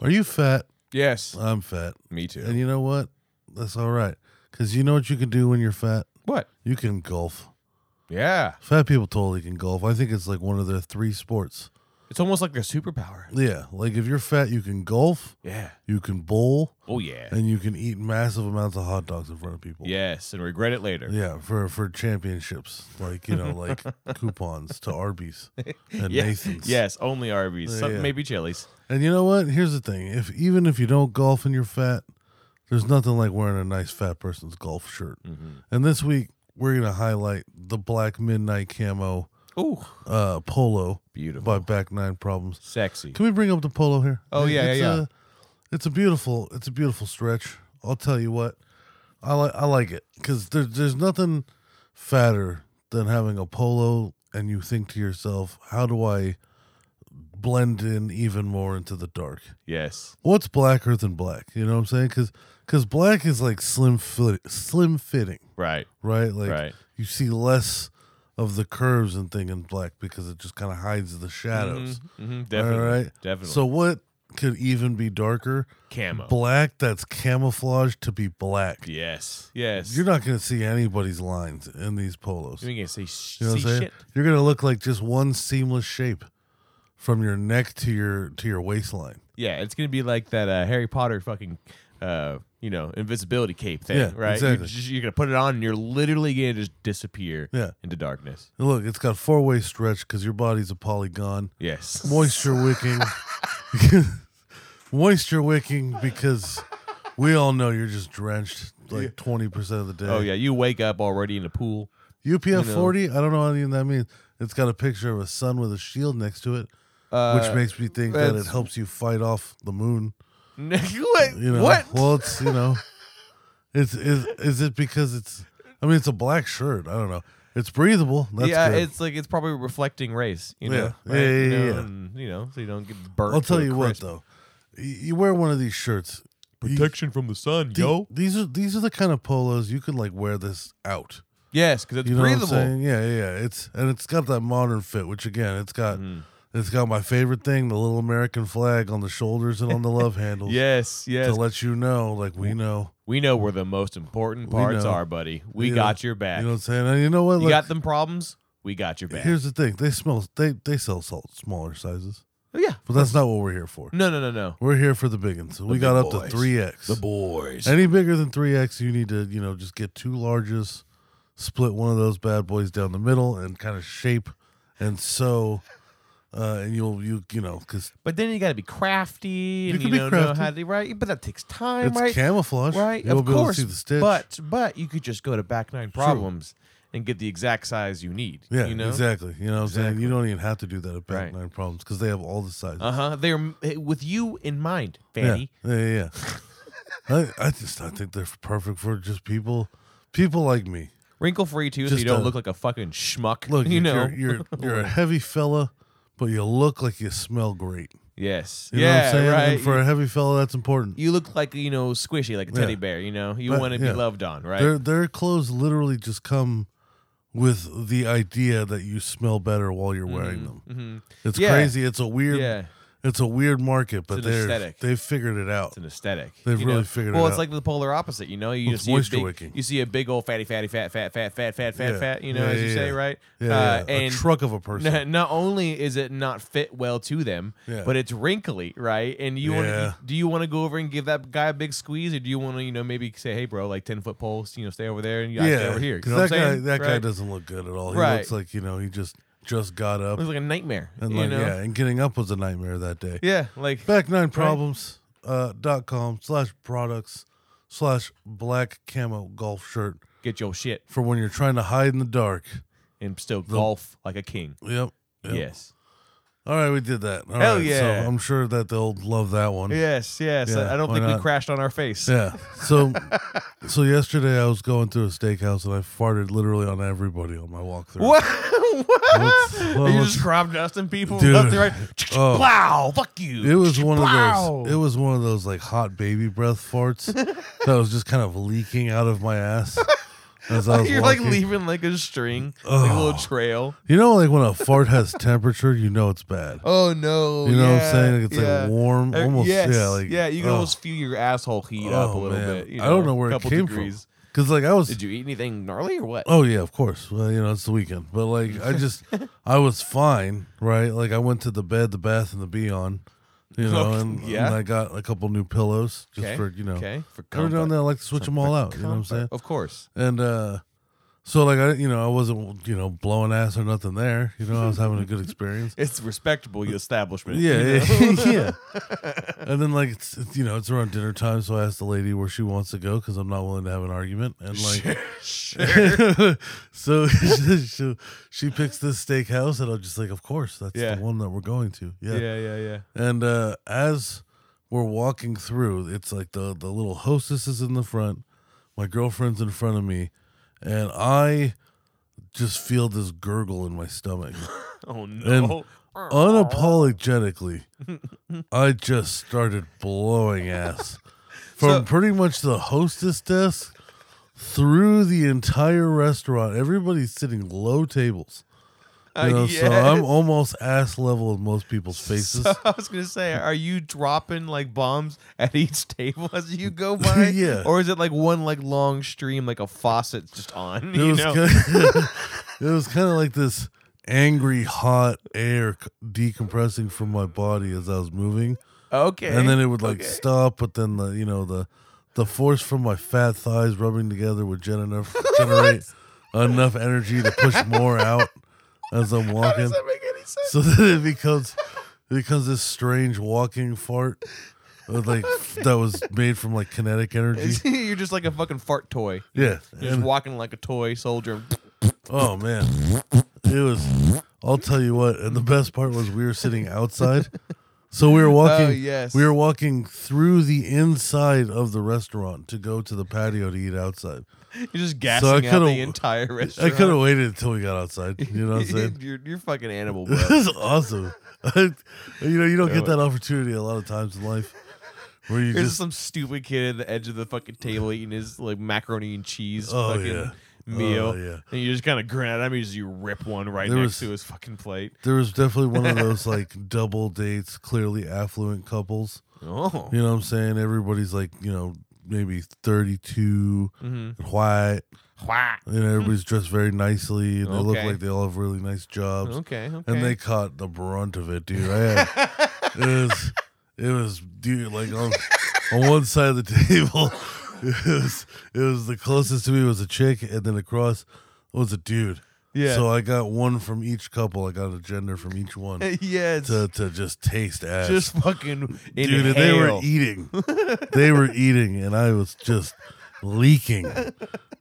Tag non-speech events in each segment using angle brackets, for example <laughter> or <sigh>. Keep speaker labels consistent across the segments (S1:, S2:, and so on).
S1: Are you fat?
S2: Yes.
S1: I'm fat.
S2: Me too.
S1: And you know what? That's all right. Because you know what you can do when you're fat?
S2: what?
S1: You can golf.
S2: Yeah.
S1: Fat people totally can golf. I think it's like one of their three sports.
S2: It's almost like a superpower.
S1: Yeah. Like if you're fat, you can golf,
S2: Yeah.
S1: you can bowl,
S2: Oh yeah.
S1: and you can eat massive amounts of hot dogs in front of people.
S2: Yes, and regret it later.
S1: Yeah, for for championships, like you know,
S2: <laughs>
S1: like coupons to Arby's and
S2: Yeah.
S1: Nathan's.
S2: Yes, only Arby's.
S1: Yeah,
S2: Some,
S1: yeah.
S2: Maybe Chili's.
S1: and you know what? Here's the thing: if even if you don't golf and you're fat, there's nothing like wearing a nice fat person's golf shirt.
S2: Mm-hmm.
S1: And this week we're gonna highlight the black midnight camo
S2: Ooh,
S1: uh, polo
S2: beautiful.
S1: by Back Nine Problems.
S2: Sexy.
S1: Can we bring up the polo here?
S2: Oh, yeah,
S1: it's
S2: yeah, yeah.
S1: A, it's a beautiful, it's a beautiful stretch. I'll tell you what, I like, I like it because there's there's nothing fatter than having a polo and you think to yourself, how do I blend in even more into the dark?
S2: Yes.
S1: What's blacker than black? You know what I'm saying? Because black is like slim fit, slim fitting,
S2: Right.
S1: right? Like
S2: Right.
S1: you see less of the curves and thing in black because it just kind of hides the shadows.
S2: hmm Definitely.
S1: All right.
S2: Definitely.
S1: So what could even be darker?
S2: camo.
S1: Black that's camouflaged to be black.
S2: yes. Yes.
S1: You're not going to see anybody's lines in these polos.
S2: You
S1: You
S2: ain't gonna say, sh-
S1: know what I'm
S2: see
S1: saying?
S2: shit.
S1: You're going to look like just one seamless shape from your neck to your to your waistline.
S2: Yeah, it's gonna be like that uh, Harry Potter fucking. Uh, you know, invisibility cape thing,
S1: Yeah,
S2: right?
S1: exactly.
S2: You're, just, you're gonna put it on, and you're literally gonna just disappear
S1: Yeah.
S2: into darkness.
S1: And look, it's got four-way stretch cuz your body's a polygon.
S2: Yes,
S1: Moisture wicking. <laughs> Moisture wicking because we all know you're just drenched like 20% of the day.
S2: Oh yeah, you wake up already in a pool.
S1: UPF
S2: know.
S1: 40, I don't know what even that means. It's got a picture of a sun with a shield next to it,
S2: Uh,
S1: which makes me think that it
S2: that's-
S1: helps you fight off the moon.
S2: <laughs> what?
S1: You know,
S2: what?
S1: Well, it's, you know, <laughs> it's, is, is it because it's, I mean, it's a black shirt. I don't know. It's breathable. That's
S2: yeah,
S1: good.
S2: it's like it's probably reflecting race. You know,
S1: Yeah.
S2: right?
S1: Yeah, yeah,
S2: you, know
S1: yeah.
S2: and, you know, so you don't get burnt.
S1: I'll
S2: to
S1: tell
S2: a
S1: you what,
S2: crisp.
S1: though. Y- You wear one of these shirts. you-
S2: protection from the sun,
S1: the-
S2: yo.
S1: These are these are the kind of polos you can like wear this out.
S2: Yes, because it's
S1: You know what I'm
S2: breathable.
S1: saying? Yeah, yeah, yeah. It's and it's got that modern fit, which again, it's
S2: Mm-hmm.
S1: got
S2: Mm.
S1: it's got my favorite thing, the little American flag on the shoulders and on the
S2: <laughs>
S1: love handles.
S2: Yes, yes.
S1: To let you know, like we know.
S2: we know where the most important parts
S1: know.
S2: are, buddy. We
S1: You know-
S2: got your back.
S1: You know what I'm saying? And you know what?
S2: you
S1: Like,
S2: got them problems. We got your back.
S1: here's the thing. They smell they they sell salt smaller sizes.
S2: Oh, yeah.
S1: But that's not what we're here for.
S2: No, no, no, no.
S1: We're here for the big ones. we got up
S2: boys.
S1: to three X.
S2: boys.
S1: Any bigger than three X, you need to, you know, just get two larges, split one of those bad boys down the middle, and kind of shape and sew. Uh, and you'll you you know because
S2: But then you got to be crafty, and
S1: can
S2: you,
S1: be
S2: know, know
S1: crafty.
S2: how to right. But that takes time,
S1: it's
S2: right?
S1: camouflage,
S2: right?
S1: You'll
S2: of
S1: be
S2: course.
S1: able to see the stitch,
S2: But but you could just go to back nine problems and get the exact size you need.
S1: yeah,
S2: you know?
S1: exactly. You know, what I'm saying
S2: Exactly.
S1: you don't even have to do that at back
S2: Right.
S1: nine problems because they have all the sizes.
S2: Uh huh. They're eh, with you in mind,
S1: yeah,
S2: Fanny.
S1: yeah, yeah.
S2: <laughs>
S1: yeah. I, I just I think they're perfect for just people, people like me.
S2: Wrinkle free too, so
S1: Just,
S2: you don't
S1: uh,
S2: look like a fucking schmuck.
S1: Look,
S2: <laughs> you know.
S1: you're you're, you're a heavy fella, but you look like you smell great.
S2: yes.
S1: You know what
S2: yeah.
S1: I'm saying?
S2: Right.
S1: And for a heavy fella, that's important.
S2: you look like you know squishy, like a teddy
S1: Yeah.
S2: bear. You know, you
S1: But,
S2: want to
S1: yeah.
S2: be loved on, right?
S1: Their their clothes literally just come with the idea that you smell better while you're wearing them. It's
S2: Mm-hmm, Yeah.
S1: crazy. It's a weird
S2: yeah.
S1: it's a weird market, but
S2: an
S1: they're
S2: aesthetic.
S1: they've figured it out.
S2: It's an aesthetic.
S1: They've
S2: you
S1: really
S2: know?
S1: figured it
S2: well, it's
S1: out.
S2: like the polar opposite. You know, you
S1: Well,
S2: just
S1: it's
S2: see a
S1: moisture
S2: big,
S1: wicking.
S2: you see a big old fatty, fatty, fat, fat, fat, fat, fat, fat,
S1: Yeah.
S2: fat. You know,
S1: Yeah,
S2: as you
S1: yeah,
S2: say,
S1: yeah.
S2: right?
S1: Yeah,
S2: Uh,
S1: yeah.
S2: And
S1: a truck of a
S2: <laughs>
S1: person.
S2: N- Not, only is it not fit well to them,
S1: Yeah.
S2: but it's wrinkly, right? And you want
S1: Yeah.
S2: to do you want to go over and give that guy a big squeeze, or do you want to you know maybe say, hey, bro, like ten foot poles, you know, stay over there and you yeah,
S1: yeah,
S2: stay over here. You
S1: 'cause
S2: know what I'm
S1: that guy
S2: saying?
S1: that guy
S2: Right?
S1: doesn't look good at all. He
S2: Right.
S1: looks like you know he just just got up
S2: It was like a nightmare.
S1: and
S2: you
S1: like
S2: know?
S1: yeah,
S2: yeah,
S1: and getting up was a nightmare that day.
S2: like
S1: Back nine problems uh, dot com slash products slash black camo golf shirt
S2: get your shit
S1: for when you're trying to hide in the dark.
S2: and still golf like a king.
S1: Yep. Yep.
S2: Yes.
S1: All right, we did that. All
S2: Hell
S1: right,
S2: yeah.
S1: So I'm sure that they'll love that one.
S2: Yes, yes.
S1: Mm. Yeah,
S2: I don't
S1: why
S2: think we
S1: not?
S2: crashed on our face.
S1: Yeah. So, so yesterday I was going through a steakhouse and I farted literally on everybody on my walk through.
S2: <laughs> What? what?
S1: What's- well,
S2: you
S1: what's-
S2: just crop dusting people
S1: Dude.
S2: left and right.
S1: Oh.
S2: Plow! Fuck you!
S1: It was one of
S2: Plow!
S1: those. It was one of those like hot baby breath
S2: <laughs>
S1: farts that was just kind of leaking out of my ass as
S2: <laughs>
S1: I was
S2: You're
S1: walking.
S2: like leaving like a string, like a little trail.
S1: you know, like when a fart has temperature, you know it's bad.
S2: Oh no!
S1: You know what I'm
S2: yeah,
S1: saying? Like, it's, like,
S2: yeah.
S1: warm,
S2: Uh,
S1: almost-
S2: yes,
S1: yeah, like,
S2: yeah. You can
S1: oh.
S2: almost feel your asshole heat up a little bit. You know,
S1: I don't know where
S2: a
S1: it
S2: couple
S1: came
S2: degrees.
S1: from. Because like I was
S2: Did you eat anything gnarly or what?
S1: Oh yeah, of course. Well, you know, it's the weekend. But like I
S2: <laughs>
S1: just I was fine, right? Like I went to the bed, the bath, and the beyond. You know, and,
S2: Yeah.
S1: and I got a couple new pillows just
S2: okay.
S1: for you know.
S2: okay. For
S1: Every now and then I
S2: comfort.
S1: like to switch them all out. You know what I'm
S2: Comfort.
S1: saying?
S2: Of course.
S1: And uh so like I you know, I wasn't you know, blowing ass or nothing there. You know, I was having a good experience.
S2: It's respectable the establishment.
S1: Yeah,
S2: <laughs> you know?
S1: yeah, yeah.
S2: <laughs>
S1: And then like it's it's, you know it's around dinner time, so I asked the lady where she wants to go because I'm not willing to have an argument. And <laughs> like,
S2: <laughs>
S1: <laughs> so she, she picks this steakhouse, and I'm just like, of course, that's
S2: Yeah.
S1: the one that we're going to. Yeah.
S2: yeah, yeah, yeah.
S1: And uh, as we're walking through, it's like the the little hostess is in the front, my girlfriend's in front of me, and I just feel this gurgle in my
S2: <laughs>
S1: stomach.
S2: Oh
S1: And
S2: no! <laughs>
S1: unapologetically, I just started blowing
S2: <laughs>
S1: ass from
S2: So-
S1: pretty much the hostess desk through the entire restaurant. Everybody's sitting low tables.
S2: Uh,
S1: You know,
S2: yes.
S1: So I'm almost ass level in most people's faces.
S2: So <laughs> I was gonna say, are you dropping like bombs at each table as
S1: <laughs>
S2: you go by?
S1: Yeah.
S2: Or is it like one like long stream, like a faucet just on?
S1: it
S2: <laughs> you
S1: was
S2: know?
S1: kinda, <laughs> it was kind of like this angry hot air c- decompressing from my body as I was moving.
S2: Okay.
S1: and then it would like <laughs>
S2: okay.
S1: stop but then the you know the the force from my fat thighs rubbing together would gen- enough,
S2: <laughs>
S1: generate enough energy to push more out as i'm
S2: How does
S1: walking
S2: that make any sense?
S1: <laughs> so then it becomes it becomes this strange walking fart with
S2: <laughs>
S1: like that was made from like kinetic energy
S2: You're just like a fucking fart toy.
S1: yeah
S2: You're just
S1: and-
S2: walking like a toy soldier. <laughs>
S1: Oh man, it was. I'll tell you what. And the best part was we were sitting outside, so we were walking.
S2: yes.
S1: we were walking through the inside of the restaurant to go to the patio to eat outside.
S2: You're just gassing out
S1: coulda-
S2: the entire
S1: <laughs> I
S2: restaurant.
S1: could have waited until we got outside. You know what I'm saying?
S2: <laughs>
S1: <laughs>
S2: you're, you're fucking animal, bro.
S1: this is awesome. <laughs> you know, you don't get that opportunity a lot of times in life, where you
S2: There's
S1: just
S2: some stupid kid at the edge of the fucking table eating his like macaroni and cheese
S1: Oh,
S2: fucking
S1: yeah.
S2: meal.
S1: Oh, yeah.
S2: And you just kind of grin at him as you rip one right
S1: There
S2: next
S1: was-
S2: to his fucking plate.
S1: there was definitely one of those like double dates, clearly affluent couples.
S2: Oh.
S1: You know what I'm saying? Everybody's like, you know, maybe 32,
S2: Mm-hmm.
S1: white.
S2: Whack.
S1: You know, everybody's dressed very nicely, and they look
S2: Mm-hmm. Okay.
S1: like they all have really nice jobs.
S2: Okay. Okay.
S1: And they caught the brunt of it, dude. I had,
S2: <laughs>
S1: it was, it was, dude, like on, on one side of the <laughs> table, it was, it was the closest to me was a chick, and then across was a dude.
S2: Yeah. <laughs>
S1: So I got one from each couple. I got a gender from each one
S2: yeah, it's
S1: to, to just taste ass.
S2: just fucking
S1: Dude,
S2: inhale.
S1: and they were
S2: <laughs>
S1: eating. they were eating, and I was just leaking,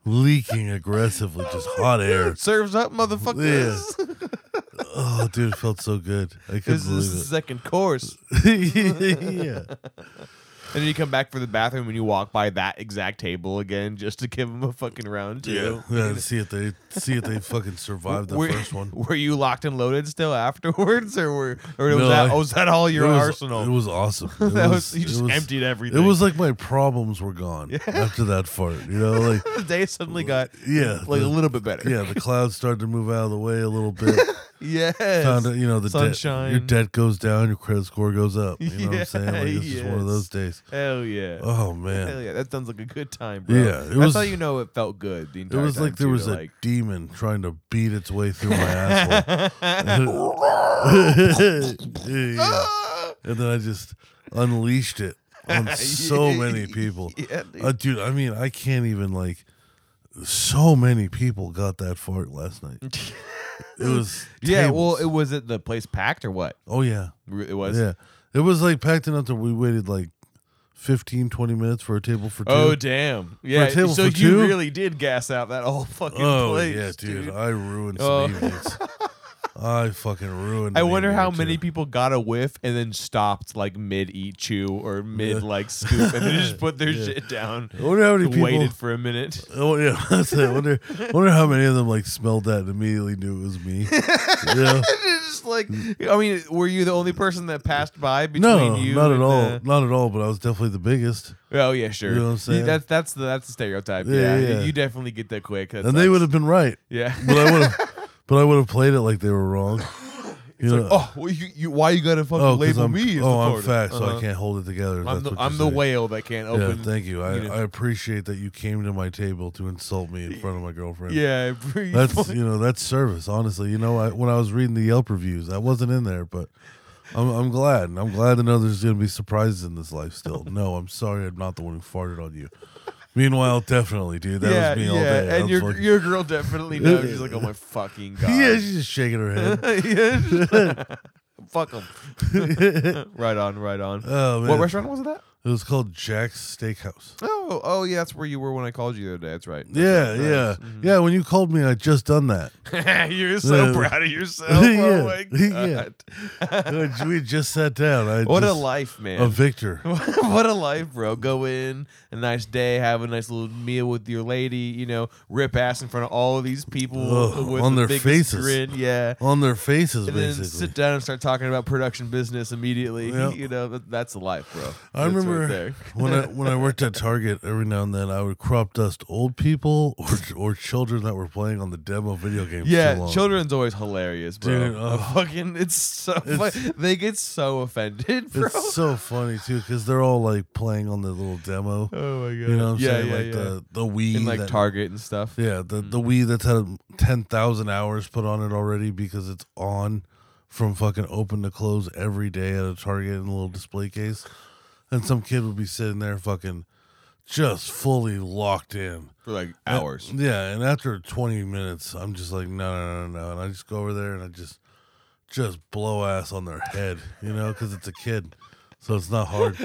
S1: leaking aggressively, just hot air.
S2: Serves up, <laughs> motherfuckers.
S1: Oh, dude, it felt so good. I couldn't
S2: this is the
S1: believe
S2: second course. <laughs>
S1: it. yeah.
S2: And then you come back for the bathroom and you walk by that exact table again just to give them a fucking round two.
S1: yeah. See if they see if they fucking survived the
S2: were,
S1: first one.
S2: <laughs> Were you locked and loaded still afterwards, or were or was
S1: No,
S2: that
S1: I-
S2: was that all your
S1: it was,
S2: arsenal?
S1: It was awesome. It
S2: <laughs> that was, you
S1: it
S2: just
S1: was-
S2: emptied
S1: It
S2: everything.
S1: was like my problems were gone after that fart. You know, like
S2: <laughs> the day suddenly got
S1: yeah,
S2: like a
S1: the-
S2: little bit better.
S1: yeah. The clouds started to move out of the way a little bit.
S2: <laughs> Yes.
S1: found out, you know, the Debt,
S2: Sunshine.
S1: your debt goes down, your credit score goes up. You know what I'm saying?
S2: <laughs>
S1: Like, it's just one of
S2: Yes.
S1: those days.
S2: Hell yeah.
S1: Oh
S2: Hell
S1: man,
S2: yeah. That sounds like a good time, bro.
S1: Yeah, it
S2: That's
S1: was-
S2: how you know it felt good. The
S1: it
S2: entire
S1: was
S2: time,
S1: like there
S2: too,
S1: was
S2: to,
S1: a
S2: like, <laughs>
S1: demon trying to beat its way through my asshole. <laughs> Yeah.
S2: "Ah!"
S1: And then I just unleashed it on so many people.
S2: <laughs> Yeah, dude.
S1: Uh, dude, I mean, I can't even like. So many people got that fart last
S2: <laughs>
S1: night. It was
S2: yeah. Well,
S1: tables.
S2: it was it the place packed or what?
S1: oh yeah.
S2: It was.
S1: Yeah. It was like packed enough that we waited like 15, 20 minutes for a table for two.
S2: Oh damn! Yeah,
S1: table
S2: so
S1: for
S2: you
S1: two?
S2: really did gas out that whole fucking
S1: Oh,
S2: place,
S1: yeah, dude. I ruined some
S2: <laughs> Oh.
S1: evenings. I fucking ruined.
S2: I
S1: an
S2: wonder
S1: evening
S2: how
S1: or
S2: many
S1: two.
S2: people got a whiff and then stopped like mid eat chew or mid like scoop and then just put
S1: <laughs>
S2: their
S1: Yeah.
S2: shit down.
S1: I wonder how many people.
S2: Waited for a minute. <laughs>
S1: Oh yeah, <laughs> that's it. I wonder, I wonder how many of them like smelled that and immediately knew it was
S2: <laughs>
S1: me. yeah.
S2: It's just like I mean, were you the only person that passed by between
S1: Mm. No,
S2: you?
S1: not at
S2: and uh,
S1: all.
S2: the-
S1: Not at all. But I was definitely the biggest,
S2: oh yeah, sure.
S1: You know what I'm saying?
S2: That's that's the that's the stereotype.
S1: Yeah,
S2: Yeah,
S1: yeah, yeah.
S2: You, you definitely get that quick. That
S1: and they
S2: sucks.
S1: would have been right.
S2: <laughs>
S1: <laughs>
S2: yeah.
S1: But I would have,
S2: <laughs>
S1: but I would have played it like they were wrong. You know,
S2: oh, well, you, you, why you gotta fucking
S1: 'cause
S2: label
S1: I'm,
S2: me? As
S1: oh, I'm
S2: the
S1: fat, so
S2: Uh-huh.
S1: I can't hold it together. if
S2: I'm
S1: that's
S2: the,
S1: what
S2: I'm
S1: you're
S2: the
S1: saying.
S2: whale that can't open.
S1: Yeah, thank you. I,
S2: you know.
S1: I appreciate that you came to my table to insult me in front of my girlfriend.
S2: Yeah, <laughs>
S1: That's you know that's service. Honestly, you know I, when I was reading the Yelp reviews, I wasn't in there, but I'm, I'm glad. And I'm glad to know there's going to be surprises in this life.
S2: <laughs>
S1: Still, no, I'm sorry, I'm not the one who farted on you. Meanwhile, definitely, dude, that
S2: yeah,
S1: was me
S2: yeah.
S1: all day. I
S2: And
S1: was
S2: your
S1: fucking-
S2: your girl definitely knows. She's like, oh my fucking
S1: <laughs>
S2: god.
S1: yeah, she's just shaking her
S2: <laughs>
S1: head.
S2: Yeah. <laughs> Fuck them.
S1: <laughs>
S2: right on, right on.
S1: Oh, man.
S2: what restaurant was it at?
S1: It was called Jack's Steakhouse.
S2: Oh, oh yeah, that's where you were when I called you the other day. That's right. Mm-hmm.
S1: Yeah, yeah, yeah. When you called me, I just done
S2: <laughs>
S1: that.
S2: yeah. You're so
S1: Yeah.
S2: proud of
S1: <laughs>
S2: yourself. Oh my
S1: Yeah, <laughs> yeah.
S2: god.
S1: we had just sat down. I
S2: What a
S1: just-
S2: life, man.
S1: A victor.
S2: <laughs> what a life, bro. Go in, a nice day, have a nice little meal with your lady, you know, rip ass in front of all of these people
S1: Ugh,
S2: with
S1: on
S2: the
S1: their
S2: biggest
S1: faces.
S2: grin. Yeah.
S1: on their faces,
S2: And then
S1: basically.
S2: sit down and start talking about production business immediately. <laughs>
S1: Yep.
S2: You know, that, that's the life, bro.
S1: I
S2: That's right
S1: remember
S2: there.
S1: <laughs>
S2: <laughs>
S1: when I when I worked at Target, every now and then I would crop dust old people <laughs> or or children that were playing on the demo video games. too
S2: Yeah,
S1: long.
S2: children's always hilarious, bro. <laughs>
S1: Dude, oh.
S2: fucking, it's so
S1: It's-
S2: fu- they get so offended, <laughs> bro.
S1: It's so funny too because they're all like playing on the little demo.
S2: oh my god,
S1: You know what I'm
S2: yeah,
S1: saying?
S2: yeah,
S1: like
S2: yeah.
S1: the the Wii,
S2: in like
S1: that-
S2: Target and stuff.
S1: Yeah, the the Wii that's had ten thousand hours put on it already because it's on from fucking open to close every day at a Target in a little display case, and some kid would be sitting there fucking just fully locked in.
S2: for like
S1: Uh,
S2: hours.
S1: Yeah, and after 20 minutes, I'm just like, no, no, no, no, and I just go over there and I just just blow ass on their head, you know, because it's a kid, so it's not hard.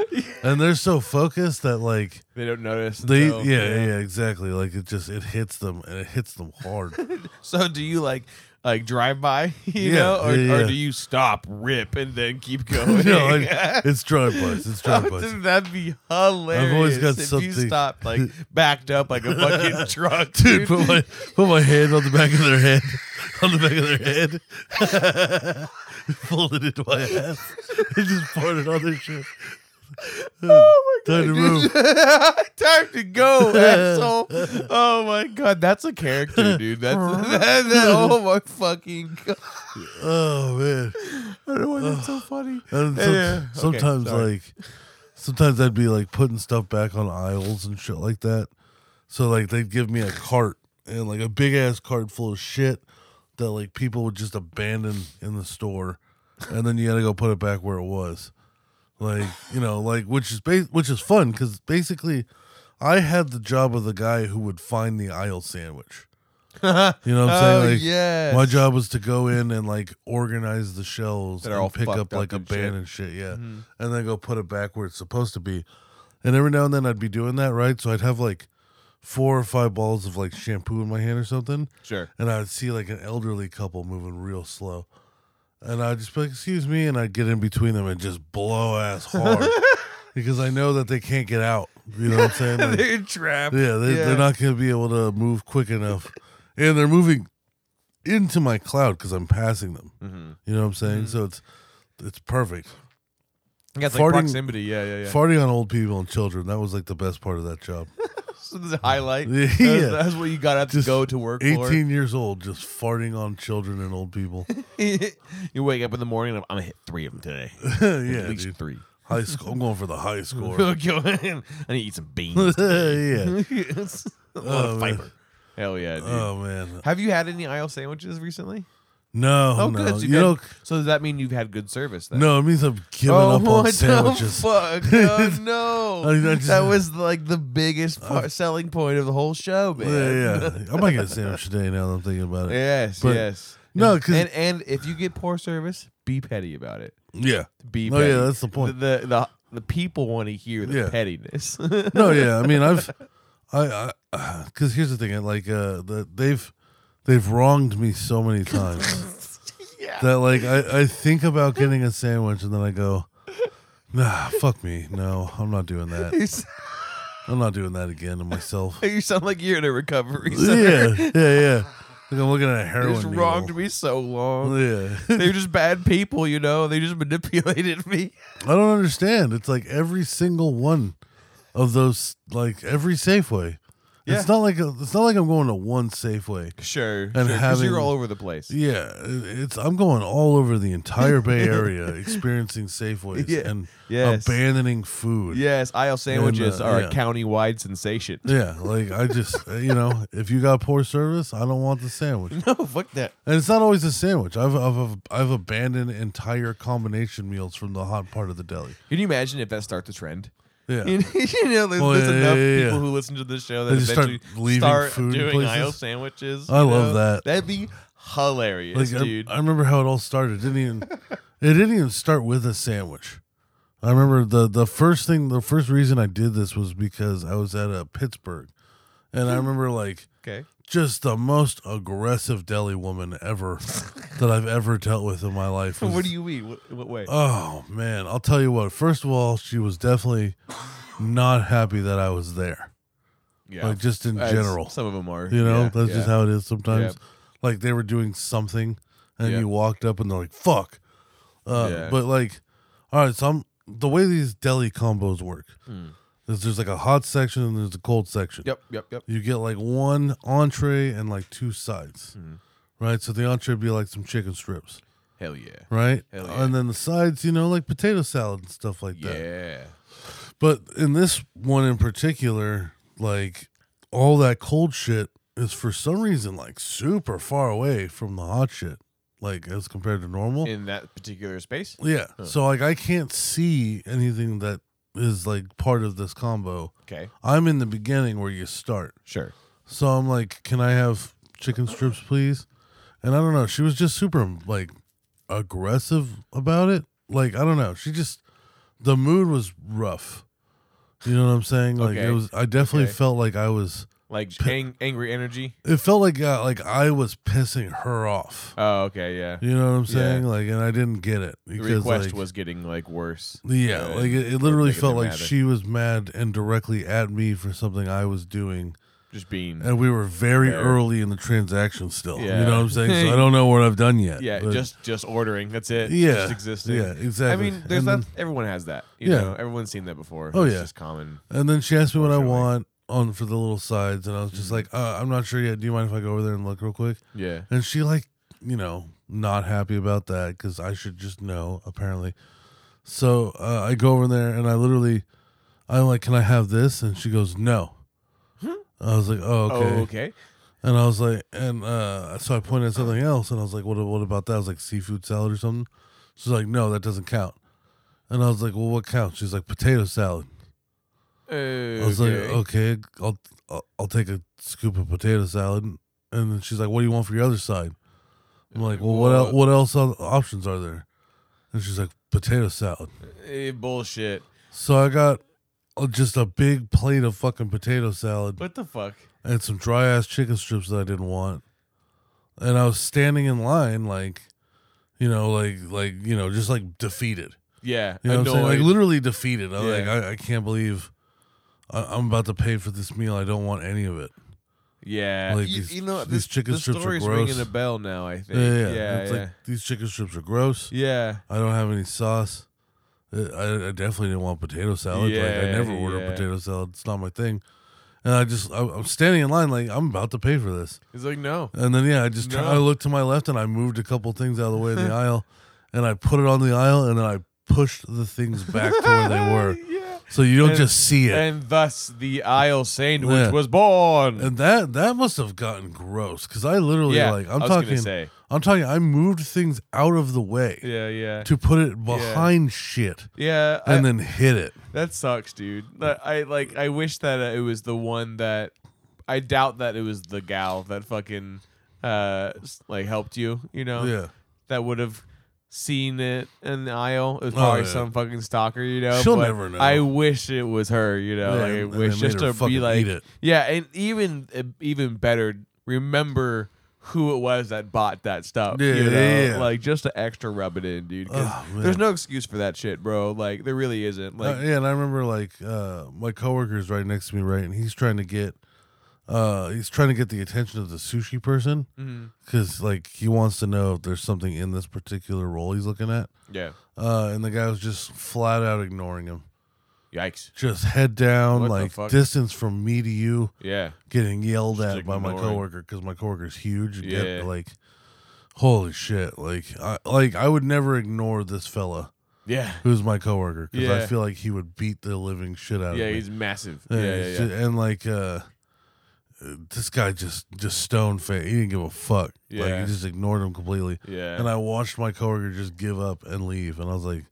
S1: And they're so focused that like
S2: They don't notice.
S1: they,
S2: until-
S1: yeah, yeah, exactly. Like it just it hits them and it hits them hard.
S2: <laughs>
S1: <laughs>
S2: So do you like like drive by, <laughs> you
S1: Yeah,
S2: know, or,
S1: yeah,
S2: or
S1: yeah.
S2: do you stop, rip, and then keep
S1: <laughs> no,
S2: going? <laughs>
S1: I, it's drive bus. It's drive bus.
S2: Wouldn't that be hilarious?
S1: got
S2: if you
S1: something-
S2: stopped, like backed up like a
S1: <laughs>
S2: fucking truck,
S1: Dude, <laughs> put my put my hand on the back of their head, <laughs> on the back of their head, <laughs> fold it into my ass, <laughs> and just farted on their shit.
S2: Oh my
S1: Time
S2: <laughs>
S1: to move.
S2: Time to go, asshole.
S1: <laughs>
S2: Oh my god, that's a character, dude. That's <laughs> that, that- oh my fucking <laughs> god.
S1: Oh man!
S2: I don't know why that's <sighs> so funny.
S1: And
S2: Yeah,
S1: some-
S2: yeah. Okay,
S1: sometimes,
S2: sorry.
S1: like, sometimes I'd be like putting stuff back on aisles and shit like that. So like they'd give me a cart and like a big ass cart full of shit that like people would just abandon in the store, and then you gotta go put it back where it was. Like you know, like which is ba- which is fun because basically, I had the job of the guy who would find the aisle sandwich.
S2: <laughs>
S1: You know what I'm
S2: Oh,
S1: saying? Like,
S2: yes.
S1: My job was to go in and like organize the shelves
S2: That are
S1: and
S2: all
S1: pick
S2: fucked
S1: up
S2: up
S1: like
S2: and shit.
S1: abandoned shit. yeah. And then go put it back where it's supposed to be. And every now and then I'd be doing that, right? So I'd have like four or five balls of like shampoo in my hand or something. <laughs>
S2: Sure.
S1: And I'd see like an elderly couple moving real slow. And I'd just be like, excuse me. And I'd get in between them and just blow ass hard because I know that they can't get out. You know what I'm
S2: <laughs>
S1: saying? Like,
S2: They're trapped.
S1: yeah, they,
S2: Yeah.
S1: they're not going to be able to move quick enough. and they're moving into my cloud because I'm passing them.
S2: Mhm.
S1: You know what I'm saying? So it's it's perfect.
S2: I guess
S1: Farting-
S2: like proximity. Yeah, yeah, yeah.
S1: Farting on old people and children, that was like the best part of that
S2: <laughs>
S1: job.
S2: So <laughs> this is a
S1: <laughs>
S2: highlight.
S1: Yeah.
S2: That's, that's what you got to
S1: Just
S2: go to work for.
S1: 18 years old, just farting on children and old people.
S2: <laughs>
S1: <laughs>
S2: you wake up in the morning and I'm, gonna hit three of them today. At
S1: <laughs> yeah,
S2: least
S1: dude.
S2: three.
S1: High score. I'm going for the
S2: <laughs>
S1: high
S2: I
S1: score.
S2: need to eat some
S1: <laughs>
S2: beans. <laughs>
S1: yeah.
S2: It's a lot
S1: Oh,
S2: of
S1: man.
S2: fiber. Hell yeah, dude.
S1: Oh man.
S2: Have you had any aisle sandwiches recently?
S1: No.
S2: Oh,
S1: no.
S2: good. So,
S1: You
S2: you've had-
S1: know,
S2: so does that mean you've had good service then?
S1: no, it means I'm giving
S2: Oh,
S1: up
S2: what
S1: on sandwiches.
S2: the fuck?
S1: <laughs>
S2: Oh, no.
S1: I mean, I just- Uh,
S2: that was like the biggest part, selling point of the whole show, man.
S1: Yeah, yeah. I might get a sandwich today now that I'm thinking about it.
S2: <laughs> Yes,
S1: But-
S2: yes.
S1: No,
S2: And-
S1: 'cause-
S2: and and if you get poor service, be petty about it.
S1: Yeah.
S2: Be
S1: Oh,
S2: petty.
S1: yeah, that's the point.
S2: The the, the, the people want to hear the
S1: Yeah. <laughs>
S2: pettiness. <laughs>
S1: No, yeah. I mean, I've, I, I, because here's the thing, like, uh, the, they've, they've wronged me so many times.
S2: yeah, Yeah.
S1: that like I, I think about getting a sandwich and then I go, nah, fuck me. No, I'm not doing that.
S2: You s-
S1: I'm not doing that again to
S2: <laughs>
S1: myself.
S2: you sound like you're in a recovery
S1: Yeah,
S2: <laughs> center.
S1: yeah, yeah. Like I'm looking at a
S2: They
S1: heroin.
S2: just
S1: needle.
S2: wronged me so long.
S1: Yeah. <laughs>
S2: They're just bad people, you know. They just <laughs> manipulated me.
S1: I don't understand. It's like every single one of those, like every Safeway.
S2: Yeah.
S1: It's not like it's not like I'm going to one Safeway.
S2: Sure, and
S1: having-
S2: you're all over the place.
S1: Yeah, it's I'm going all over the entire
S2: <laughs>
S1: Bay Area, experiencing Safeways
S2: Yeah.
S1: and
S2: Yes.
S1: abandoning food.
S2: Yes, aisle sandwiches
S1: uh,
S2: are
S1: yeah.
S2: a county-wide sensation.
S1: Yeah, like I just you know, if you got poor service, I don't want the sandwich.
S2: <laughs> no, fuck that.
S1: And it's not always a sandwich. I've I've I've abandoned entire combination meals from the hot part of the deli.
S2: Can you imagine if that starts a trend? <laughs> You
S1: Yeah.
S2: know, you know, there's,
S1: Well,
S2: there's
S1: yeah, yeah,
S2: enough
S1: yeah, yeah.
S2: people who listen to this show
S1: They
S2: that
S1: just start
S2: eventually
S1: leaving
S2: start,
S1: food
S2: doing
S1: places.
S2: aisle sandwiches.
S1: I
S2: you
S1: love
S2: know?
S1: that.
S2: That'd be
S1: <laughs>
S2: hilarious,
S1: Like I,
S2: dude.
S1: I remember how it all started. It didn't
S2: <laughs>
S1: even it didn't even start with a sandwich. I remember the the first thing the first reason I did this was because I was at a Pittsburgh. And I
S2: Hmm.
S1: remember like
S2: okay.
S1: just the most aggressive deli woman ever that I've ever dealt with in my life. was-
S2: What do you mean? What, what way?
S1: Oh man, I'll tell you what. First of all, she was definitely not happy that I was there.
S2: yeah.
S1: Like just in
S2: As
S1: general,
S2: Some of them are.
S1: you know,
S2: Yeah,
S1: that's
S2: yeah.
S1: just how it is sometimes. Like they were doing something, and
S2: Yeah.
S1: you walked up and they're like, "Fuck." Uh,
S2: Yeah.
S1: But like, all right, so I'm the way these deli combos work
S2: Hmm.
S1: is there's like a hot section and there's a cold section.
S2: Yep, yep, yep.
S1: You get like one entree and like two sides,
S2: Mm-hmm.
S1: right? So the entree would be like some chicken strips,
S2: Hell yeah.
S1: right?
S2: Hell yeah.
S1: And then the sides, you know, like potato salad and stuff like that.
S2: Yeah.
S1: But in this one in particular, like all that cold shit is for some reason like super far away from the hot shit, like as compared to normal.
S2: In that particular space.
S1: yeah. So like I can't see anything that is like part of this combo.
S2: Okay.
S1: I'm in the beginning where you start.
S2: Sure.
S1: So I'm like, "Can I have chicken strips, please?" And I don't know, she was just super like aggressive about it. Like, I don't know. She just the mood was rough. You know what I'm saying? Like
S2: Okay.
S1: it was I definitely
S2: Okay.
S1: felt like I was
S2: Like ang- angry energy.
S1: it felt like uh, like I was pissing her off.
S2: Oh, okay, yeah.
S1: You know what I'm
S2: Yeah.
S1: saying? Like and I didn't get it
S2: The
S1: because
S2: request
S1: like,
S2: was getting like worse.
S1: yeah,
S2: uh,
S1: like it, it
S2: or
S1: literally
S2: making
S1: felt
S2: them
S1: like
S2: madder.
S1: she was mad and directly at me for something I was doing.
S2: just being
S1: and we were very
S2: Fair.
S1: early in the transaction still. You
S2: Yeah.
S1: know what I'm saying? So I don't know what I've done yet.
S2: Yeah,
S1: but-
S2: just just ordering. That's it.
S1: yeah,
S2: just existing.
S1: Yeah, exactly.
S2: I mean, there's
S1: and,
S2: that.
S1: then-
S2: Everyone has that. You
S1: Yeah.
S2: know, everyone's seen that before.
S1: Oh,
S2: it's
S1: yeah.
S2: just common.
S1: and then she asked me what I
S2: Unfortunately.
S1: want
S2: Mm-hmm.
S1: on for the little sides, and I was just like, uh, I'm not sure yet. Do you mind if I go over there and look real quick?
S2: Yeah,
S1: And she like, you know, not happy about that because I should just know apparently. So uh, I go over there and I literally, I'm like, can I have this? And she goes, no. I was like, oh,
S2: Hmm? Oh, okay.
S1: And I was like, and uh, so I pointed at something else, and I was like, what, what about that? I was like, seafood salad or something. She's like, no, that doesn't count. And I was like, well, what counts? She's like, potato salad.
S2: okay.
S1: I was like, okay, I'll, I'll I'll take a scoop of potato salad. And then she's like, what do you want for your other side? I'm like, well, what el-
S2: What?
S1: what else o- options are there? And she's like, potato salad.
S2: Eh, bullshit.
S1: So I got uh, just a big plate of fucking potato salad.
S2: What the fuck?
S1: and some dry ass chicken strips that I didn't want. And I was standing in line, like, you know, like, like, you know, just like defeated.
S2: Yeah,
S1: You know what I'm saying? Like,
S2: annoyed.
S1: literally defeated. I'm like,
S2: Yeah.
S1: I, I can't believe I, I'm about to pay for this meal. I don't want any of it.
S2: yeah.
S1: like,
S2: you,
S1: these-
S2: you know,
S1: these
S2: this,
S1: chicken
S2: the
S1: strips are
S2: story's
S1: gross.
S2: ringing a bell now. I think.
S1: Yeah, yeah.
S2: Yeah, yeah,
S1: It's
S2: yeah.
S1: like, these chicken strips are gross. I don't have any sauce. I, I- I definitely didn't want potato salad. like, I
S2: Yeah,
S1: never order
S2: yeah.
S1: potato salad. It's not my thing. And I just, I, I'm standing in line, like, I'm about to pay for this.
S2: It's like no.
S1: And then yeah, I just turned,
S2: No.
S1: I looked to my left and I moved a couple things out of the way in
S2: <laughs>
S1: the aisle, and I put it on the aisle and then I pushed the things back to where they were,
S2: yeah.
S1: so you don't
S2: And-
S1: just see it. And,
S2: And thus the aisle sandwich
S1: Yeah.
S2: was born.
S1: that that must have gotten gross because I literally
S2: yeah,
S1: like I'm
S2: I was
S1: talking
S2: Gonna say.
S1: I'm talking I moved things out of the way
S2: Yeah, yeah,
S1: to put it behind shit
S2: yeah. I-
S1: and then hit it.
S2: That sucks, dude. That- I like. I wish that uh, it was the one that. I doubt that it was the gal that fucking uh s- like helped you. You know.
S1: Yeah,
S2: That would have seen it in the aisle. It was probably
S1: Oh, yeah.
S2: some fucking stalker. You know.
S1: She'll
S2: but
S1: never know.
S2: I wish it was her. You know.
S1: Yeah,
S2: like I
S1: and they
S2: wish
S1: made
S2: just
S1: her
S2: to
S1: fucking
S2: be like.
S1: eat it.
S2: Yeah, and even even better, eh, remember who it was that bought that stuff.
S1: Yeah,
S2: you know?
S1: yeah, yeah.
S2: Like just to extra rub it in, dude. 'cause
S1: Oh, man.
S2: there's no excuse for that shit, bro. Like there really isn't. Like
S1: Uh, yeah, and I remember like uh, my coworker's right next to me, right, and he's trying to get, uh, he's trying to get the attention of the sushi person
S2: mhm.
S1: because like he wants to know if there's something in this particular role he's looking at,
S2: yeah.
S1: uh, and the guy was just flat out ignoring him,
S2: Yikes.
S1: just head down,
S2: What the
S1: like
S2: fuck?
S1: distance from me to you,
S2: Yeah.
S1: getting yelled
S2: Just
S1: at by my
S2: ignoring.
S1: coworker because my coworker's huge. and get-
S2: Yeah.
S1: like, holy shit! Like, I, like I would never ignore this fella.
S2: Yeah.
S1: Who's my coworker? Because I
S2: Yeah.
S1: feel like he would beat the living shit out
S2: Yeah,
S1: of me.
S2: he's massive.
S1: Yeah,
S2: Yeah, yeah,
S1: it's
S2: yeah.
S1: ju- and like uh this guy just just stone face. He didn't give a fuck. Like
S2: Yeah.
S1: he just ignored him completely.
S2: Yeah.
S1: And I watched my coworker just give up and leave and I was like,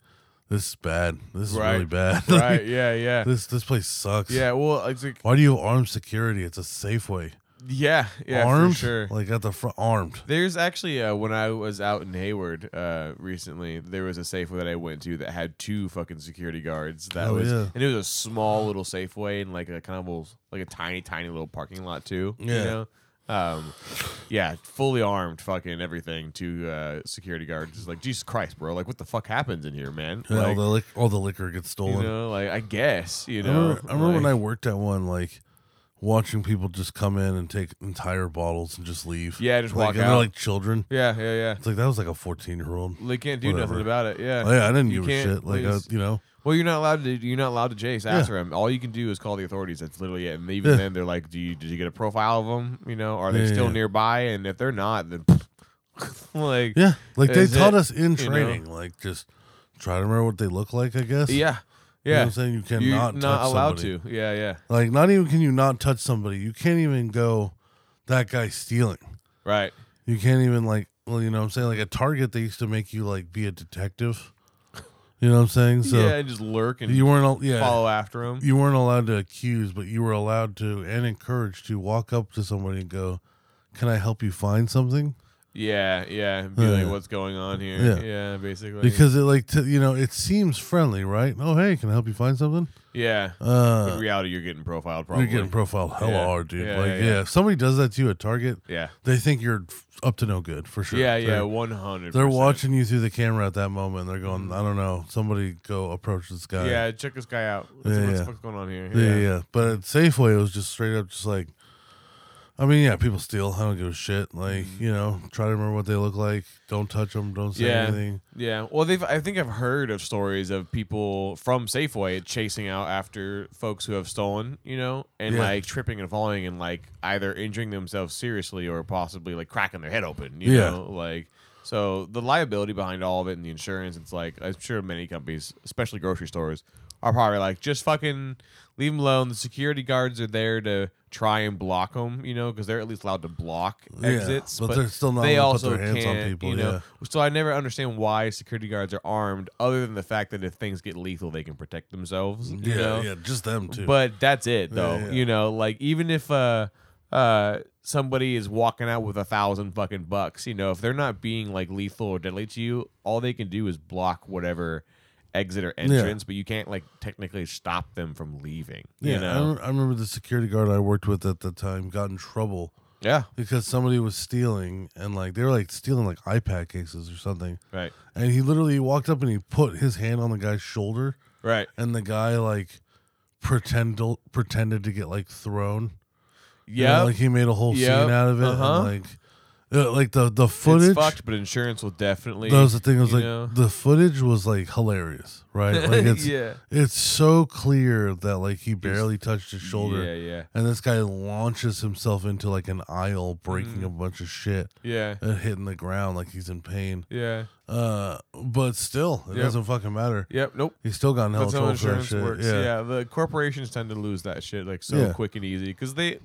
S1: This is bad. This is really
S2: Right.
S1: bad. <laughs>
S2: right. Yeah, yeah.
S1: this this place sucks.
S2: Yeah, well, it's like,
S1: Why do you have armed security? It's a Safeway.
S2: yeah, yeah,
S1: armed?
S2: for sure.
S1: Like at the front armed.
S2: There's actually uh, when I was out in Hayward uh, recently, there was a Safeway that I went to that had two fucking security guards. That
S1: Oh,
S2: was
S1: yeah.
S2: and it was a small little Safeway and like a kind of little, like a tiny, tiny little parking lot too.
S1: Yeah.
S2: You know? Um, yeah, fully armed, fucking everything. Two uh, security guards, just like Jesus Christ, bro! Like, what the fuck happens in here, man?
S1: And all
S2: Like,
S1: the lic- all the liquor gets stolen.
S2: you know, like I guess you
S1: I
S2: know.
S1: remember, I remember when I
S2: like-
S1: worked at one, like watching people just come in and take entire bottles and just leave.
S2: Yeah, just
S1: like,
S2: walk
S1: and they're
S2: out.
S1: like children.
S2: yeah, yeah, yeah.
S1: It's like that was like a 14 year old.
S2: They can't do
S1: Whatever.
S2: nothing about it. Yeah.
S1: Yeah, I didn't
S2: You
S1: give a
S2: can't-
S1: shit. Like,
S2: they
S1: I,
S2: just-
S1: you know,
S2: Well, you're not allowed to. You're not allowed to chase
S1: Yeah.
S2: after him. All you can do is call the authorities. That's literally it. And even
S1: Yeah.
S2: then, they're like, "Do you did you get a profile of them? You know, are they
S1: Yeah,
S2: still
S1: yeah.
S2: nearby? And if they're not, then <laughs> like,
S1: yeah, like they
S2: Is
S1: taught
S2: it,
S1: us in
S2: you know?
S1: training, like just try to remember what they look like. I guess.
S2: yeah,
S1: You know what
S2: yeah.
S1: I'm saying you
S2: You're,
S1: cannot
S2: not,
S1: touch
S2: allowed
S1: somebody.
S2: to. Yeah, yeah.
S1: Like, not even can you not touch somebody. You can't even go. That guy's stealing.
S2: Right.
S1: You can't even like. Well, you know what I'm saying. Like at Target, they used to make you like be a detective. You know what I'm saying? So
S2: yeah, and just lurk and
S1: you weren't. al- Yeah.
S2: follow after him.
S1: you weren't allowed to accuse, but you were allowed to and encouraged to walk up to somebody and go, "Can I help you find something?"
S2: yeah, yeah. and Be
S1: Yeah.
S2: like, what's going on here?
S1: Yeah.
S2: Yeah, basically.
S1: Because it like to, you know it seems friendly, right? Oh hey, can I help you find something?
S2: yeah, in
S1: Uh,
S2: reality, you're getting profiled. Probably.
S1: you're getting profiled hella
S2: Yeah.
S1: hard, dude.
S2: Yeah,
S1: like yeah,
S2: yeah, yeah.
S1: if somebody does that to you at Target,
S2: yeah.
S1: they think you're f- up to no good for sure.
S2: Yeah, yeah,
S1: They're-
S2: one hundred.
S1: They're watching you through the camera at that moment. They're going, I don't know. Somebody go approach this guy.
S2: Mm. Yeah, check this guy out. What's,
S1: Yeah,
S2: what's
S1: yeah.
S2: the fuck's going on here?
S1: Yeah, yeah, yeah. But at Safeway, it was just straight up, just like, I mean, yeah, people steal. I don't give a shit. Like,
S2: Mm.
S1: you know, try to remember what they look like. Don't touch them. Don't say
S2: Yeah.
S1: anything.
S2: Yeah. Well, they've. I think I've heard of stories of people from Safeway chasing out after folks who have stolen, you know, and
S1: Yeah.
S2: like tripping and falling and like either injuring themselves seriously or possibly like cracking their head open. You
S1: Yeah.
S2: know, like so the liability behind all of it and the insurance. It's like I'm sure many companies, especially grocery stores, are probably like just fucking leave them alone. The security guards are there to try and block them, you know, because they're at least allowed to block
S1: Yeah,
S2: exits.
S1: but they're still not
S2: they
S1: allowed to
S2: also
S1: put their hands on
S2: can't,
S1: people,
S2: You know,
S1: yeah.
S2: so I never understand why security guards are armed, other than the fact that if things get lethal, they can protect themselves. you
S1: Yeah,
S2: know?
S1: yeah, just them too.
S2: But that's it, though.
S1: yeah.
S2: You know, like even if uh, uh, somebody is walking out with a thousand fucking bucks, you know, if they're not being like lethal or deadly to you, all they can do is block whatever exit or entrance. But you can't like technically stop them from leaving.
S1: yeah,
S2: you
S1: I,
S2: know,
S1: rem- I remember the security guard I worked with at the time got in trouble
S2: yeah,
S1: because somebody was stealing and like they were like stealing like iPad cases or something.
S2: right,
S1: And he literally walked up and he put his hand on the guy's shoulder
S2: right.
S1: and the guy like pretend pretended to get like thrown. You know,
S2: Yeah,
S1: like he made a whole
S2: Yep.
S1: scene out of it. and,
S2: Uh-huh.
S1: like, uh, like the the
S2: it's
S1: footage.
S2: fucked, but insurance will definitely.
S1: That was the thing. I was
S2: you
S1: like,
S2: know?
S1: the footage was like hilarious, right?
S2: <laughs>
S1: Like it's
S2: yeah.
S1: it's so clear that like he barely touched his shoulder,
S2: Yeah, yeah,
S1: and this guy launches himself into like an aisle, breaking
S2: Mm.
S1: a bunch of shit
S2: yeah.
S1: and hitting the ground like he's in pain.
S2: Yeah.
S1: Uh, but still, it
S2: Yep.
S1: doesn't fucking matter.
S2: Yep. Nope.
S1: He's still got in hell
S2: That's how
S1: trouble for that
S2: insurance
S1: shit.
S2: works.
S1: yeah.
S2: Yeah. The corporations tend to lose that shit like so
S1: Yeah.
S2: quick and easy because they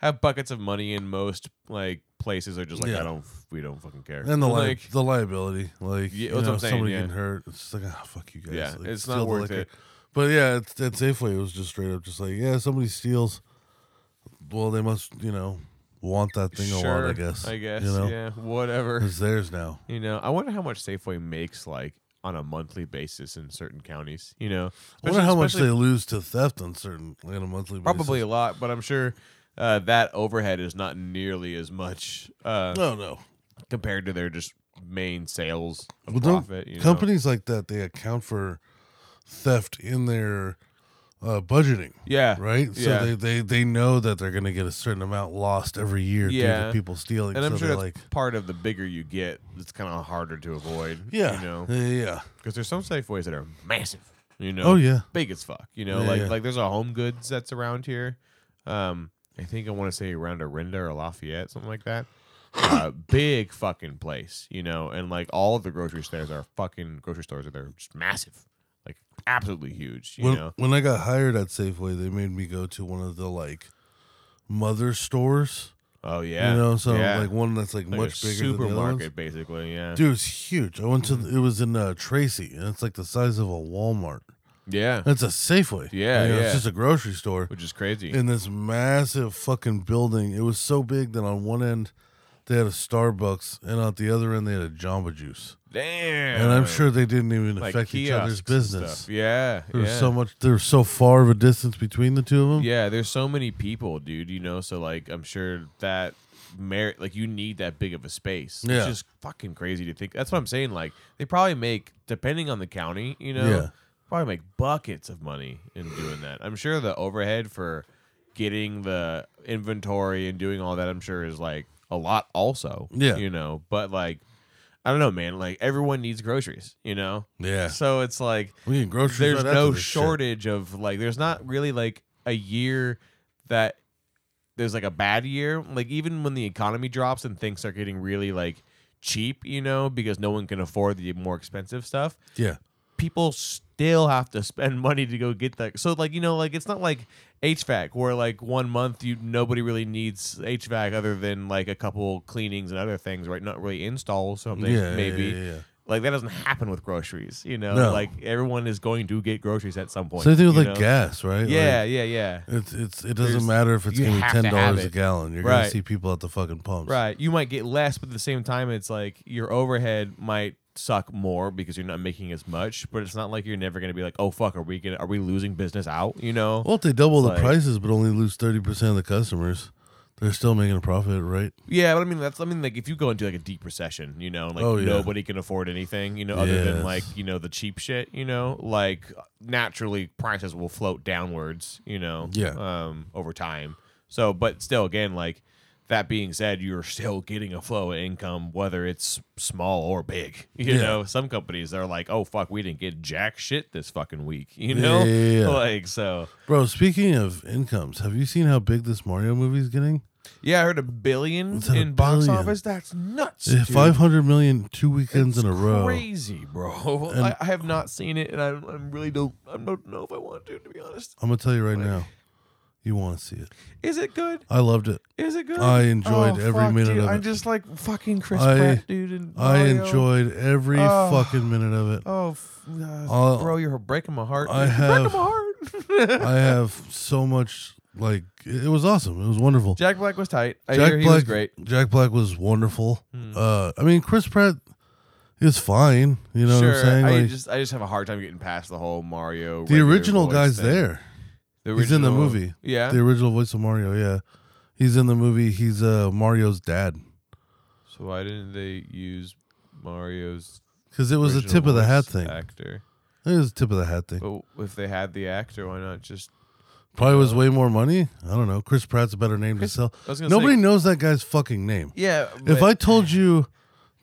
S2: have buckets of money in most like places are just like
S1: Yeah.
S2: I don't f- we don't fucking care.
S1: And the li-
S2: like
S1: the liability, like
S2: Yeah,
S1: you
S2: that's what
S1: know,
S2: I'm saying,
S1: somebody
S2: yeah.
S1: getting hurt, it's just like ah, fuck you guys.
S2: Yeah,
S1: like,
S2: it's
S1: steal
S2: not
S1: the
S2: worth
S1: liquor.
S2: it.
S1: But yeah, it's, at Safeway it was just straight up, just like yeah, somebody steals. Well, they must you know want that thing a lot,
S2: sure,
S1: I guess.
S2: I guess.
S1: you know,
S2: Yeah. Whatever.
S1: it's theirs now.
S2: You know. I wonder how much Safeway makes like on a monthly basis in certain counties. You know.
S1: I wonder
S2: Especially-
S1: how much
S2: especially-
S1: they lose to theft on certain on a monthly basis.
S2: Probably a lot, but I'm sure uh, that overhead is not nearly as much uh,
S1: No, no.
S2: compared to their just main sales of
S1: Well, don't-
S2: profit. You know?
S1: companies like that they account for theft in their uh, budgeting,
S2: yeah,
S1: right?
S2: Yeah.
S1: So they, they they know that they're going to get a certain amount lost every year due
S2: Yeah.
S1: to people stealing.
S2: and I'm
S1: so
S2: sure
S1: they're
S2: that's
S1: like,
S2: part of the bigger you get, it's kind of harder to avoid.
S1: yeah,
S2: you know,
S1: yeah, yeah.
S2: because there's some Safeways that are massive. You know,
S1: Oh yeah,
S2: big as fuck. You know,
S1: Yeah,
S2: like
S1: yeah.
S2: like there's a Home Goods that's around here. Um, I think I want to say around Arinda or Lafayette, something like that. Uh, big fucking place, you know, and like all of the grocery stores are fucking grocery stores are there just massive, like absolutely huge, you
S1: when,
S2: know.
S1: when I got hired at Safeway, they made me go to one of the like mother stores,
S2: Oh yeah,
S1: you know, so
S2: yeah.
S1: like one that's like,
S2: Like a
S1: much bigger than the other ones.
S2: supermarket, basically. Yeah,
S1: Dude, it's huge. I went to the, it was in uh, Tracy, and it's like the size of a Walmart.
S2: yeah,
S1: It's a Safeway.
S2: Yeah,
S1: You know,
S2: yeah.
S1: it's just a grocery store
S2: which is crazy.
S1: in this massive fucking building. It was so big that on one end they had a Starbucks, and on the other end they had a Jamba Juice.
S2: Damn,
S1: And I'm sure they didn't even
S2: Uh, like
S1: affect each
S2: kiosks
S1: other's
S2: and
S1: business.
S2: stuff. Yeah,
S1: There's
S2: yeah.
S1: so much. There's so far of a distance between the two of them.
S2: Yeah, there's so many people, dude. You know, so like I'm sure that merit like you need that big of a space.
S1: Yeah.
S2: It's just fucking crazy to think. That's what I'm saying. Like they probably make, depending on the county, you know,
S1: Yeah.
S2: probably make buckets of money in doing that. I'm sure the overhead for getting the inventory and doing all that, I'm sure is like a lot also.
S1: Yeah.
S2: You know, but like I don't know, man. Like everyone needs groceries, you know?
S1: Yeah.
S2: So it's like
S1: We get groceries.
S2: there's
S1: right after
S2: no
S1: this shit.
S2: shortage of like there's not really like a year that there's like a bad year like even when the economy drops and things start getting really like cheap you know because no one can afford the more expensive stuff
S1: Yeah.
S2: people still have to spend <laughs> money to go get that so like you know like it's not like hvac where like one month you nobody really needs hvac other than like a couple cleanings and other things right not really installs something
S1: Yeah.
S2: maybe
S1: Yeah. yeah, yeah.
S2: like that doesn't happen with groceries, you know.
S1: No.
S2: Like everyone is going to get groceries at some point.
S1: Same thing with
S2: you
S1: like
S2: know?
S1: gas, right? Like,
S2: Yeah, yeah, yeah.
S1: it's it's it
S2: There's-
S1: doesn't matter if it's
S2: you
S1: gonna be
S2: have to
S1: ten
S2: have
S1: dollars
S2: it.
S1: a gallon. You're gonna
S2: Right.
S1: see people at the fucking pumps.
S2: Right. You might get less, but at the same time, it's like your overhead might suck more because you're not making as much. But it's not like you're never gonna be like, oh fuck, are we gonna are we losing business out? You know.
S1: Well, if they double the
S2: Like-
S1: prices but only lose thirty percent of the customers, they're still making a profit, right?
S2: Yeah, but I mean that's I mean like if you go into like a deep recession, you know, like
S1: Oh, yeah.
S2: nobody can afford anything, you know, other than
S1: Yes.
S2: like, you know, the cheap shit, you know, like naturally prices will float downwards, you know,
S1: Yeah.
S2: um over time. So, but still again like that being said, you're still getting a flow of income whether it's small or big. <laughs> You
S1: Yeah.
S2: know, some companies are like, "Oh fuck, we didn't get jack shit this fucking week." You
S1: Yeah,
S2: know?
S1: yeah, yeah.
S2: <laughs> Like so.
S1: Bro, speaking of incomes, have you seen how big this Mario movie's getting?
S2: Yeah, I heard a billion
S1: It's at a
S2: in box
S1: billion.
S2: office. That's nuts. dude.
S1: Five hundred million two weekends in a row.
S2: Crazy, bro. <laughs>
S1: And-
S2: I, I have not seen it, and I, I really don't. I don't know if I want to. To be honest,
S1: I'm gonna tell you right now, you want to see it.
S2: is it good?
S1: I loved it.
S2: Is it good?
S1: I enjoyed
S2: Oh,
S1: every
S2: fuck,
S1: minute
S2: dude.
S1: of
S2: I'm
S1: it.
S2: just like fucking Chris
S1: I-
S2: Pratt, dude. And
S1: I
S2: Mario.
S1: enjoyed every
S2: Oh.
S1: fucking minute of it.
S2: Oh, f- uh,
S1: Oh.
S2: bro, you're <laughs> breaking my heart.
S1: I
S2: You're
S1: have-
S2: breaking my heart. <laughs>
S1: I have so much. Like it was awesome. It was wonderful.
S2: Jack Black was tight. I
S1: Jack
S2: hear he
S1: Black
S2: was great. Hmm.
S1: Jack Black was wonderful. Uh, I mean, Chris Pratt is fine. You know
S2: sure,
S1: what I'm saying?
S2: I
S1: Like,
S2: just I just have a hard time getting past the whole Mario.
S1: the
S2: regular
S1: original
S2: voice
S1: guy's
S2: thing.
S1: there.
S2: The
S1: He's in the
S2: original-
S1: movie.
S2: Yeah.
S1: The original voice of Mario. Yeah, he's in the movie. He's uh, Mario's dad
S2: so why didn't they use Mario's?
S1: because it was a
S2: original
S1: tip of the
S2: voice
S1: hat thing.
S2: Actor.
S1: It was a tip of the hat thing.
S2: But if they had the actor, why not just
S1: Probably was way more money. I don't know. Chris Pratt's a better name to sell.
S2: I was gonna
S1: Nobody
S2: say-
S1: knows that guy's fucking name.
S2: yeah?
S1: if I told you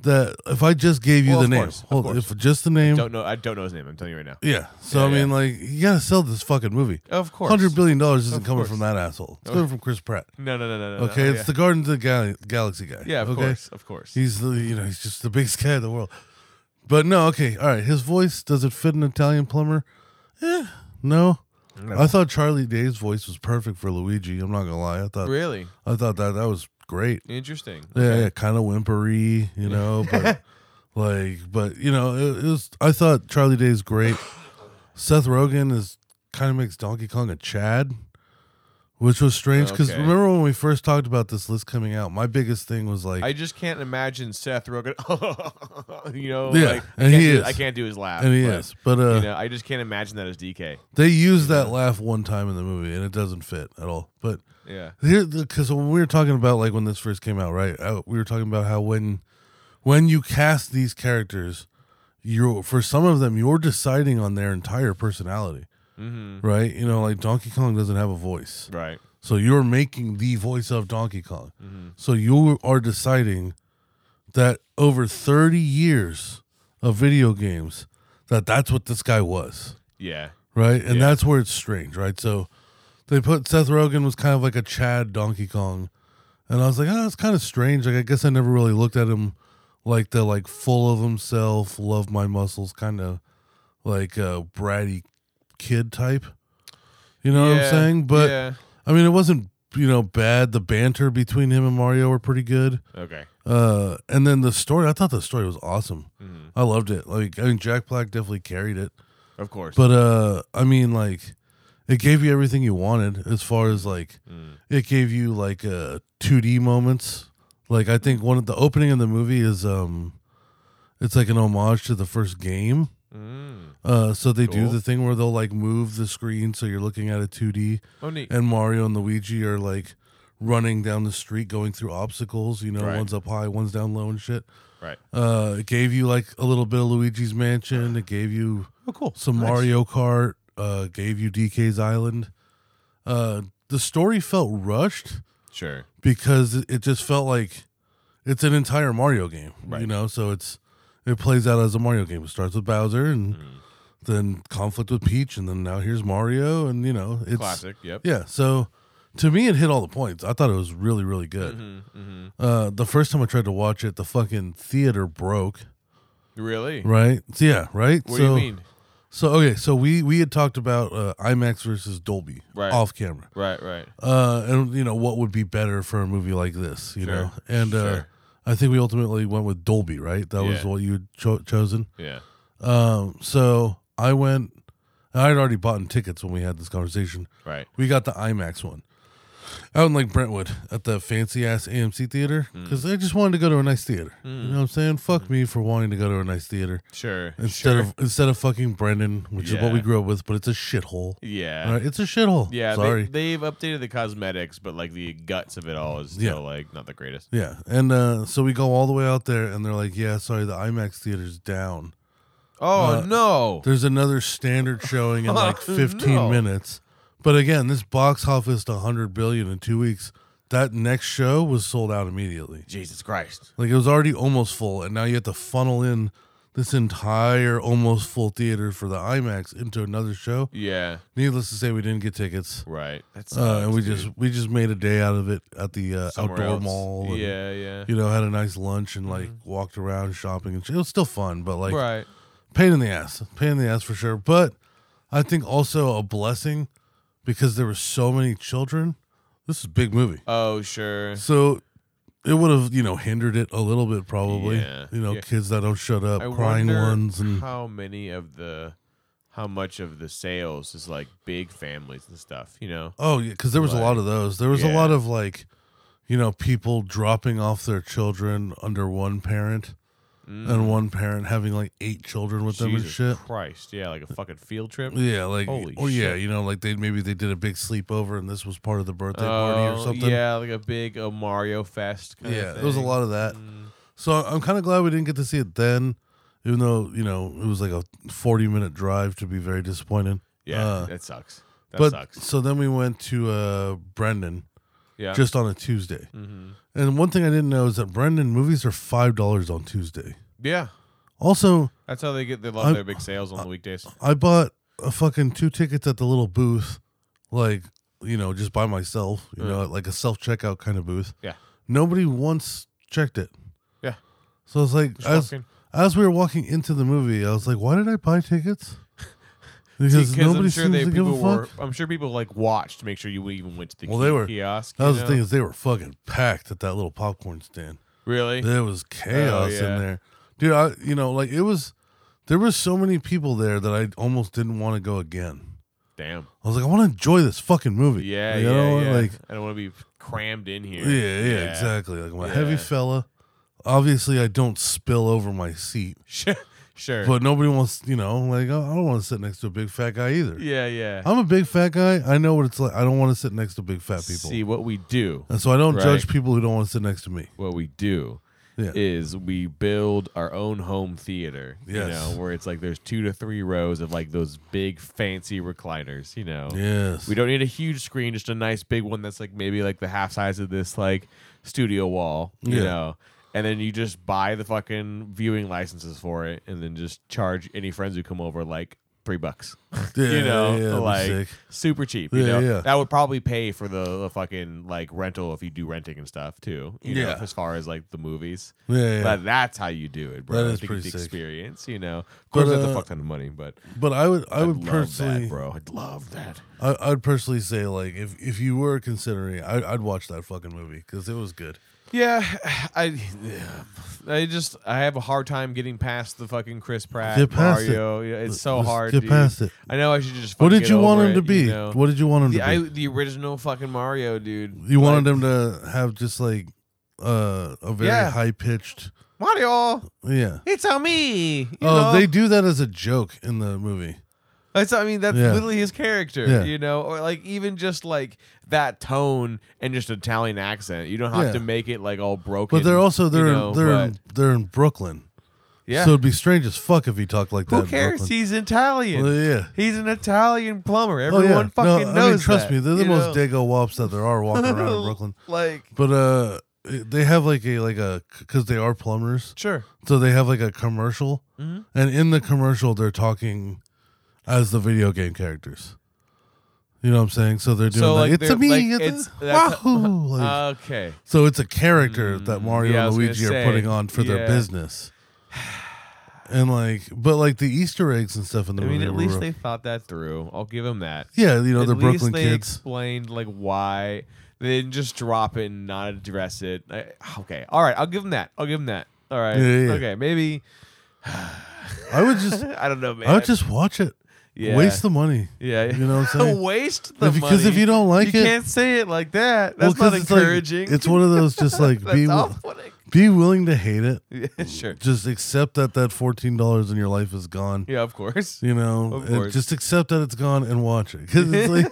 S1: that, if I just gave you
S2: Well,
S1: the
S2: of
S1: name,
S2: course, of
S1: hold
S2: course.
S1: if just the name,
S2: don't know, I don't know his name. I'm telling you right now.
S1: yeah. So
S2: Yeah,
S1: I mean, like, you gotta sell this fucking movie.
S2: Of course,
S1: Hundred billion dollars isn't
S2: Of
S1: coming
S2: course.
S1: from that asshole. It's
S2: Okay.
S1: coming from Chris Pratt.
S2: No, no, no, no, no. no,
S1: Okay, it's
S2: yeah.
S1: the Guardians of the Gal- Galaxy guy.
S2: yeah, of
S1: okay?
S2: course, of course.
S1: He's the you know he's just the biggest <laughs> guy in the world. But no, okay, all right. His voice does it fit an Italian plumber? Eh, no. I thought Charlie Day's voice was perfect for Luigi. I'm not gonna lie. I thought
S2: really
S1: I thought that that was great.
S2: interesting.
S1: Yeah, yeah kind of whimpery, you know,
S2: <laughs>
S1: but like, but you know, it, it was. I thought Charlie Day's great. Seth Rogen is kind of makes Donkey Kong a Chad, which was strange because
S2: Okay.
S1: remember when we first talked about this list coming out, my biggest thing was like,
S2: I just can't imagine Seth Rogen. <laughs> you know,
S1: Yeah,
S2: like, I
S1: and
S2: can't
S1: he
S2: do-
S1: is.
S2: I can't do his laugh.
S1: and he
S2: but,
S1: is, but uh,
S2: You know, I just can't imagine that as DK.
S1: they use that laugh one time in the movie, and it doesn't fit at all. But
S2: Yeah.
S1: here, because when we were talking about like when this first came out, right? uh, We were talking about how when when you cast these characters, you're for some of them you're deciding on their entire personality,
S2: Mm-hmm.
S1: right? You know, like Donkey Kong doesn't have a voice.
S2: Right.
S1: So you're making the voice of Donkey Kong. So you are deciding that over 30 years of video games, that that's what this guy was,
S2: Yeah.
S1: right? And
S2: Yeah.
S1: that's where it's strange, right? So they put Seth Rogen was kind of like a Chad Donkey Kong, and I was like, oh, that's kind of strange. Like I guess I never really looked at him like the like full of himself, love my muscles, kind of like a bratty kid type. You know what I'm
S2: Yeah,
S1: saying? But
S2: yeah.
S1: I mean, it wasn't you know bad. The banter between him and Mario were pretty good.
S2: Okay.
S1: Uh, and then the story, I thought the story was awesome.
S2: Mhm.
S1: I loved it. Like, I mean, Jack Black definitely carried it.
S2: Of course.
S1: But uh, I mean, like, it gave you everything you wanted as far as like
S2: Mm.
S1: it gave you like uh 2D moments. Like, I think one of the opening of the movie is um, it's like an homage to the first game.
S2: Mm.
S1: Uh, so they do
S2: Cool.
S1: the thing where they'll like move the screen so you're looking at a 2D
S2: Oh, neat.
S1: and Mario and Luigi are like running down the street, going through obstacles. You know,
S2: Right.
S1: one's up high, one's down low, and shit.
S2: Right.
S1: Uh, it gave you like a little bit of Luigi's Mansion. It gave you
S2: Oh, cool.
S1: some
S2: Nice.
S1: Mario Kart. Uh, gave you DK's Island. Uh, the story felt rushed
S2: Sure.
S1: because it- it just felt like it's an entire Mario game. You
S2: Right.
S1: know, so it's it plays out as a Mario game. It starts with Bowser and.
S2: Hmm.
S1: Then conflict with Peach, and then now here's Mario, and you know it's
S2: Classic. Yep.
S1: yeah. So to me, it hit all the points. I thought it was really, really good.
S2: Mm-hmm.
S1: Uh, the first time I tried to watch it, the fucking theater broke.
S2: Really?
S1: Right? So, yeah. Right. so,
S2: What do you mean?
S1: So okay. So we we had talked about uh, IMAX versus Dolby
S2: Right.
S1: off camera,
S2: Right. Right.
S1: uh, and you know what would be better for a movie like this, you
S2: Sure.
S1: know. And uh,
S2: Sure.
S1: I think we ultimately went with Dolby, right? That was
S2: Yeah.
S1: what you had cho- chosen.
S2: Yeah.
S1: Um, so I went. I had already bought tickets when we had this conversation.
S2: Right.
S1: We got the IMAX one out in like Brentwood at the fancy ass AMC theater
S2: Hmm.
S1: because I just wanted to go to a nice theater. You know what I'm saying? Fuck me for wanting to go to a nice theater
S2: Sure.
S1: instead
S2: Hmm. sure.
S1: of instead of fucking Brendan, which is what we
S2: Yeah.
S1: grew up with, but it's a shithole.
S2: Yeah.
S1: All right, it's a shithole.
S2: Yeah,
S1: sorry.
S2: They, they've updated the cosmetics, but like the guts of it all is
S1: Yeah.
S2: still like not the greatest.
S1: yeah, and uh, so we go all the way out there, and they're like, "Yeah, sorry, the IMAX theater's down.
S2: Oh
S1: Uh,
S2: no!
S1: There's another standard showing in like
S2: Oh,
S1: 15
S2: <laughs> no.
S1: minutes." But again, this box office to 100 billion in two weeks. That next show was sold out immediately.
S2: Jesus Christ!
S1: Like it was already almost full, and now you have to funnel in this entire almost full theater for the IMAX into another show.
S2: Yeah,
S1: Needless to say, we didn't get tickets,
S2: right. That's
S1: uh, and we just we just made a day out of it at the uh, outdoor mall. and,
S2: yeah, yeah.
S1: you know, had a nice lunch and like walked around shopping and shit. It was still fun, but like
S2: Mm-hmm. right.
S1: pain in the ass, pain in the ass for sure. But I think also a blessing because there were so many children. This is a big movie.
S2: Oh sure.
S1: So it would have, you know, hindered it a little bit probably.
S2: Yeah.
S1: You know,
S2: Yeah.
S1: kids that don't shut up,
S2: I
S1: crying
S2: wonder
S1: ones and
S2: how many of the, how much of the sales is like big families and stuff. You know.
S1: Oh, yeah, cuz there was a lot of those. There was a
S2: Yeah.
S1: lot of like you know, people dropping off their children under one parent and one parent having like eight children with them and
S2: Mm. Jesus
S1: shit.
S2: Christ! Yeah, like a fucking field trip.
S1: Yeah, like
S2: Holy
S1: or yeah,
S2: shit.
S1: you know, like they maybe they did a big sleepover and this was part of the birthday party or
S2: Oh,
S1: something.
S2: yeah, like a big uh, Mario fest. Kind
S1: Yeah, there was a lot of that.
S2: Mm.
S1: So I'm kind of glad we didn't get to see it then, even though you know it was like a 40 minute drive to be very disappointed.
S2: Yeah,
S1: Uh,
S2: that sucks. That
S1: but
S2: sucks.
S1: so then we went to uh, Brendan
S2: Yeah.
S1: just on a Tuesday,
S2: hmm
S1: and one thing I didn't know is that Brendan movies are five dollars on Tuesday.
S2: Yeah.
S1: Also,
S2: That's how they get they love
S1: I'm-
S2: their big sales on the weekdays.
S1: I bought a fucking two tickets at the little booth, like you know, just by myself, you know, like a self checkout kind of booth.
S2: Yeah.
S1: nobody once checked it.
S2: Yeah.
S1: So it's like
S2: Just
S1: I was, <laughs>
S2: walking.
S1: as we were walking into the movie, I was like, "Why did I buy
S2: <laughs>
S1: tickets?" Because
S2: Because
S1: nobody
S2: I'm sure
S1: seems
S2: they,
S1: to give a
S2: people
S1: fuck.
S2: were. I'm sure people like watched to make sure you even went to the
S1: Well,
S2: ki-
S1: they were-
S2: kiosk.
S1: that
S2: you
S1: was the
S2: know?
S1: thing is they were fucking packed at that little popcorn
S2: <laughs>
S1: stand.
S2: Really?
S1: There was chaos
S2: Oh, yeah.
S1: in there, dude. I you know like it was there were so many people there that I almost didn't want to go again.
S2: Damn.
S1: I was like, I want to enjoy this fucking movie.
S2: Yeah,
S1: you
S2: yeah,
S1: know,
S2: yeah.
S1: like
S2: I don't want to be crammed in here.
S1: yeah, yeah, exactly. Like I'm a heavy
S2: Yeah.
S1: fella. Obviously, I don't spill over my seat,
S2: <laughs> Sure. sure.
S1: but nobody wants, you know, like I I don't want to sit next to a big fat guy either.
S2: yeah, yeah.
S1: I'm a big fat guy. I know what it's like. I don't want to sit next to big fat people,
S2: See what we do.
S1: and so I don't
S2: Right.
S1: judge people who don't want to sit next to me.
S2: What we do
S1: Yeah,
S2: is we build our own home theater. You
S1: Yes.
S2: know, where it's like there's two to three rows of like those big fancy recliners. You know.
S1: yes,
S2: We don't need a huge screen, just a nice big one that's like maybe like the half size of this like studio wall, you
S1: Yeah.
S2: know. And then you just buy the fucking viewing licenses for it, and then just charge any friends who come over like three bucks.
S1: yeah,
S2: you know,
S1: yeah, that'd be
S2: like
S1: sick.
S2: super cheap. You
S1: Yeah,
S2: know,
S1: yeah.
S2: that would probably pay for the, the fucking like rental if you do renting and stuff too. You know,
S1: Yeah.
S2: as far as like the movies.
S1: yeah, yeah.
S2: But that's how you do it, bro.
S1: That
S2: I
S1: is
S2: think
S1: pretty
S2: it's the
S1: sick.
S2: experience, you know. Of course,
S1: But,
S2: that's a
S1: uh,
S2: fuck ton of money, but
S1: But I would, I
S2: I'd
S1: would
S2: love
S1: personally,
S2: that, bro. I'd love that.
S1: I, I'd personally say like if if you were considering, I, I'd watch that fucking movie because it was good.
S2: Yeah, <sighs> I, I just I have a hard time getting past the fucking Chris Pratt
S1: Get past it.
S2: Mario. Yeah, It's so
S1: Just
S2: hard.
S1: get
S2: dude.
S1: past it.
S2: I know I should just.
S1: What
S2: fucking
S1: did
S2: get
S1: you want
S2: over
S1: him to
S2: it,
S1: be?
S2: You know?
S1: What did you want him
S2: the,
S1: to
S2: I,
S1: be?
S2: the original fucking Mario, dude.
S1: you wanted
S2: Like,
S1: him to have just like uh, a very
S2: Yeah.
S1: high pitched,
S2: Mario.
S1: yeah.
S2: It's on me. You
S1: Oh,
S2: know?
S1: they do that as a joke in the movie.
S2: That's, I mean, that's
S1: Yeah.
S2: literally his character,
S1: Yeah.
S2: you know, or like even just like that tone and just Italian accent. You don't have
S1: Yeah.
S2: to make it like all broken.
S1: But they're also
S2: you
S1: they're
S2: know,
S1: they're
S2: but-
S1: in, they're in Brooklyn.
S2: yeah.
S1: So it'd be strange as fuck if he talked like that.
S2: Who
S1: in
S2: cares?
S1: Brooklyn.
S2: He's Italian.
S1: Well, yeah.
S2: He's an Italian plumber.
S1: Oh, yeah.
S2: Everyone fucking
S1: no,
S2: knows.
S1: I mean, trust
S2: that,
S1: me, they're the
S2: you
S1: most
S2: <laughs> know?
S1: dago wops that there are walking around
S2: <laughs>
S1: in Brooklyn.
S2: Like,
S1: But uh, they have like a like a because they are plumbers,
S2: sure.
S1: so they have like a commercial,
S2: Mm-hmm.
S1: and in the commercial they're talking as the video game characters. You know what I'm saying? So they're doing
S2: So,
S1: like,
S2: like,
S1: it's
S2: they're-
S1: a me,
S2: like,
S1: it's,
S2: it's-
S1: a
S2: that's- <laughs>
S1: Wahoo! Like,
S2: okay.
S1: so it's a character that Mario
S2: yeah, I
S1: and
S2: was gonna
S1: Luigi are
S2: say,
S1: putting on for
S2: yeah.
S1: their
S2: <sighs>
S1: business. And like, but like the Easter eggs and stuff in the
S2: I
S1: movie.
S2: mean, at
S1: were
S2: least
S1: real-
S2: they thought that through. I'll give them that.
S1: yeah, you know, the
S2: at least
S1: Brooklyn
S2: they <laughs>
S1: kids.
S2: explained like why they didn't just drop it and not address it. I, okay, all right, I'll give them that. I'll give them that. All right,
S1: Yeah, yeah, yeah.
S2: okay, maybe
S1: I would just,
S2: I don't know, man.
S1: I would just watch it.
S2: Yeah.
S1: Waste the money.
S2: yeah,
S1: <laughs> You know what I'm saying?
S2: <laughs> waste the
S1: If you- 'cause if
S2: money.
S1: you don't like
S2: you
S1: it-
S2: can't say it like that. That's
S1: Well, 'cause
S2: not
S1: it's like-
S2: encouraging. <laughs>
S1: It's, one of those just like
S2: that's
S1: be wi-
S2: off-putting.
S1: be willing to hate it.
S2: <laughs> Yeah, sure.
S1: Just accept that that fourteen dollars in your life is gone.
S2: Yeah, of course.
S1: You know,
S2: Of
S1: and
S2: course.
S1: just accept that it's gone and watch it <laughs> because it's
S2: <laughs>
S1: like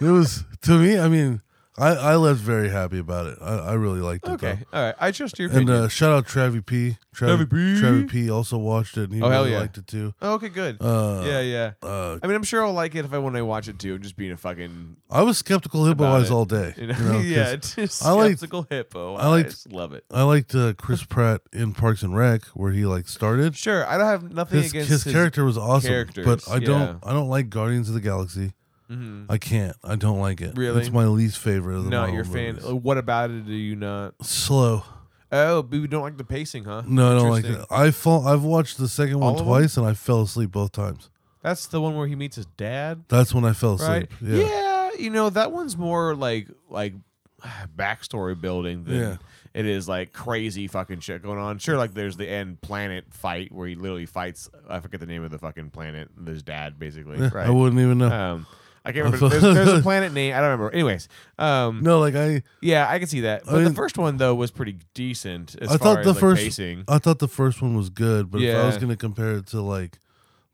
S1: it was to me. I mean, I I left very happy about it. I, I really liked it.
S2: Okay. All right. I trust your
S1: Though. And
S2: opinion.
S1: uh, shout out Travie P. Travie
S2: Travie P.
S1: Travie P. also watched it and he
S2: Oh, hell
S1: really
S2: yeah.
S1: liked it too.
S2: oh, okay. Good.
S1: Uh,
S2: yeah. Yeah.
S1: uh,
S2: I mean, I'm sure I'll like it if I when I watch it too. Just being a fucking.
S1: I was skeptical hippo
S2: About
S1: eyes
S2: it.
S1: all
S2: <laughs>
S1: day.
S2: You know,
S1: you know, 'cause
S2: yeah, just
S1: I liked-
S2: skeptical hippo.
S1: I liked-
S2: just love it.
S1: I liked uh, Chris Pratt in Parks and Rec where he like started.
S2: Sure, I don't have nothing
S1: his,
S2: against
S1: his character was awesome, but
S2: characters,
S1: I
S2: yeah.
S1: don't I don't like Guardians of the Galaxy.
S2: Mhm.
S1: I can't. I don't like it.
S2: Really?
S1: it's my least favorite of the
S2: Not
S1: Marvel
S2: your fan.
S1: movies.
S2: Uh, What about it? Do you not?
S1: Slow.
S2: Oh, but you don't like the pacing, huh?
S1: No, I don't like it.
S2: Interesting.
S1: I fall. I've watched the second
S2: All
S1: one
S2: of them?
S1: twice, and I fell asleep both times.
S2: That's the one where he meets his dad,
S1: That's when I fell
S2: right?
S1: asleep. Yeah.
S2: you know that one's more like like <sighs> backstory building than
S1: Yeah.
S2: it is like crazy fucking shit going on. Sure, like there's the end planet fight where he literally fights. I forget the name of the fucking planet. His dad, basically,
S1: Yeah, <laughs>
S2: right?
S1: I wouldn't even know.
S2: um, I can't remember. There's,
S1: <laughs>
S2: there's a planet name. I don't remember. Anyways, um,
S1: no, like I,
S2: Yeah, I can see that. But the
S1: mean-
S2: first one though was pretty decent as
S1: I
S2: far
S1: thought
S2: as
S1: the
S2: like,
S1: first,
S2: pacing.
S1: I thought the first one was good, but if I was
S2: Yeah.
S1: gonna compare it to like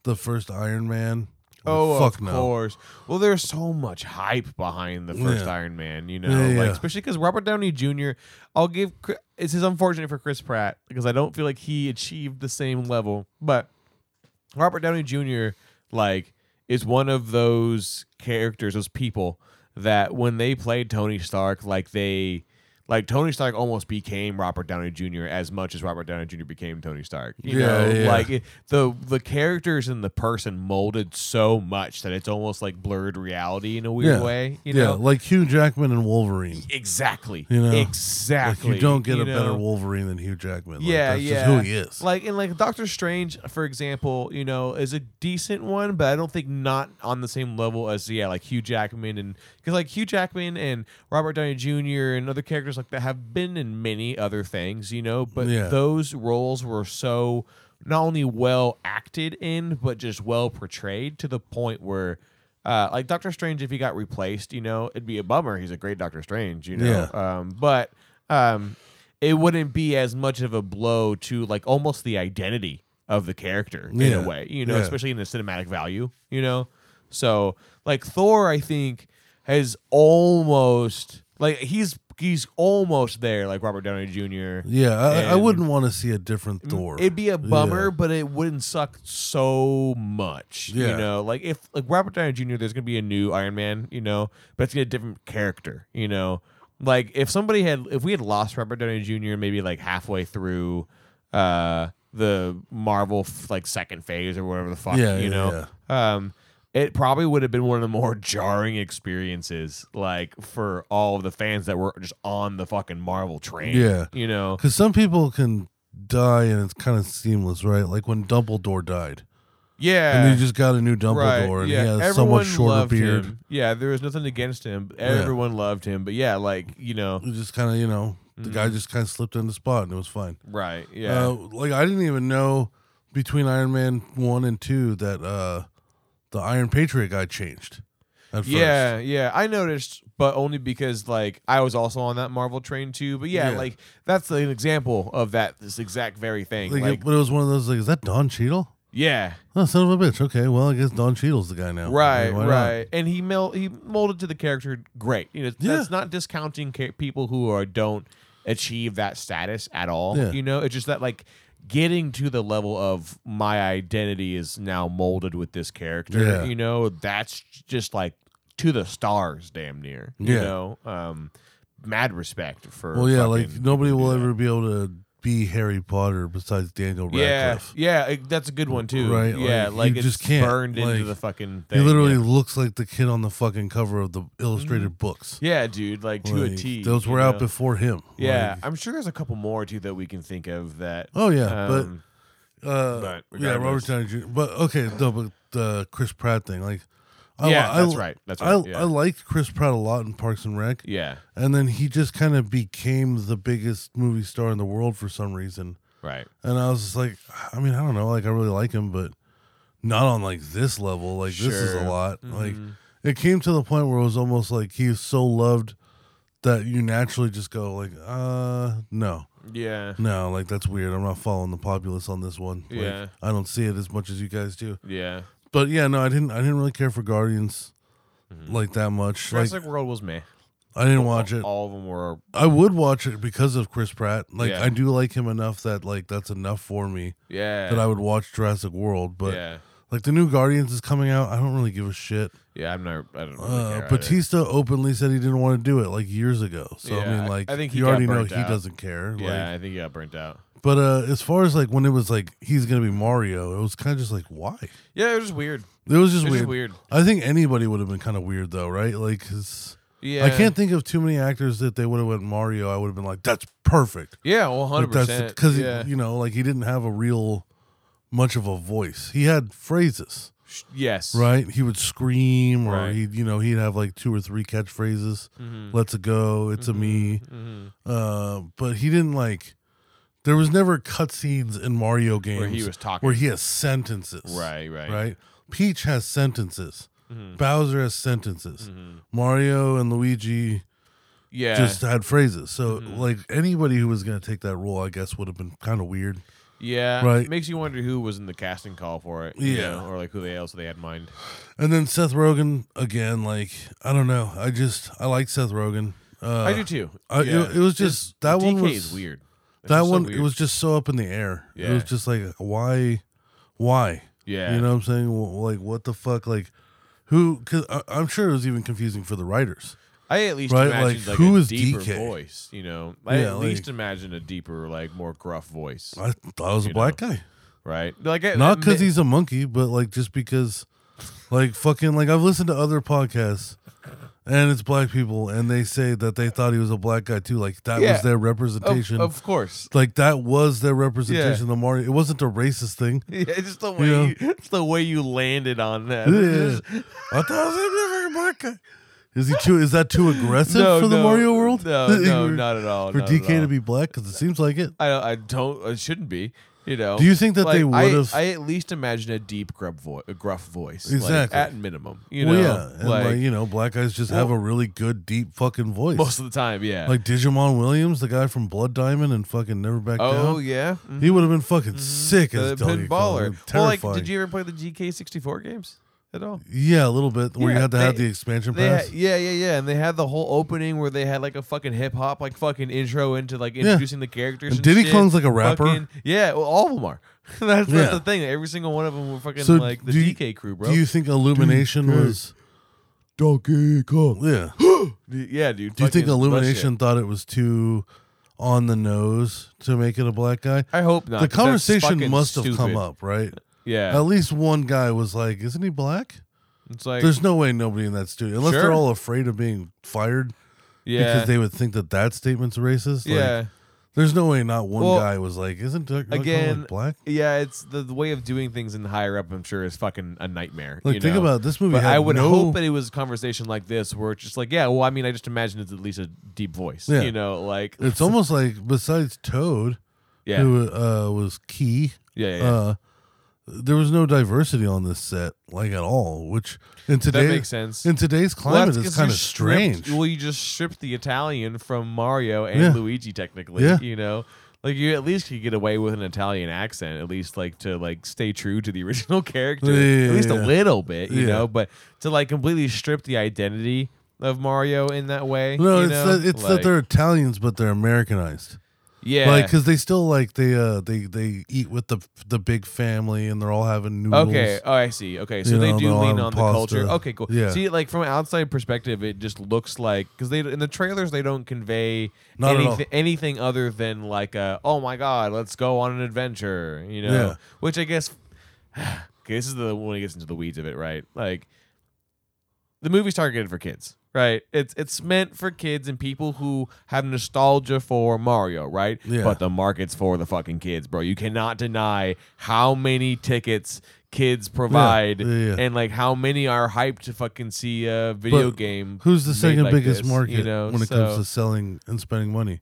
S1: the first Iron Man,
S2: Oh,
S1: fuck
S2: of
S1: no.
S2: course. Well, there's so much hype behind the first
S1: Yeah.
S2: Iron Man, you know,
S1: Yeah, yeah,
S2: like
S1: yeah.
S2: especially because Robert Downey Jr. I'll give. Chri- It's just unfortunate for Chris Pratt because I don't feel like he achieved the same level. But Robert Downey Jr. like is one of those characters, those people that when they played Tony Stark, like they. Like Tony Stark almost became Robert Downey Jr. as much as Robert Downey Jr. became Tony Stark. You
S1: Yeah,
S2: know,
S1: yeah.
S2: like it, the the characters and the person molded so much that it's almost like blurred reality in a weird
S1: Yeah.
S2: way. You
S1: yeah,
S2: know,
S1: like Hugh Jackman and Wolverine.
S2: exactly,
S1: You know, like, you Like,
S2: exactly.
S1: you don't get
S2: you
S1: a better
S2: know?
S1: Wolverine than Hugh Jackman. Like,
S2: yeah,
S1: that's
S2: yeah.
S1: just who he is.
S2: Like and like Doctor Strange, for example, you know, is a decent one, but I don't think not on the same level as yeah, like Hugh Jackman and because like Hugh Jackman and Robert Downey Jr. and other characters like that have been in many other things, you know, but
S1: Yeah.
S2: those roles were so not only well acted in but just well portrayed to the point where. uh, like Doctor Strange, if he got replaced, you know, it'd be a bummer. He's a great Doctor Strange, you know. Um, but um, it wouldn't be as much of a blow to like almost the identity of the character in
S1: Yeah.
S2: a way, you know,
S1: Yeah.
S2: especially in the cinematic value, you know. So like Thor, I think has almost like he's he's almost there, like Robert Downey Jr.
S1: Yeah, I, I
S2: And-
S1: wouldn't want to see a different Thor.
S2: It'd be a bummer,
S1: Yeah.
S2: but it wouldn't suck so much.
S1: Yeah.
S2: You know, like if like Robert Downey Jr. There's gonna be a new Iron Man, you know, but it's gonna be a different character. You know, like if somebody had if we had lost Robert Downey Jr. Maybe like halfway through uh the Marvel f- like second phase or whatever the fuck,
S1: Yeah,
S2: you
S1: yeah,
S2: know. Um it probably would have been one of the more jarring experiences, like for all of the fans that were just on the fucking Marvel train.
S1: Yeah.
S2: you know,
S1: Because some people can die and it's kind of seamless, right? Like when Dumbledore died,
S2: yeah.
S1: and you just got a new Dumbledore, and he has so much
S2: Everyone
S1: shorter
S2: loved
S1: beard.
S2: Him. Yeah, there was nothing against him. Everyone loved him, but yeah, like you know,
S1: It just kind of, you know, the guy just kind of slipped in the spot, and it was fine.
S2: right? Mm-hmm. Yeah,
S1: Uh, like I didn't even know between Iron Man one and two that uh the Iron Patriot guy changed. At first.
S2: yeah, yeah. I noticed, but only because like I was also on that Marvel train too. But yeah,
S1: Yeah.
S2: like that's an example of that this exact very thing.
S1: Like,
S2: Like,
S1: it- but it was one of those like, is that Don Cheadle?
S2: yeah,
S1: Oh, son of a bitch. Okay, well I guess Don Cheadle's the guy now.
S2: right,
S1: Okay, why not?
S2: right. And he mel- he molded to the character great. You know,
S1: Yeah.
S2: that's not discounting ca- people who are don't achieve that status at all.
S1: Yeah.
S2: You know, it's just that like getting to the level of my identity is now molded with this character.
S1: Yeah.
S2: You know, that's just like to the stars, damn near. You
S1: Yeah.
S2: know, um, mad respect for.
S1: Well, yeah, like
S2: fucking-
S1: nobody will
S2: yeah.
S1: ever be able to be Harry Potter besides Daniel
S2: Yeah,
S1: Radcliffe.
S2: yeah, it- that's a good one too.
S1: Right,
S2: Yeah,
S1: like, you
S2: like, it's
S1: just can't,
S2: burned into
S1: like,
S2: the fucking
S1: He
S2: thing.
S1: literally
S2: yeah.
S1: looks like the kid on the fucking cover of the illustrated books.
S2: Yeah, dude, like to a
S1: Like,
S2: T.
S1: Those
S2: you
S1: were out
S2: know?
S1: before him.
S2: Yeah,
S1: Like,
S2: I'm sure there's a couple more too that we can think of that.
S1: oh yeah, but
S2: um,
S1: Uh,
S2: but
S1: yeah, Robert
S2: regardless.
S1: Downey Jr. But okay, no, but the Chris Pratt thing, like, I,
S2: yeah,
S1: oh, I-
S2: that's right. That's
S1: I
S2: right. yeah.
S1: I liked Chris Pratt a lot in Parks and Rec,
S2: yeah,
S1: and then he just kind of became the biggest movie star in the world for some reason.
S2: right.
S1: And I was just like, I mean, I don't know, like I really like him, but not on like this level. Like this is a
S2: Sure. Mm-hmm.
S1: lot. Like it came to the point where it was almost like he is so loved that you naturally just go like, uh, no.
S2: Yeah,
S1: No, like that's weird. I'm not following the populace on this one. Like,
S2: Yeah.
S1: I don't see it as much as you guys do.
S2: yeah.
S1: But yeah, no, I didn't. I didn't really care for Guardians
S2: Mm-hmm.
S1: like that much. Like,
S2: Jurassic World was meh.
S1: I didn't watch it.
S2: All of them were.
S1: I would watch it because of Chris Pratt. Like
S2: Yeah.
S1: I do like him enough that like that's enough for me
S2: Yeah.
S1: that I would watch Jurassic World. But
S2: yeah.
S1: like the new Guardians is coming out, I don't really give a shit.
S2: Yeah, I'm not. I don't. Really
S1: Uh,
S2: care either.
S1: Batista openly said he didn't want to do it like years ago. So I
S2: Yeah,
S1: mean,
S2: I-
S1: like
S2: I think he
S1: you
S2: got
S1: already know
S2: burnt
S1: he
S2: out.
S1: doesn't care. Like,
S2: Yeah, I think he got burnt out.
S1: But uh, as far as like when it was like he's gonna be Mario, it was kind of just like why? It
S2: Yeah, it was weird.
S1: was just
S2: It was
S1: weird.
S2: just weird.
S1: I think anybody would have been kind of weird though, right? Like, 'cause
S2: Yeah,
S1: I can't think of too many actors that they would have went Mario. I would have been like, that's perfect.
S2: Yeah, well, hundred percent.
S1: because
S2: yeah,
S1: you know, like he didn't have a real much of a voice. He had phrases,
S2: Sh- yes,
S1: right? He would scream, or
S2: Right. Mm-hmm.
S1: he, you know, he'd have like two or three catchphrases. Let's a go. It's a me.
S2: Mhm.
S1: Uh, but he didn't like. There was never cutscenes in Mario games
S2: Where he was talking.
S1: where he has sentences.
S2: right, right,
S1: Right. Peach has sentences.
S2: Mhm.
S1: Bowser has sentences.
S2: Mhm.
S1: Mario and Luigi
S2: Yeah, Mm-hmm.
S1: just had phrases. So like anybody who was gonna take that role, I guess, would have been kind of weird.
S2: yeah.
S1: right.
S2: Makes you wonder who was in the casting call for it. you
S1: Yeah.
S2: know, or like who they else they had in mind.
S1: And then Seth Rogen again. Like I don't know. I just I like Seth Rogen. Uh,
S2: I do too.
S1: I- it- it was just- that one
S2: DK
S1: was-
S2: is weird. It's
S1: That
S2: just so
S1: one it
S2: weird.
S1: was just so up in the air. It was
S2: Yeah.
S1: just like why, why?
S2: yeah.
S1: You know what I'm saying? Wh- Like what the fuck? Like who? Because I'm sure it was even confusing for the writers.
S2: I at least
S1: right,
S2: imagined
S1: like,
S2: like,
S1: who
S2: a
S1: is
S2: deeper
S1: DK?
S2: voice. You know, I
S1: Yeah,
S2: at
S1: like-
S2: least imagined a deeper, like more gruff voice.
S1: I thought it was a
S2: You
S1: black guy.
S2: Right? Like I-
S1: not because
S2: admit-
S1: he's a monkey, but like just because, like fucking, like I've listened to other podcasts, and it's black people, and they say that they thought he was a black guy too. Like that
S2: Yeah.
S1: was their
S2: of,
S1: representation.
S2: of course. <laughs>
S1: like that was their representation. of The Mario, it wasn't a racist thing.
S2: Yeah, it's just the way
S1: know?
S2: you, it's the way you landed on that.
S1: Yeah. <laughs>
S2: <laughs>
S1: I thought it was a fucking black guy. Is he too? Is that too aggressive
S2: No,
S1: for the
S2: no,
S1: Mario world? <laughs>
S2: No, no,
S1: For-
S2: not at all.
S1: For
S2: not at
S1: DK
S2: all.
S1: to be black, because it seems like it.
S2: I don't, I don't. It shouldn't be. You know,
S1: Do you think that they
S2: Like, I-
S1: would've-
S2: I, at least imagine a deep gruff, vo- a gruff voice, like,
S1: Exactly.
S2: at minimum. You
S1: well,
S2: know,
S1: yeah, and like,
S2: like,
S1: you know, black guys just have a really good deep fucking voice.
S2: most of the time, yeah.
S1: like Digimon Williams, the guy from Blood Diamond and fucking Never Back
S2: oh
S1: Down.
S2: yeah, Mhm.
S1: He would have been fucking sick as
S2: the
S1: Delia Collin,
S2: pinballer. Well, like,
S1: Terrifying.
S2: did you ever play the GK sixty four games at all?
S1: Yeah, a little bit where you
S2: Yeah,
S1: had to have
S2: they-
S1: the expansion
S2: They
S1: pass.
S2: had, yeah, yeah, yeah, and they had the whole opening where they had like a fucking hip hop, like fucking intro into like introducing the
S1: And
S2: characters. And
S1: Diddy
S2: shit.
S1: Kong's like a rapper?
S2: Fucking- yeah, well, all of them are. <laughs> that's,
S1: Yeah.
S2: that's the thing. Every single one of them were fucking
S1: So
S2: like the
S1: do you-
S2: DK crew, bro.
S1: Do you think Illumination
S2: Dude,
S1: was
S2: Donkey Kong?
S1: Yeah.
S2: Yeah, dude.
S1: Do you think
S2: fucking bust
S1: Illumination
S2: shit.
S1: thought it was too on the nose to make it a black guy?
S2: I hope not.
S1: the
S2: 'cause that's
S1: conversation
S2: fucking
S1: must have come
S2: stupid.
S1: up, right?
S2: Yeah,
S1: At least one guy was like, "Isn't he black?"
S2: it's like
S1: There's no way nobody in that studio, unless they're
S2: Sure.
S1: all afraid of being fired
S2: yeah,
S1: because they would think that that statement's racist. Like,
S2: yeah.
S1: There's no way not one
S2: Well,
S1: guy was like, "Isn't Doug Doug Collin,
S2: again,
S1: like black?"
S2: Yeah, it's the, the way of doing things in higher up. I'm sure is fucking a nightmare.
S1: Like,
S2: you
S1: think
S2: know?
S1: about it. this movie.
S2: But
S1: had
S2: I would
S1: no-
S2: hope that it was a conversation like this where it's just like, yeah, well, I mean, I just imagine it's at least a deep voice.
S1: Yeah.
S2: You know, like <laughs>
S1: it's almost like besides Toad,
S2: yeah,
S1: who uh, was key
S2: yeah, yeah. yeah.
S1: uh, there was no diversity on this set like at all which in
S2: that
S1: today
S2: makes sense.
S1: in today's
S2: Well,
S1: climate
S2: that's
S1: is
S2: 'cause you
S1: kind of
S2: stripped-
S1: strange
S2: Well, you just stripped the Italian from Mario and
S1: Yeah.
S2: Luigi, technically.
S1: Yeah.
S2: You know, like you at least could get away with an Italian accent, at least like to like stay true to the <laughs> original character,
S1: Yeah,
S2: at least
S1: yeah.
S2: a little bit, you
S1: Yeah.
S2: know. But to like completely strip the identity of Mario in that way,
S1: no
S2: you
S1: it's
S2: know?
S1: that it's that
S2: Like,
S1: they're italians but they're americanized Like
S2: yeah,
S1: 'cause like because they still like they uh they they eat with the the big family and they're all having noodles
S2: Okay. Oh, I see. Okay, so
S1: You
S2: they
S1: know,
S2: do
S1: they'll
S2: lean
S1: have
S2: on
S1: pasta.
S2: the culture. Okay, cool.
S1: Yeah.
S2: See, like from an outside perspective, it just looks like because they in the trailers they don't convey
S1: Not at all.
S2: anything, anything other than like a oh my god, let's go on an adventure. You know,
S1: Yeah.
S2: which I guess <sighs> okay, this is the when it gets into the weeds of it, right? Like the movie's targeted for kids, right? It's it's meant for kids and people who have nostalgia for Mario, right?
S1: Yeah.
S2: But the market's for the fucking kids, bro. You cannot deny how many tickets kids provide
S1: yeah, yeah.
S2: and like how many are hyped to fucking see a video
S1: But
S2: game.
S1: who's the
S2: um, made
S1: second
S2: like
S1: biggest
S2: this,
S1: market
S2: you know?
S1: when it
S2: So-
S1: comes to selling and spending money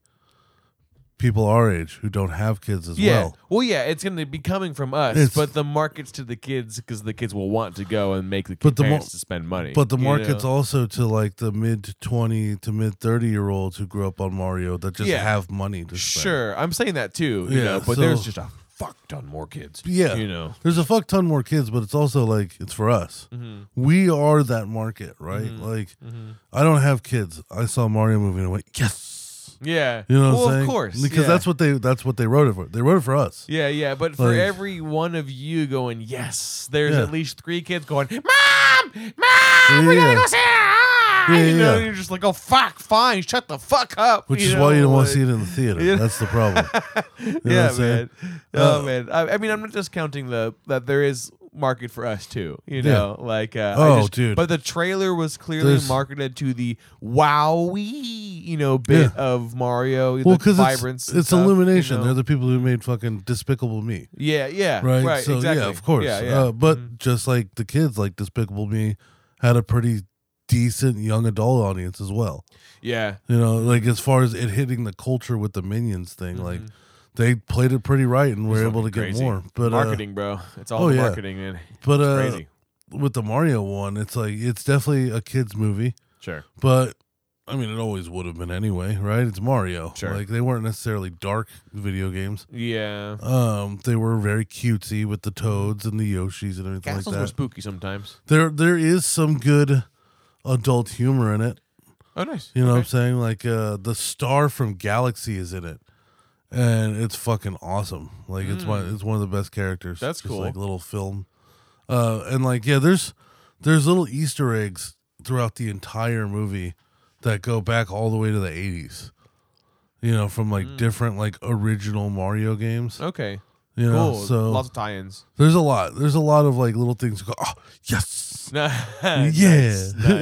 S1: people our age who don't have kids as
S2: yeah.
S1: well
S2: yeah, it's going to be coming from us,
S1: It's-
S2: but the market's to the kids because the kids will want to go and make the
S1: But
S2: kids
S1: the mar-
S2: parents to spend money.
S1: But the
S2: you
S1: market's
S2: know?
S1: also to like the mid twenty to mid thirty year olds who grew up on Mario that just
S2: Yeah.
S1: have money to spend.
S2: Sure, I'm saying that too. You
S1: Yeah,
S2: know, but
S1: so-
S2: there's just a fuck ton more kids.
S1: Yeah.
S2: you know.
S1: There's a fuck ton more kids, but it's also like it's for us.
S2: Mm-hmm.
S1: We are that market, right? Like I don't have kids. I saw a Mario movie and I went, Yes.
S2: Yeah,
S1: You know what
S2: well,
S1: I'm saying?
S2: of course,
S1: Because
S2: yeah.
S1: that's what they that's what they wrote it for. They wrote it for us.
S2: Yeah, yeah, but for
S1: Like-
S2: every one of you going, yes, there's
S1: Yeah.
S2: at least three kids going, mom, mom, we
S1: Yeah.
S2: gotta go see. it, Ah!
S1: Yeah,
S2: you know,
S1: yeah.
S2: and you're just like, oh fuck, fine, shut the fuck up.
S1: Which is why you don't want to see
S2: like-
S1: it in the
S2: <laughs>
S1: theater.
S2: you know?
S1: That's the problem. know what
S2: yeah,
S1: I'm saying?
S2: man. Oh
S1: Uh,
S2: man. I, I mean, I'm not discounting the that there is market for us too. You
S1: Yeah.
S2: know, like uh, I
S1: Oh,
S2: just-
S1: dude.
S2: But the trailer was clearly
S1: There's-
S2: marketed to the wowie, you know, bit
S1: Yeah.
S2: of Mario.
S1: well, because
S2: because vibrance,
S1: it's,
S2: and
S1: it's
S2: stuff, you
S1: illumination.
S2: know?
S1: They're the people who made fucking Despicable Me.
S2: yeah, yeah,
S1: right? so
S2: exactly.
S1: yeah, of course.
S2: Yeah, yeah. Mm-hmm.
S1: Uh, but just like the kids, like Despicable Me, had a pretty decent young adult audience as well.
S2: yeah.
S1: You know, like as far as it hitting the culture with the minions thing, like they played it pretty right and were
S2: It's
S1: able to
S2: Mm-hmm. fucking
S1: get
S2: crazy.
S1: more. But uh,
S2: marketing, bro, it's all
S1: oh,
S2: the
S1: yeah.
S2: marketing, man.
S1: uh, but uh,
S2: Crazy,
S1: with the Mario one, it's like it's definitely a kids movie,
S2: sure.
S1: but. I mean, it always would have been anyway, right? It's Mario.
S2: Sure.
S1: Like they weren't necessarily dark video games.
S2: Yeah,
S1: Um, they were very cutesy with the
S2: Mm-hmm.
S1: toads and the Yoshis and everything
S2: castles
S1: like that.
S2: were spooky sometimes.
S1: there there is some good adult humor in it.
S2: Oh, nice.
S1: You know what I'm
S2: Okay.
S1: saying? Like uh the star from Galaxy is in it. And it's fucking awesome. Like it's one it's one of the best characters.
S2: Mm. That's
S1: Just,
S2: cool.
S1: Like little film. Uh and like yeah, there's there's little Easter eggs throughout the entire movie that go back all the way to the eighties. You know, from like
S2: Mm.
S1: different like original Mario games.
S2: okay,
S1: You know,
S2: cool.
S1: so
S2: Lots of tie-ins.
S1: there's a lot. There's a lot of like little things. that Go, oh
S2: <laughs>
S1: yes,
S2: yeah,
S1: <laughs>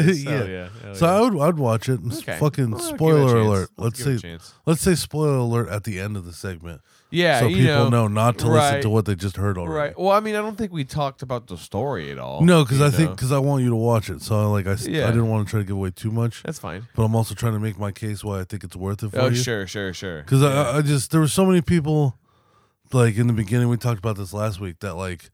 S1: Yeah.
S2: yeah. Hell
S1: So
S2: yeah.
S1: I would I'd watch it. and s-
S2: Okay.
S1: Fucking
S2: Well, I'll give it a
S1: spoiler
S2: chance.
S1: alert.
S2: I'll
S1: Let's
S2: give it a
S1: say
S2: chance.
S1: let's say spoiler alert at the end of the segment,
S2: Yeah,
S1: so
S2: you
S1: people know, not to listen
S2: right,
S1: to what they just heard already.
S2: Right. Well, I mean, I don't think we talked about the story at all.
S1: No, because
S2: you
S1: I think
S2: know?
S1: because I want you to watch it. So like I s- I
S2: Yeah.
S1: didn't want to try to give away too much,
S2: that's fine.
S1: but I'm also trying to make my case why I think it's worth it for
S2: Oh,
S1: you.
S2: sure, sure, sure.
S1: Because I I just there were so many people like in the beginning we talked about this last week that like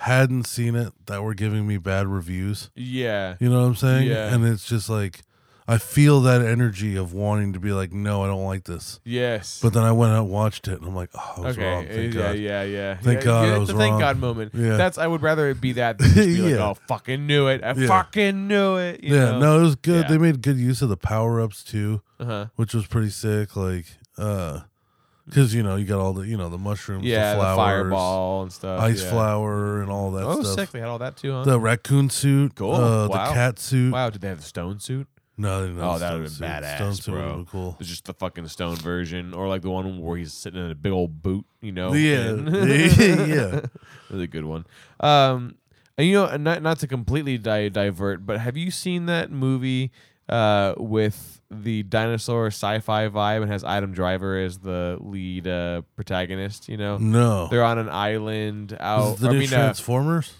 S1: hadn't seen it that were giving me bad reviews.
S2: Yeah.
S1: You know what I'm saying?
S2: Yeah.
S1: And it's just like I feel that energy of wanting to be like, no, I don't like this.
S2: Yes.
S1: But then I went out and watched it, and I'm like, oh, I was
S2: okay.
S1: wrong. Thank
S2: yeah,
S1: God.
S2: yeah, yeah.
S1: Thank
S2: yeah,
S1: God
S2: yeah,
S1: I
S2: it's
S1: was
S2: a thank
S1: wrong.
S2: God moment.
S1: Yeah.
S2: That's I would rather it be that than just be like,
S1: <laughs> Yeah.
S2: oh, fucking knew it. I
S1: Yeah.
S2: fucking knew it. you
S1: Yeah,
S2: know?
S1: no, it was good.
S2: Yeah.
S1: They made good use of the power ups too,
S2: Uh-huh.
S1: which was pretty sick. Like, uh, because you know you got all the you know the mushrooms,
S2: Yeah,
S1: the
S2: the,
S1: flowers,
S2: fireball and stuff.
S1: ice
S2: yeah.
S1: flower, and all that
S2: Oh,
S1: stuff.
S2: sick. They had all that too, huh?
S1: The raccoon suit,
S2: Cool.
S1: uh,
S2: Wow.
S1: the cat suit.
S2: wow, did they have the stone suit?
S1: No, they didn't have
S2: Oh,
S1: the
S2: that would've
S1: stone
S2: been
S1: suit.
S2: badass,
S1: Stone suit
S2: bro.
S1: would have cool.
S2: It's just the fucking stone version, or like the one where he's sitting in a big old boot, you know?
S1: Yeah. <laughs>
S2: <laughs>
S1: Yeah.
S2: that was a good one. Um, and you know, and not not to completely di- divert, but have you seen that movie uh, with the dinosaur sci-fi vibe and has Adam Driver as the lead uh, protagonist? You know,
S1: No,
S2: they're on an island out.
S1: Is it the
S2: I
S1: new
S2: mean, uh,
S1: Transformers.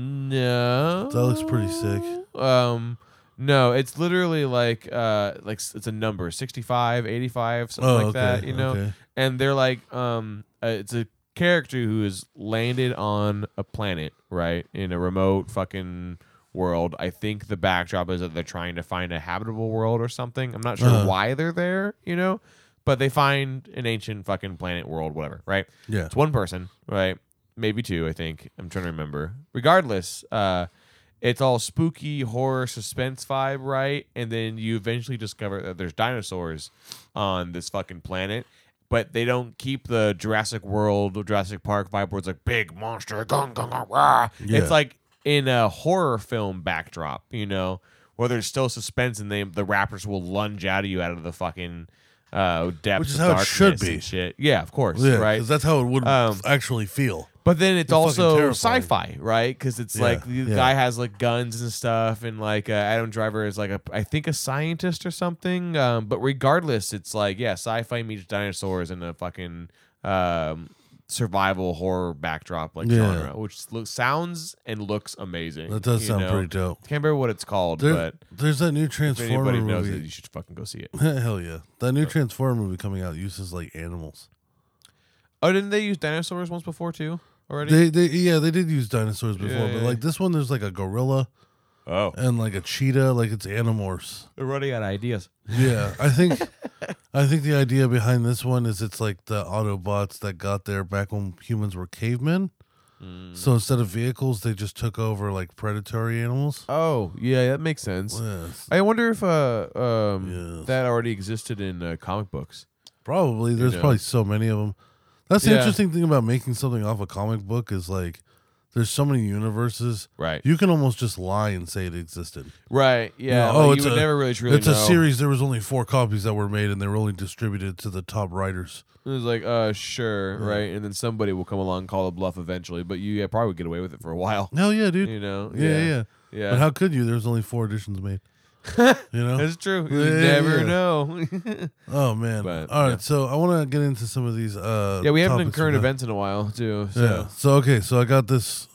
S2: no.
S1: That looks pretty sick.
S2: Um no, it's literally like uh like s- it's a number 65, 85, something like that, you know.
S1: Oh, okay.
S2: And they're like um uh, it's a character who has landed on a planet, right? In a remote fucking world. I think the backdrop is that they're trying to find a habitable world or something. I'm not sure
S1: Uh-huh.
S2: why they're there, you know, but they find an ancient fucking planet world whatever, right?
S1: Yeah.
S2: It's one person, right? Maybe two, I think. I'm trying to remember. Regardless, uh, it's all spooky horror suspense vibe, right? And then you eventually discover that there's dinosaurs on this fucking planet, but they don't keep the Jurassic World, or Jurassic Park vibe where it's like big monster, gung, gung, gung, rah.
S1: Yeah.
S2: It's like in a horror film backdrop, you know, where there's still suspense and they the raptors will lunge out of you out of the fucking uh, depths
S1: Which is
S2: of
S1: how it
S2: darkness
S1: should be.
S2: and shit. Yeah, of course,
S1: Yeah,
S2: right?
S1: 'cause that's how it would
S2: Um,
S1: actually feel.
S2: But then it's
S1: They're fucking
S2: also
S1: terrifying.
S2: sci-fi, right? Because it's
S1: Yeah,
S2: like the
S1: yeah.
S2: guy has like guns and stuff, and like uh, Adam Driver is like a, I think a scientist or something. Um, but regardless, it's like yeah, sci-fi meets dinosaurs in a fucking um, survival horror backdrop like
S1: Yeah.
S2: genre, which looks, sounds and looks amazing.
S1: That does
S2: you
S1: sound
S2: know?
S1: pretty dope.
S2: Can't remember what it's called,
S1: There-
S2: but
S1: there's that new
S2: if anybody
S1: Transformer
S2: knows it,
S1: movie.
S2: you should fucking go see it.
S1: <laughs> Hell yeah, that new Transformer movie coming out uses like animals.
S2: Oh, didn't they use dinosaurs once before too? Already?
S1: They, they yeah they did use dinosaurs before,
S2: Yeah,
S1: but
S2: yeah,
S1: like this one there's like a gorilla
S2: oh,
S1: and like a cheetah, like it's animorphs.
S2: they're running out of ideas.
S1: Yeah, I
S2: <laughs>
S1: think I think the idea behind this one is it's like the Autobots that got there back when humans were cavemen.
S2: Mm.
S1: So instead of vehicles, they just took over like predatory animals.
S2: Oh, yeah, that makes sense.
S1: Yes.
S2: I wonder if uh um
S1: Yes.
S2: that already existed in uh, comic books.
S1: Probably there's
S2: know.
S1: probably so many of them. That's the
S2: Yeah.
S1: interesting thing about making something off a comic book is like there's so many universes.
S2: Right.
S1: You can almost just lie and say it existed.
S2: right. Yeah.
S1: You know,
S2: oh, you would never really truly
S1: It's a
S2: know.
S1: series. There was only four copies that were made, and they were only distributed to the top writers.
S2: It was like, uh, sure, right, and then somebody will come along, and call a bluff eventually, but you yeah, probably would get away with it for a while.
S1: Hell <laughs> yeah, dude.
S2: You know.
S1: Yeah, yeah.
S2: Yeah.
S1: But how could you? There's only four editions made. you know?
S2: <laughs> That's true. You
S1: Yeah,
S2: never
S1: yeah.
S2: know. <laughs>
S1: Oh man.
S2: But,
S1: All right.
S2: yeah.
S1: So I want to get into some of these. Uh,
S2: yeah, we haven't done
S1: topics
S2: current
S1: got.
S2: events in a while too. So.
S1: Yeah. So okay. So I got this.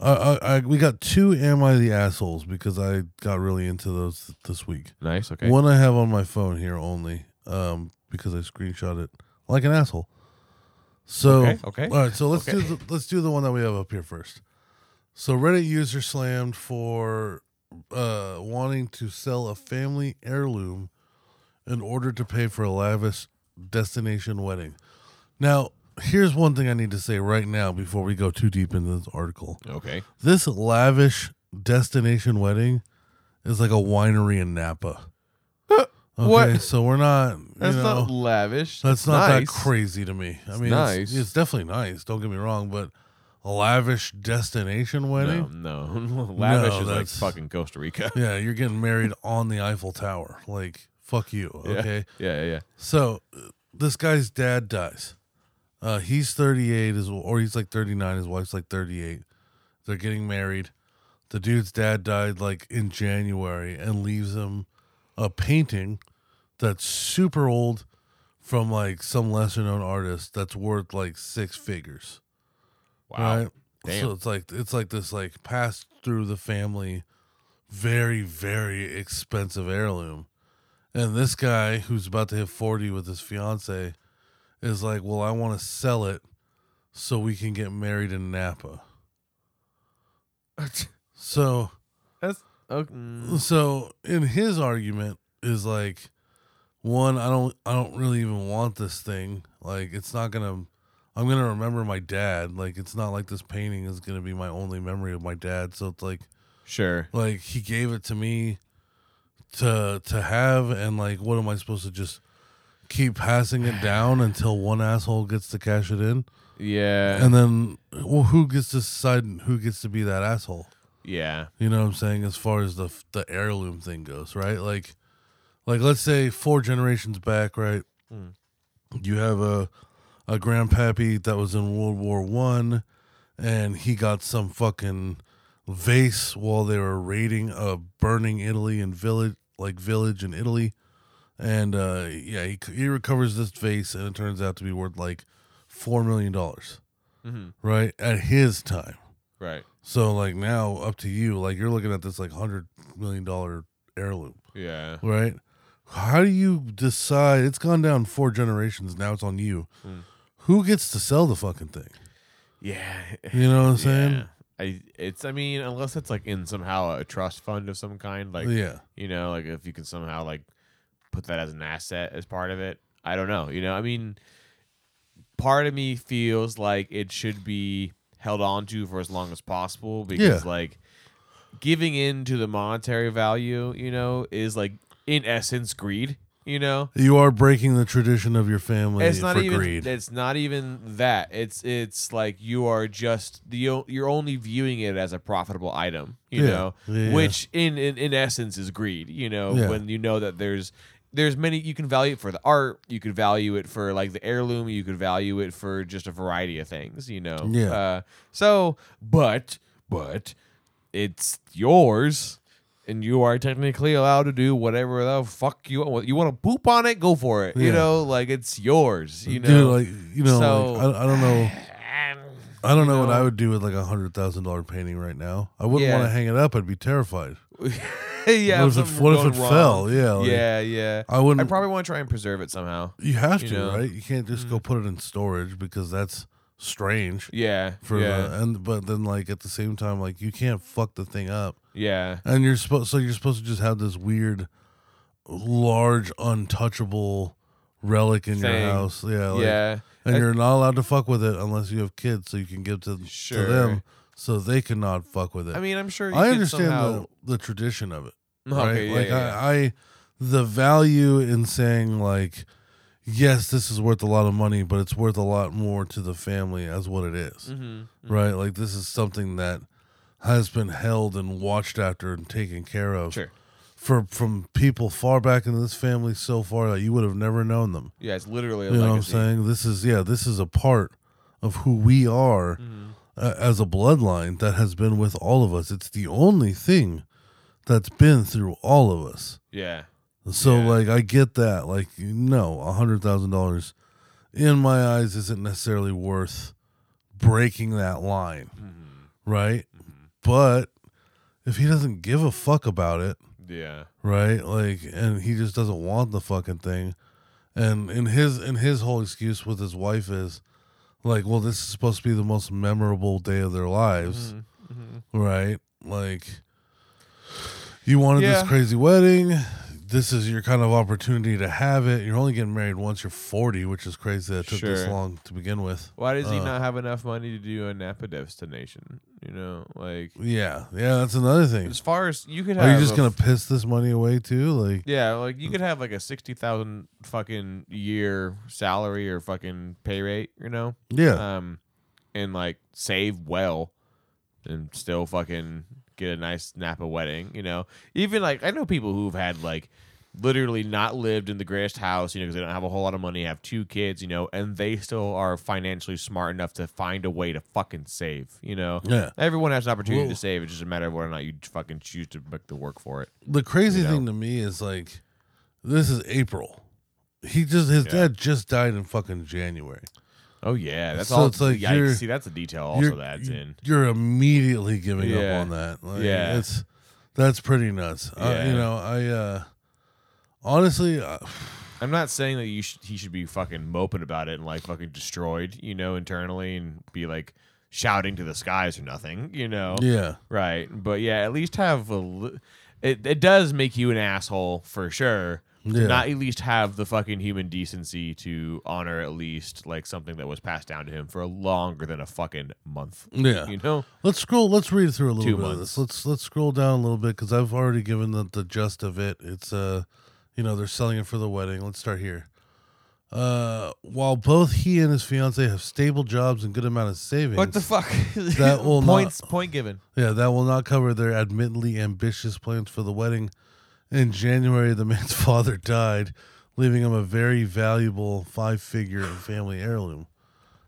S1: I, I, I we got two. Am I the assholes? Because I got really into those this week.
S2: Nice. Okay.
S1: One I have on my phone here only, um, because I screenshot it like an asshole. So
S2: Okay, okay.
S1: all right, so let's
S2: Okay.
S1: do the, let's do the one that we have up here first. So Reddit user slammed for uh, wanting to sell a family heirloom in order to pay for a lavish destination wedding. Now, here's one thing I need to say right now before we go too deep into this article.
S2: Okay.
S1: This lavish destination wedding is like a winery in Napa. Okay,
S2: <laughs> What?
S1: so we're not. You
S2: That's
S1: know,
S2: not lavish.
S1: that's not
S2: nice.
S1: that crazy to me. I mean, it's,
S2: nice.
S1: it's definitely nice. Don't get me wrong, but a lavish destination
S2: No, <laughs>
S1: wedding.
S2: no. lavish is like
S1: that's-
S2: fucking Costa Rica. <laughs>
S1: Yeah, you're getting married on the Eiffel Tower. Like, fuck you.
S2: Yeah.
S1: Okay.
S2: Yeah. Yeah.
S1: So uh, this guy's dad dies. Uh, he's 38, is or he's like 39. His wife's like 38. They're getting married. The dude's dad died like in January and leaves him a painting that's super old from like some lesser known artist that's worth like six figures.
S2: yeah. Wow.
S1: Right?
S2: Damn.
S1: So it's like it's like this like passed through the family, very very expensive heirloom, and this guy who's about to hit forty with his fiance, is like, well, I want to sell it so we can get married in Napa.
S2: <laughs>
S1: So
S2: That's okay. mm.
S1: so in his argument is like one I don't I don't really even want this thing. Like it's not going to I'm going to remember my dad. Like it's not like this painting is going to be my only memory of my dad. So it's like
S2: sure.
S1: like he gave it to me to to have and like what am I supposed to just keep passing it down until one asshole gets to cash it in?
S2: Yeah.
S1: And then well who gets to decide who gets to be that asshole?
S2: yeah.
S1: You know what I'm saying? As far as the the heirloom thing goes, right? Like, like let's say four generations back, right?
S2: Mm.
S1: You have a a grandpappy that was in World War One, and he got some fucking vase while they were raiding a burning Italy and village, like village in Italy, and uh, yeah, he c- he recovers this vase, and it turns out to be worth like four million dollars,
S2: hmm
S1: right? At his time.
S2: Right.
S1: So like now up to you. Like you're looking at this like hundred million dollar heirloom,
S2: Yeah.
S1: right? How do you decide? It's gone down four generations. Now it's on you.
S2: Mm.
S1: Who gets to sell the fucking thing?
S2: Yeah.
S1: You know what I'm saying?
S2: Yeah. I it's I mean unless it's like in somehow a trust fund of some kind like
S1: yeah.
S2: you know like if you can somehow like put that as an asset as part of it I don't know you know I mean part of me feels like it should be held on to for as long as possible because like giving in to the monetary value you know is like in essence greed you know
S1: You are breaking the tradition of your family
S2: it's not
S1: for
S2: even
S1: greed.
S2: it's not even that it's it's like you are just the o- you're only viewing it as a profitable item you
S1: Yeah.
S2: know
S1: Yeah, yeah.
S2: which in, in in essence is greed you know
S1: Yeah.
S2: when you know that there's there's many you can value it for the art you could value it for like the heirloom you could value it for just a variety of things you know
S1: Yeah.
S2: uh, so but but it's yours and you are technically allowed to do whatever the fuck you want. You want to poop on it? Go for it. You
S1: Yeah.
S2: know, like it's yours. You know,
S1: Dude, like you know,
S2: so-
S1: like, I, I don't
S2: <sighs>
S1: know. I don't know, what
S2: know-
S1: I would do with like a hundred thousand dollar painting right now. I wouldn't
S2: Yeah.
S1: want to hang it up. I'd be terrified.
S2: <laughs> yeah.
S1: what if
S2: something
S1: it, what if
S2: going
S1: it
S2: wrong.
S1: fell? Yeah, like,
S2: yeah, yeah.
S1: I wouldn't.
S2: I probably want to try and preserve it somehow.
S1: You have
S2: you
S1: to,
S2: know? Mm.
S1: right? You can't just go put it in storage because that's strange.
S2: Yeah,
S1: For uh,
S2: yeah,
S1: the, and but then like at the same time, like you can't fuck the thing up,
S2: yeah,
S1: and you're supposed so you're supposed to just have this weird, large, untouchable relic in
S2: Thing.
S1: your house, yeah, like,
S2: yeah.
S1: and
S2: I-
S1: you're not allowed to fuck with it unless you have kids, so you can give to,
S2: Sure.
S1: to them so they cannot fuck with it.
S2: I mean, I'm sure. You
S1: I
S2: could
S1: understand
S2: somehow,
S1: the the tradition of it
S2: <laughs> Okay,
S1: right?
S2: yeah,
S1: like
S2: yeah, yeah.
S1: I, I, the value in saying like, yes, this is worth a lot of money, but it's worth a lot more to the family as what it is,
S2: Mhm.
S1: right? Like this is something that has been held and watched after and taken care of
S2: Sure.
S1: for from people far back in this family so far that you would have never known them.
S2: Yeah, it's literally. A
S1: You know what I'm
S2: legacy.
S1: saying? This is yeah, this is a part of who we are
S2: Mm-hmm.
S1: uh, as a bloodline that has been with all of us. It's the only thing that's been through all of us.
S2: Yeah,
S1: So
S2: Yeah.
S1: like I get that. Like you know, a hundred thousand dollars in my eyes isn't necessarily worth breaking that line, right? But if he doesn't give a fuck about it,
S2: yeah,
S1: right? Like and he just doesn't want the fucking thing. And in his in his whole excuse with his wife is like, well, this is supposed to be the most memorable day of their lives,
S2: Mm-hmm.
S1: right? Like you wanted
S2: Yeah.
S1: this crazy wedding. This is your kind of opportunity to have it. You're only getting married once you're 40, which is crazy that it took this
S2: Sure.
S1: long to begin with.
S2: Why does he
S1: Uh,
S2: not have enough money to do a Napa destination? You know, like
S1: Yeah. Yeah, that's another thing.
S2: as far as you could have.
S1: Are you just
S2: a
S1: going to piss this money away too? Like
S2: Yeah, like you could have like a sixty thousand fucking year salary or fucking pay rate, you know,
S1: yeah.
S2: um, and like save well, and still fucking get a nice Napa wedding, you know. Even like I know people who've had like literally not lived in the greatest house, you know, because they don't have a whole lot of money, have two kids, you know, and they still are financially smart enough to find a way to fucking save, you know.
S1: yeah.
S2: Everyone has an opportunity
S1: Whoa.
S2: to save. It's just a matter of whether or not you fucking choose to make the work for it.
S1: The crazy
S2: you know?
S1: thing to me is like, this is April. He just his
S2: Yeah.
S1: dad just died in fucking January.
S2: Oh yeah, that's
S1: So
S2: all.
S1: it's like
S2: yikes.
S1: you're-
S2: see, that's a detail also
S1: you're,
S2: that's in.
S1: You're immediately giving
S2: Yeah.
S1: up on that. Like,
S2: Yeah.
S1: it's that's pretty nuts. Uh,
S2: Yeah. Oh.
S1: you know, I uh honestly, uh,
S2: I'm not saying that you should, he should be fucking moping about it and like fucking destroyed, you know, internally and be like shouting to the skies or nothing, you know.
S1: Yeah.
S2: Right. But yeah, at least have a. li- It, it does make you an asshole for sure.
S1: Yeah.
S2: To not at least have the fucking human decency to honor at least like something that was passed down to him for longer than a fucking month.
S1: Yeah.
S2: You know?
S1: Let's scroll. Let's read through a little
S2: Two
S1: bit of
S2: months.
S1: this. Let's let's scroll down a little bit because I've already given the, the gist of it. It's uh, you know, they're selling it for the wedding. Let's start here. Uh, while both he and his fiance have stable jobs and good amount of savings,
S2: What the fuck?
S1: <laughs> That will not-
S2: points point given.
S1: yeah, that will not cover their admittedly ambitious plans for the wedding. In January, the <laughs> man's father died, leaving him a very valuable five-figure family heirloom.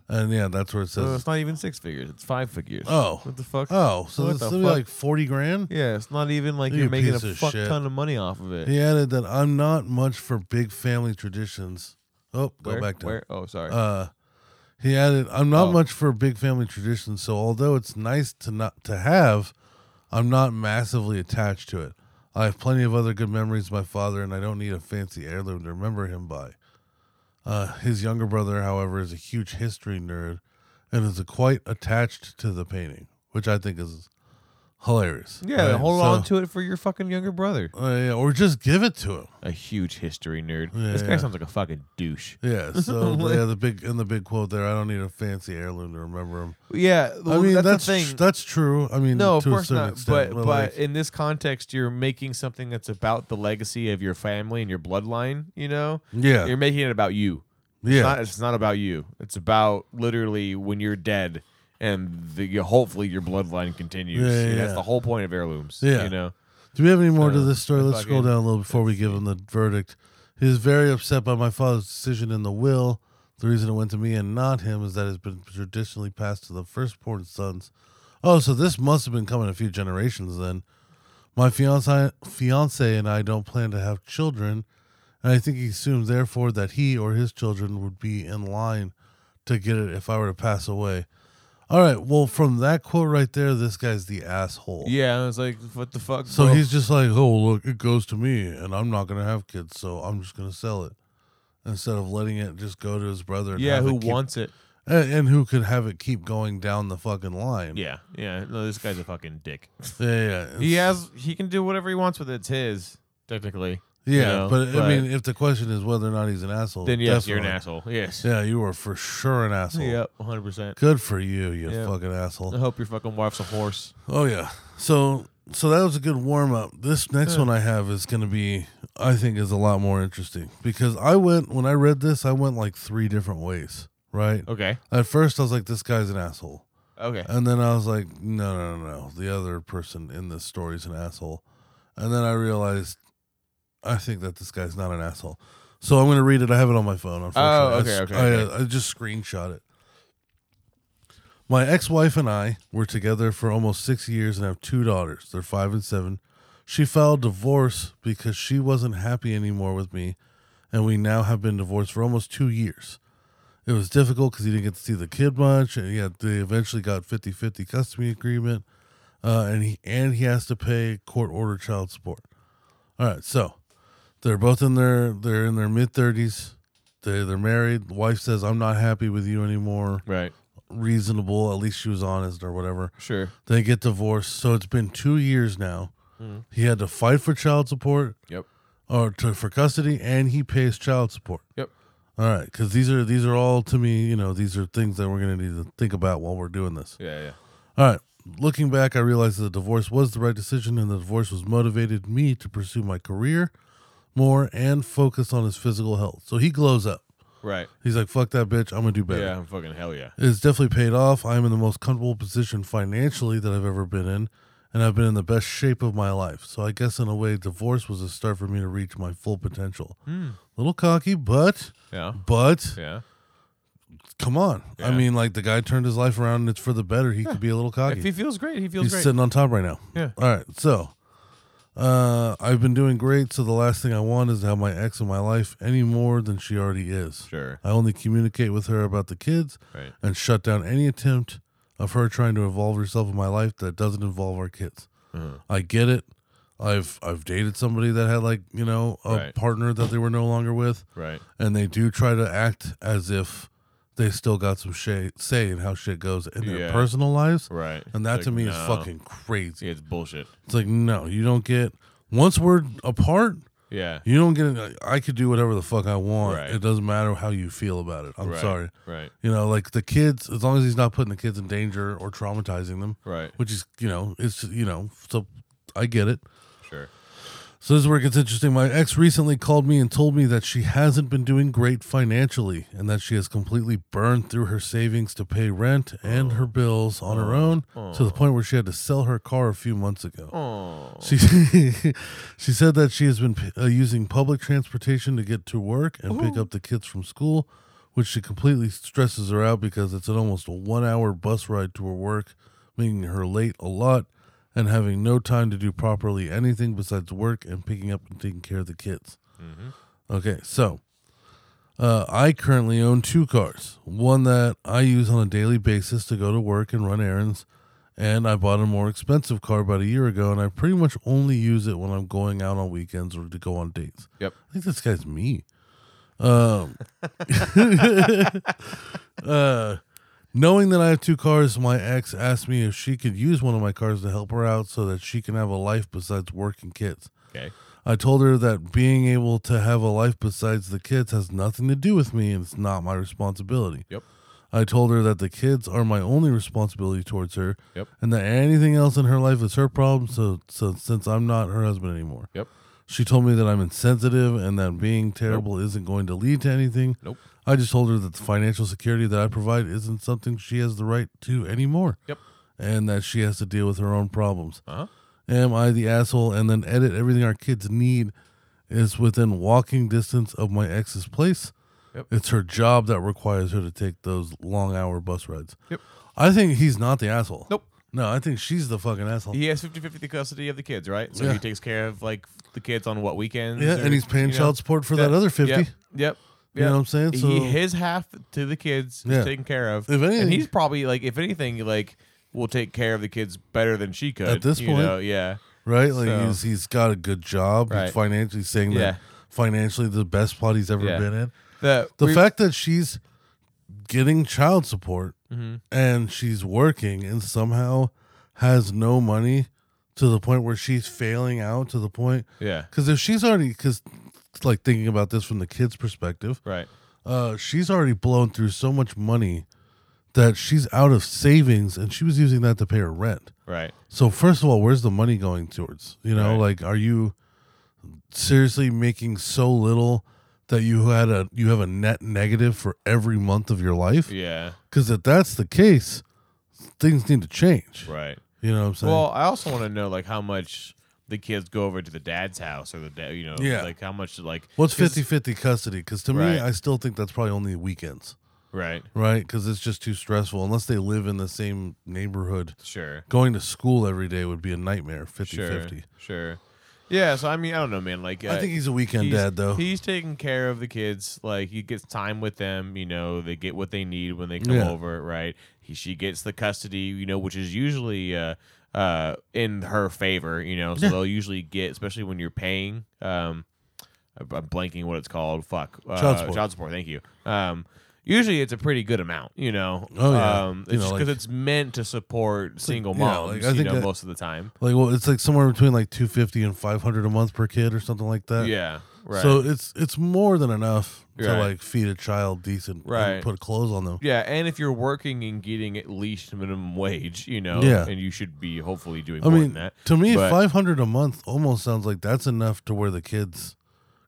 S1: And yeah, that's where it
S2: So
S1: says.
S2: it's not even six figures. It's five figures.
S1: Oh.
S2: What the fuck?
S1: Oh, so
S2: Uh, What
S1: this
S2: the
S1: is gonna be
S2: fuck?
S1: like forty grand.
S2: Yeah, it's not even like
S1: You
S2: you're making a
S1: piece of
S2: fuck
S1: shit.
S2: ton of money off of it.
S1: He added that I'm not much for big family traditions. Oh, go
S2: Where?
S1: back to
S2: Where? Oh, sorry.
S1: Uh, he added, I'm not
S2: Oh.
S1: much for big family traditions, so although it's nice to not to have, I'm not massively attached to it. I have plenty of other good memories of my father, and I don't need a fancy heirloom to remember him by. Uh, his younger brother, however, is a huge history nerd and is quite attached to the painting, which I think is hilarious.
S2: yeah,
S1: Right?
S2: hold
S1: So-
S2: on to it for your fucking younger brother.
S1: Uh, yeah, or just give it to him.
S2: A huge history nerd.
S1: Yeah,
S2: this guy
S1: yeah.
S2: sounds like a fucking douche.
S1: Yeah, so yeah, the big and the big quote there. I don't need a fancy heirloom to remember him.
S2: Yeah,
S1: I mean, that's
S2: that's, the
S1: that's,
S2: thing.
S1: true. I mean,
S2: no, of
S1: to a
S2: course
S1: certain
S2: not.
S1: extent,
S2: But but
S1: like,
S2: in this context, you're making something that's about the legacy of your family and your bloodline. You know,
S1: yeah,
S2: you're making it about you.
S1: yeah,
S2: It's not, it's not about you. It's about literally when you're dead and the, you, hopefully your bloodline continues.
S1: Yeah, yeah,
S2: And That's
S1: yeah.
S2: the whole point of heirlooms.
S1: Yeah.
S2: You know?
S1: Do we have any more to
S2: So,
S1: this story?
S2: if
S1: Let's
S2: I
S1: scroll
S2: could-
S1: down a little before we give him the verdict. He is very upset by my father's decision in the will. The reason it went to me and not him is that it's been traditionally passed to the firstborn sons. Oh, so this must have been coming a few generations then. My fiance, fiance and I don't plan to have children, and I think he assumes therefore that he or his children would be in line to get it if I were to pass away. All right, well, from that quote right there, this guy's the asshole.
S2: Yeah. I was like, what the fuck?
S1: So
S2: bro?
S1: he's just like, oh, look, it goes to me, and I'm not going to have kids, so I'm just going to sell it. Instead of letting it just go to his brother. And
S2: yeah,
S1: have it
S2: who
S1: keep-
S2: wants it?
S1: And, and who could have it keep going down the fucking line.
S2: Yeah, yeah. No, this guy's a fucking dick.
S1: Yeah, yeah. It's-
S2: He has. He can do whatever he wants with it. It's his, technically.
S1: Yeah,
S2: know,
S1: but, I
S2: but-
S1: mean, if the question is whether or not he's an asshole,
S2: Then yes, you're an
S1: definitely.
S2: asshole. Yes.
S1: Yeah, you are for sure an asshole.
S2: Yep. One hundred percent.
S1: Good for you, you
S2: Yeah.
S1: fucking
S2: I
S1: asshole.
S2: hope your fucking wife's a horse.
S1: Oh yeah. So so that was a good warm up. This next one I have is going to be I think is a lot more interesting because I went when I read this I went like three different ways, right?
S2: Okay.
S1: At first I was like this guy's an asshole.
S2: Okay.
S1: And then I was like no no no no, the other person in this story is an asshole. And then I realized I think that this guy's not an asshole. So I'm going to read it. I have it on my phone.
S2: Oh,
S1: unfortunately.
S2: okay,
S1: I, uh,
S2: okay,
S1: I, I just screenshot it. My ex wife and I were together for almost six years and have two daughters. They're five and seven. She filed divorce because she wasn't happy anymore with me, and we now have been divorced for almost two years. It was difficult because he didn't get to see the kid much, and yeah, they eventually got 50 50 custody agreement, uh, and, he, and he has to pay court order child support. All right, so they're both in their they're in their mid 30s. They, they're married. The wife says, I'm not happy with you anymore
S2: Right.
S1: reasonable. At least she was honest or whatever.
S2: Sure.
S1: They get divorced. So it's been two years now. He had to fight for child support
S2: Yep.
S1: or to, for custody, and he pays child support.
S2: Yep.
S1: All right, because these are these are all to me. You know, these are things that we're gonna need to think about while we're doing this.
S2: Yeah. Yeah.
S1: All right. Looking back, I realized that the divorce was the right decision, and the divorce was motivated me to pursue my career more and focus on his physical health. So he glows up.
S2: Right.
S1: He's like, "Fuck that bitch! I'm gonna do better."
S2: Yeah. I'm fucking hell yeah.
S1: It's definitely paid off. I'm in the most comfortable position financially that I've ever been in, and I've been in the best shape of my life. So I guess in a way, divorce was a start for me to reach my full potential.
S2: Hmm.
S1: Little cocky, but
S2: Yeah.
S1: but
S2: Yeah.
S1: come on. I
S2: Yeah.
S1: mean, like the guy turned his life around, and it's for the better. He could be a little cocky.
S2: If he feels great, he feels
S1: He's
S2: great.
S1: sitting on top right now.
S2: Yeah.
S1: All right. So, uh, I've been doing great. So the last thing I want is to have my ex in my life any more than she already is.
S2: Sure.
S1: I only communicate with her about the kids
S2: Right.
S1: and shut down any attempt
S2: Uh-huh.
S1: of her trying to involve herself in my life that doesn't involve our kids. I get it. I've I've dated somebody that had like you know a
S2: Right.
S1: partner that they were no longer with,
S2: Right.
S1: and they do try to act as if they still got some shay- say in how shit goes in their
S2: Yeah.
S1: personal lives,
S2: Right.
S1: and that
S2: It's
S1: to
S2: like,
S1: me
S2: no.
S1: is fucking crazy.
S2: Yeah, it's bullshit.
S1: It's like no, you don't get once we're apart,
S2: Yeah.
S1: you don't get. I could do whatever the fuck I want.
S2: Right.
S1: It doesn't matter how you feel about it. I'm
S2: right.
S1: sorry.
S2: Right.
S1: You know, like the kids, as long as he's not putting the kids in danger or traumatizing them,
S2: Right.
S1: which is, you know, it's, you know, so I get it.
S2: Sure.
S1: So this is where it gets interesting. My ex recently called me and told me that she hasn't been doing great financially and that she has completely burned through her savings to pay rent and her bills on her own to the point where she had to sell her car a few months ago.
S2: Oh.
S1: She <laughs> she said that she has been uh, using public transportation to get to work and pick up the kids from school, which she completely stresses her out because it's an almost a one hour bus ride to her work, making her late a lot and having no time to do properly anything besides work and picking up and taking care of the kids. Okay, so uh, I currently own two cars. One that I use on a daily basis to go to work and run errands, and I bought a more expensive car about a year ago, and I pretty much only use it when I'm going out on weekends or to go on dates.
S2: Yep.
S1: I think this guy's me. Um, <laughs> uh, knowing that I have two cars, my ex asked me if she could use one of my cars to help her out so that she can have a life besides work and kids.
S2: Okay.
S1: I told her that being able to have a life besides the kids has nothing to do with me and it's not my responsibility.
S2: Yep.
S1: I told her that the kids are my only responsibility towards her
S2: Yep.
S1: and that anything else in her life is her problem so, so since I'm not her husband anymore.
S2: Yep.
S1: She told me that I'm insensitive and that being terrible isn't going to lead to anything.
S2: Nope.
S1: I just told her that the financial security that I provide isn't something she has the right to anymore
S2: Yep.
S1: and that she has to deal with her own problems
S2: Uh huh.
S1: am I the asshole? And then edit everything our kids need is within walking distance of my ex's place.
S2: Yep.
S1: It's her job that requires her to take those long hour bus rides.
S2: Yep.
S1: I think he's not the asshole.
S2: Nope.
S1: No, I think she's the fucking asshole.
S2: He has 50-50 custody of the kids, right? So
S1: Yeah.
S2: he takes care of like the kids on what weekends?
S1: yeah,
S2: or,
S1: and he's paying
S2: you know?
S1: child support for that
S2: Yeah.
S1: other 50.
S2: Yep. Yep.
S1: You know
S2: yep.
S1: what I'm saying? So-
S2: he, his half to the kids
S1: Yeah.
S2: is taken care of.
S1: If anything-
S2: and he's probably like, if anything, like will take care of the kids better than she could.
S1: At this
S2: you
S1: point.
S2: know? yeah.
S1: Right? Like
S2: So-
S1: he's, he's got a good job. He's
S2: Right.
S1: financially saying
S2: Yeah.
S1: that financially the best plot he's ever
S2: Yeah.
S1: been in.
S2: The,
S1: The
S2: we-
S1: fact that she's getting child support and she's working and somehow has no money to the point where she's failing out to the point
S2: yeah,
S1: because if she's already because like thinking about this from the kid's perspective
S2: right,
S1: uh she's already blown through so much money that she's out of savings and she was using that to pay her rent
S2: right,
S1: so first of all, where's the money going towards? You know,
S2: Right.
S1: like are you seriously making so little that you had a you have a net negative for every month of your life?
S2: yeah,
S1: Because if that's the case, things need to change.
S2: right.
S1: You know what I'm saying?
S2: Well, I also want to know like how much the kids go over to the dad's house or the dad, you know,
S1: Yeah.
S2: like how much like
S1: What's
S2: 'cause-
S1: 50-50 custody? Because to me,
S2: Right.
S1: I still think that's probably only weekends,
S2: Right,
S1: right? Because it's just too stressful. Unless they live in the same neighborhood,
S2: sure,
S1: going to school every day would be a nightmare. 50-50.
S2: sure, sure. Yeah, so I mean, I don't know, man. Like,
S1: I
S2: uh,
S1: think he's a weekend
S2: he's-
S1: dad, though.
S2: He's taking care of the kids. Like he gets time with them. You know, they get what they need when they come
S1: Yeah.
S2: over, right? He, she gets the custody. You know, which is usually uh, uh, in her favor. You know, so
S1: Yeah.
S2: they'll usually get, especially when you're paying. Um, I'm I'm blanking what it's called. Fuck, uh,
S1: Child support.
S2: Child support. Thank you. Um, usually it's a pretty good amount. You know.
S1: Oh, yeah.
S2: Um,
S1: You
S2: it's
S1: know,
S2: because
S1: like-
S2: it's meant to support single
S1: yeah, like,
S2: moms.
S1: I
S2: you
S1: think
S2: know,
S1: that-
S2: most of the time.
S1: Like well, it's like somewhere between like two fifty and five hundred a month per kid or something like that.
S2: Yeah. Right.
S1: So it's it's more than enough to
S2: Right.
S1: like feed a child decent and
S2: Right.
S1: put clothes on them.
S2: Yeah, and if you're working and getting at least minimum wage, you know,
S1: Yeah.
S2: and you should be hopefully doing
S1: I
S2: more
S1: mean,
S2: than that.
S1: to me,
S2: but-
S1: five hundred a month almost sounds like that's enough to where the kids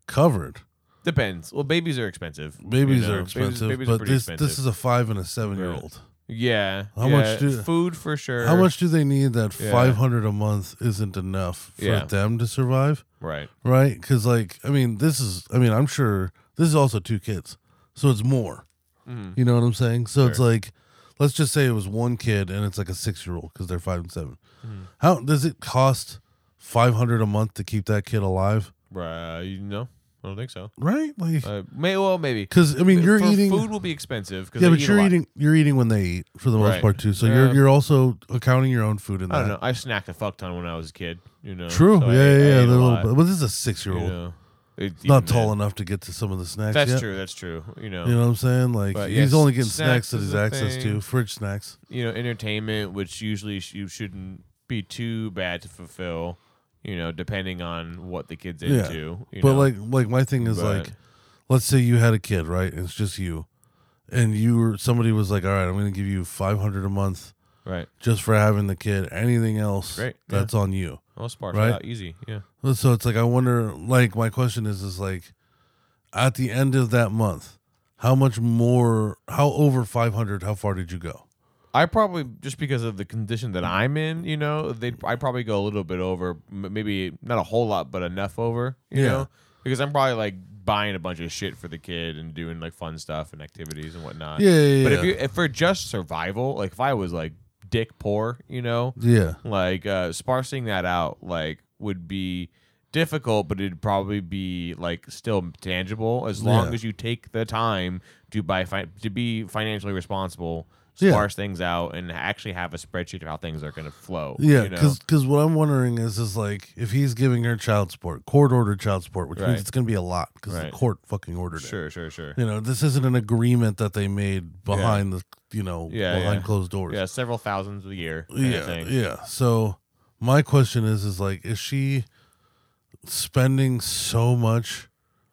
S1: covered.
S2: Depends. Well, babies are expensive. you
S1: Babies
S2: know.
S1: are expensive,
S2: babies are
S1: but
S2: pretty
S1: this
S2: expensive.
S1: this is a five and a seven year old.
S2: yeah.
S1: How much
S2: yeah.
S1: do-
S2: food for sure?
S1: How much do they need that
S2: Yeah.
S1: five hundred a month isn't enough for
S2: Yeah.
S1: them to survive?
S2: Right.
S1: Right? Because like I mean, this is I mean I'm sure this is also two kids, so it's more.
S2: Mhm.
S1: You know what I'm saying? So it's
S2: Sure.
S1: like, let's just say it was one kid and it's like a six year old because they're five and 7
S2: Mm-hmm.
S1: How does it cost five hundred a month to keep that kid alive?
S2: Right. You know. I don't think so.
S1: right? Like,
S2: Uh, may well maybe
S1: because I mean, you're
S2: For
S1: eating.
S2: food will be expensive. 'cause
S1: yeah,
S2: they
S1: but
S2: eat a
S1: you're
S2: lot.
S1: eating. You're eating when they eat for the most
S2: Right.
S1: part too. So you're
S2: Yeah.
S1: you're also accounting your own food in that.
S2: I don't know. I snacked a fuck ton when I was a kid. You know.
S1: True.
S2: so I
S1: yeah,
S2: ate-
S1: yeah, yeah.
S2: I ate a
S1: They're a little
S2: lot,
S1: bit- but this is a six year
S2: you
S1: old.
S2: know. It- even
S1: Not tall
S2: then.
S1: enough to get to some of the snacks.
S2: That's
S1: yet.
S2: true. That's true. You know.
S1: You know what I'm saying? Like
S2: But
S1: he's
S2: yes,
S1: only getting
S2: snacks
S1: snacks, that
S2: is
S1: he's
S2: a
S1: access
S2: thing.
S1: to, fridge snacks.
S2: you know, entertainment, which usually sh- you shouldn't be too bad to fulfill, you know, depending on what the kid's
S1: Yeah.
S2: into. You
S1: But
S2: know?
S1: like like my thing is
S2: But-
S1: like let's say you had a kid, right? And it's just you. And you were somebody was like, All right, I'm gonna give you five hundred a month
S2: right,
S1: just for having the kid. Anything else
S2: Great, yeah.
S1: that's on you.
S2: all sparks
S1: Right?
S2: out easy, yeah,
S1: Well, So it's like I wonder like my question is is like at the end of that month, how much more how over five hundred, how far did you go?
S2: I probably just because of the condition that I'm in, you know, they would I probably go a little bit over, m- maybe not a whole lot, but enough over, you
S1: Yeah.
S2: know, because I'm probably like buying a bunch of shit for the kid and doing like fun stuff and activities and whatnot.
S1: Yeah, yeah,
S2: But
S1: yeah.
S2: if you if for just survival, like if I was like dick poor, you know,
S1: Yeah.
S2: like uh sparsing that out like would be difficult but it'd probably be like still tangible as long
S1: Yeah.
S2: as you take the time to buy fi- to be financially responsible
S1: Yeah.
S2: sparse things out and actually have a spreadsheet of how things are going to flow
S1: Yeah,
S2: you know?
S1: because what I'm wondering is is like if he's giving her child support, court ordered child support, which
S2: Right.
S1: means it's gonna be a lot because the
S2: Right.
S1: court fucking ordered it.
S2: sure sure sure
S1: You know, this isn't an agreement that they made behind the you know
S2: Yeah,
S1: behind
S2: yeah.
S1: closed doors.
S2: yeah several thousands a year kind of
S1: yeah,
S2: thing.
S1: yeah. So my question is is like is she spending so much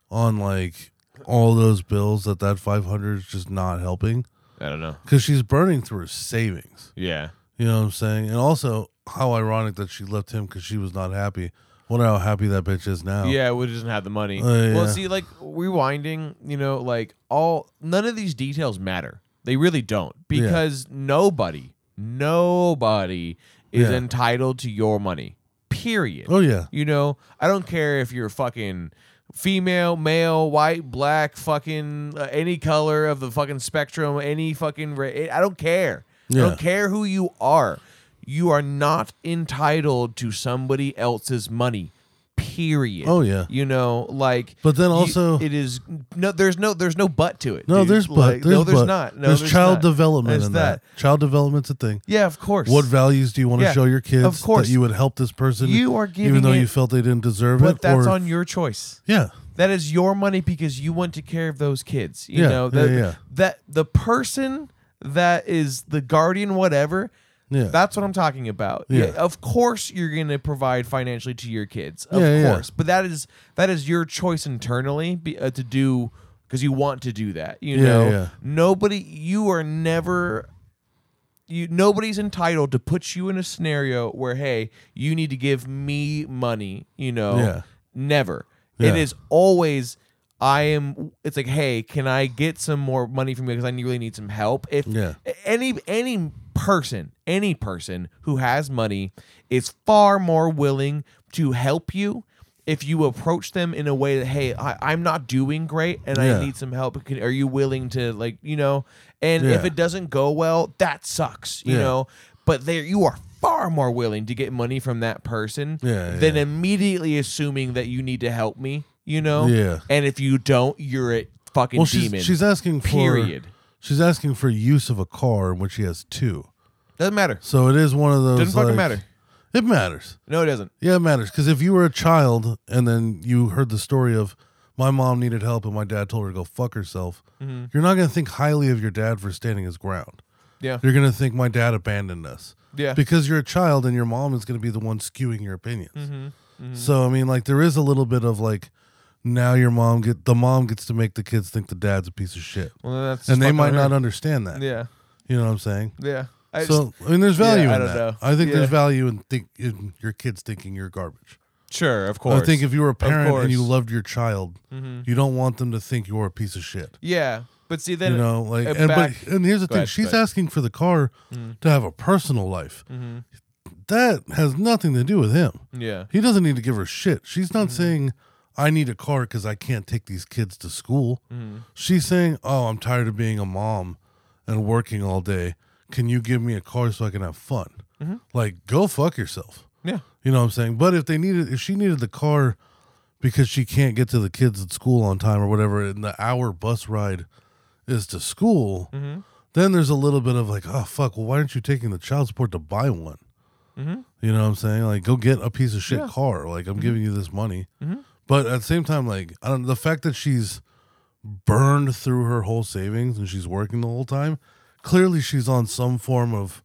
S1: on like all those bills that that 500 is just not helping
S2: i don't know
S1: because she's burning through her savings.
S2: yeah
S1: You know what I'm saying? And also, how ironic that she left him because she was not happy. Wonder how happy that bitch is now.
S2: Yeah, we doesn't have the money.
S1: Uh,
S2: Well,
S1: yeah.
S2: see, like rewinding, you know, like all none of these details matter. They really don't because nobody, nobody is
S1: Yeah.
S2: entitled to your money. Period.
S1: Oh yeah.
S2: You know, I don't care if you're fucking female, male, white, black, fucking uh, any color of the fucking spectrum, any fucking ra- I don't care. I
S1: Yeah.
S2: don't care who you are. You are not entitled to somebody else's money. Period.
S1: Oh, yeah.
S2: You know, like
S1: But then
S2: you-
S1: also-
S2: it is no there's no there's no but to it.
S1: No,
S2: dude.
S1: there's
S2: Like,
S1: but there's
S2: no there's
S1: but.
S2: not. No,
S1: there's, child
S2: not.
S1: development
S2: There's
S1: in that. Child development's a thing.
S2: Yeah, of course.
S1: What values do you want to
S2: Yeah,
S1: show your kids?
S2: of course.
S1: That you would help this person.
S2: You are giving
S1: even though
S2: it-
S1: you felt they didn't deserve
S2: but
S1: it.
S2: that's
S1: or,
S2: on your choice.
S1: Yeah.
S2: That is your money because you want to care of those kids. You
S1: Yeah,
S2: know
S1: yeah,
S2: that
S1: yeah.
S2: that the person that is the guardian, whatever.
S1: Yeah.
S2: That's what I'm talking about.
S1: Yeah.
S2: of course you're gonna provide financially to your kids. Of
S1: Yeah, yeah.
S2: course, but that is that is your choice internally be, uh, to do because you want to do that. You
S1: Yeah,
S2: know,
S1: yeah.
S2: nobody. You are never you nobody's entitled to put you in a scenario where hey you need to give me money you know
S1: Yeah.
S2: never it
S1: Yeah.
S2: is always i am it's like hey can i get some more money from you because i really need some help if
S1: Yeah.
S2: any any person any person who has money is far more willing to help you if you approach them in a way that hey I, i'm not doing great and
S1: Yeah.
S2: i need some help Can, are you willing to like you know and if
S1: Yeah.
S2: it doesn't go well that sucks you
S1: Yeah.
S2: know but there you are far more willing to get money from that person
S1: Yeah,
S2: than
S1: yeah.
S2: immediately assuming that you need to help me you know
S1: Yeah.
S2: and if you don't you're a fucking
S1: Well, she's,
S2: demon
S1: she's asking for.
S2: period
S1: She's asking for use of a car in which she has two.
S2: doesn't matter
S1: So it is one of those.
S2: Doesn't fucking
S1: like-
S2: matter.
S1: It matters.
S2: no it doesn't
S1: Yeah, it matters because if you were a child and then you heard the story of my mom needed help and my dad told her to go fuck herself,
S2: Mm-hmm.
S1: you're not going to think highly of your dad for standing his ground.
S2: yeah
S1: You're going to think my dad abandoned us.
S2: Yeah.
S1: Because you're a child and your mom is going to be the one skewing your opinions.
S2: Mm-hmm.
S1: So I mean, like there is a little bit of like now your mom get the mom gets to make the kids think the dad's a piece of shit,
S2: well, then that's
S1: and they
S2: fucking
S1: might
S2: her.
S1: not understand that.
S2: yeah
S1: You know what I'm saying?
S2: yeah I just-
S1: so I mean, there's value
S2: yeah, I
S1: in
S2: don't
S1: that.
S2: know.
S1: I think
S2: Yeah.
S1: there's value in think in your kids thinking you're garbage.
S2: sure of course
S1: I think if you were a parent and you
S2: course. Mm-hmm.
S1: loved your child, you don't want them to think you're a piece of shit.
S2: yeah but see then
S1: You know, like
S2: uh,
S1: and
S2: back-
S1: but and here's the
S2: Go
S1: thing:
S2: ahead,
S1: she's
S2: go ahead. Mm-hmm.
S1: asking for the car to have a personal life. That has nothing to do with him.
S2: yeah
S1: He doesn't need to give her shit. She's not
S2: Mm-hmm.
S1: saying, "I need a car because I can't take these kids to school."
S2: Mm-hmm.
S1: She's saying, "Oh, I'm tired of being a mom and working all day. Can you give me a car so I can have fun?"
S2: Mm-hmm.
S1: Like, go fuck yourself.
S2: yeah
S1: You know what I'm saying? But if they needed, if she needed the car because she can't get to the kids at school on time or whatever, and the hour bus ride is to school, then there's a little bit of like, oh fuck, well why aren't you taking the child support to buy one? You know what I'm saying? Like, go get a piece of shit car. Like, I'm giving you this money, but at the same time, like, I don't. The fact that she's burned through her whole savings and she's working the whole time, clearly she's on some form of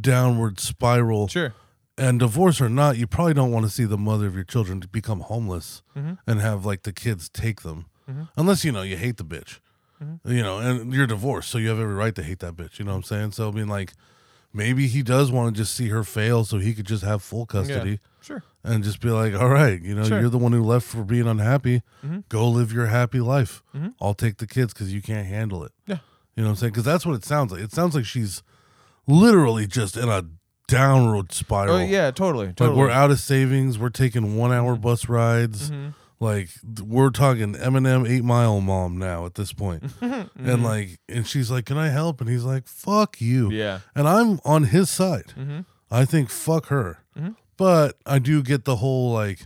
S1: downward spiral
S2: Sure.
S1: and divorce or not, you probably don't want to see the mother of your children to become homeless
S2: Mm-hmm.
S1: and have like the kids take them, unless you know you hate the bitch,
S2: Mm-hmm.
S1: you know, and you're divorced, so you have every right to hate that bitch. You know what I'm saying? So I mean, like, maybe he does want to just see her fail, so he could just have full custody
S2: Sure.
S1: and just be like, all right, you know,
S2: Sure. Mm-hmm.
S1: you're the one who left for being unhappy. Go live your happy life. I'll take the kids because you can't handle it.
S2: Yeah.
S1: You know what I'm saying? Because that's what it sounds like. It sounds like she's literally just in a downward spiral.
S2: Oh yeah, totally.
S1: Like
S2: Totally. Mm-hmm.
S1: we're out of savings. We're taking one hour bus rides. Like th- we're talking Eminem Eight Mile Mom now at this
S2: <laughs>
S1: point. and like, and she's like, "Can I help?" And he's like, "Fuck you."
S2: Mm-hmm. Yeah. Mm-hmm.
S1: And I'm on his side. I think fuck her. But I do get the whole like,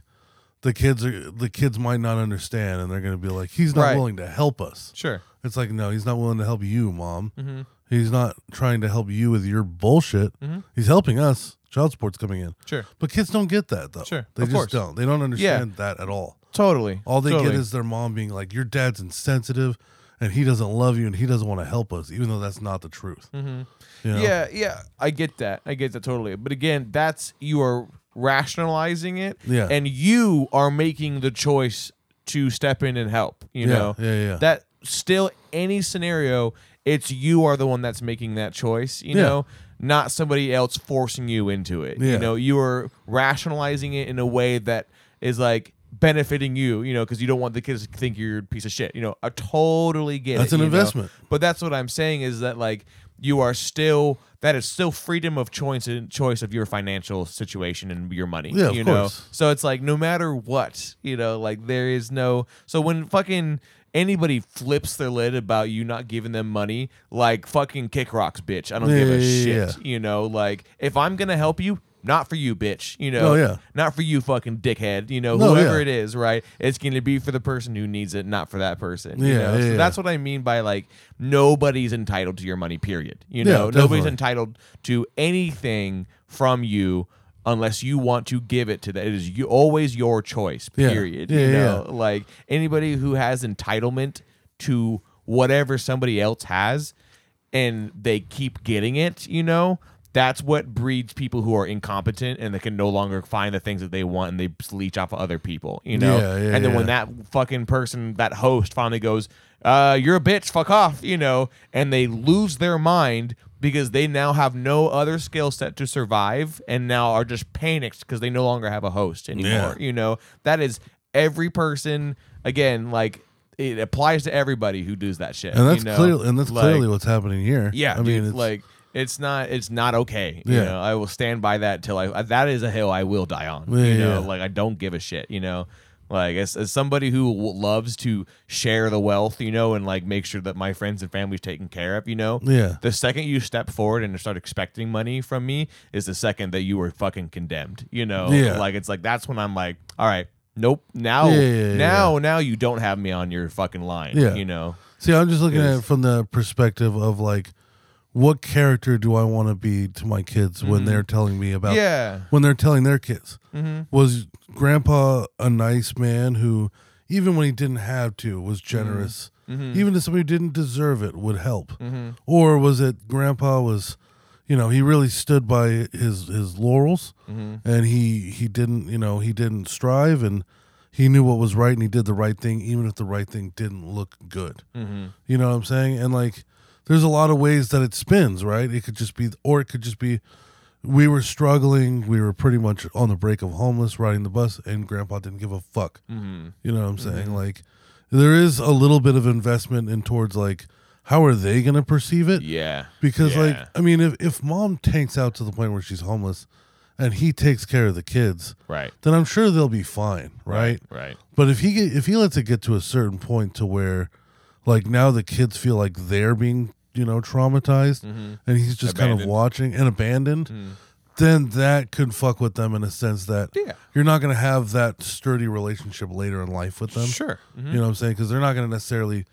S1: the kids are the kids might not understand, and they're gonna be like, "He's not
S2: Right.
S1: willing to help us."
S2: Sure.
S1: It's like, no, he's not willing to help you, mom.
S2: Mm-hmm.
S1: He's not trying to help you with your bullshit. He's helping us. Child support's coming in.
S2: Sure.
S1: But kids don't get that though.
S2: Sure,
S1: They
S2: of
S1: just
S2: course.
S1: don't. They don't understand that at all.
S2: Totally.
S1: All they
S2: Totally.
S1: get is their mom being like, Your dad's insensitive and he doesn't love you and he doesn't want to help us, even though that's not the truth. You know?
S2: Mm-hmm. Yeah, yeah, I get that. I get that totally. But again, that's you are rationalizing it,
S1: Yeah.
S2: and you are making the choice to step in and help. You
S1: Yeah,
S2: know,
S1: yeah, yeah.
S2: That still any scenario, it's you are the one that's making that choice. You
S1: Yeah.
S2: know, not somebody else forcing you into it.
S1: Yeah.
S2: You know, you are rationalizing it in a way that is like benefiting you. You know, because you don't want the kids to think you're a piece of shit. You know, I totally get
S1: That's
S2: it,
S1: an
S2: you know?
S1: investment.
S2: But that's what I'm saying is that like you are still that is still freedom of choice and choice of your financial situation and your money.
S1: Yeah, of
S2: you
S1: course.
S2: know. So it's like no matter what, you know, like there is no so when fucking anybody flips their lid about you not giving them money, like fucking kick rocks, bitch. I don't give
S1: Yeah,
S2: a
S1: yeah,
S2: shit.
S1: yeah,
S2: You know, like if I'm gonna help you, not for you, bitch. You know,
S1: Oh, yeah.
S2: not for you, fucking dickhead. You know,
S1: No,
S2: whoever
S1: yeah.
S2: it is, right? It's gonna be for the person who needs it, not for that person. you
S1: Yeah,
S2: know?
S1: yeah,
S2: so
S1: yeah.
S2: that's what I mean by like nobody's entitled to your money. Period. You know, nobody's
S1: definitely.
S2: entitled to anything from you unless you want to give it to them. It is you, always your choice.
S1: Yeah.
S2: Period.
S1: Yeah,
S2: you
S1: yeah,
S2: know, like anybody who has entitlement to whatever somebody else has, and they keep getting it. You know. That's what breeds people who are incompetent and they can no longer find the things that they want and they leech off of other people, you know?
S1: Yeah, yeah,
S2: and then when
S1: yeah.
S2: that that fucking person, that host finally goes, uh, you're a bitch, fuck off, you know, and they lose their mind because they now have no other skill set to survive and now are just panicked because they no longer have a host anymore. You know, that is every person, again, like it applies to everybody who does that shit.
S1: And that's
S2: you know?
S1: clearly and that's
S2: Like,
S1: clearly what's happening here.
S2: yeah,
S1: I mean
S2: dude,
S1: it's like
S2: like it's not it's not okay. You
S1: Yeah.
S2: know, I will stand by that till I that is a hill I will die on.
S1: Yeah,
S2: you
S1: yeah,
S2: know,
S1: yeah.
S2: like I don't give a shit. You know, like as, as somebody who w- loves to share the wealth, you know, and like make sure that my friends and family's taken care of. You know,
S1: Yeah.
S2: The second you step forward and start expecting money from me is the second that you are fucking condemned. You know,
S1: Yeah.
S2: like it's like that's when I'm like, all right. Nope. Now,
S1: Yeah, yeah, yeah,
S2: now, now you don't have me on your fucking line.
S1: Yeah.
S2: You know.
S1: See, I'm just looking at
S2: is-
S1: it from the perspective of like what character do I want to be to my kids when they're telling me about
S2: Mm-hmm. Yeah.
S1: when they're telling their kids. Was grandpa a nice man who, even when he didn't have to, was generous? Even to somebody who didn't deserve it, would help? Or was it grandpa was, you know, he really stood by his, his laurels and he, he didn't, you know, he didn't strive and he knew what was right and he did the right thing, even if the right thing didn't look good. You know what I'm saying? And like, there's a lot of ways that it spins, right? It could just be, or it could just be, we were struggling. We were pretty much on the break of homeless, riding the bus, and Grandpa didn't give a fuck. You know what I'm saying? Like, there is a little bit of investment in towards like, how are they going to perceive it?
S2: Yeah.
S1: Because like,
S2: Yeah.
S1: I mean, if if Mom tanks out to the point where she's homeless, and he takes care of the kids,
S2: Right.
S1: then I'm sure they'll be fine, right?
S2: Right.
S1: But if he get, if he lets it get to a certain point to where, like now the kids feel like they're being you know traumatized, and he's just kind of
S2: Mm-hmm. Abandoned. Mm.
S1: watching and abandoned, then that could fuck with them in a sense that
S2: Yeah.
S1: you're not going to have that sturdy relationship later in life with them.
S2: Sure.
S1: You know what I'm saying? Because they're not going to necessarily,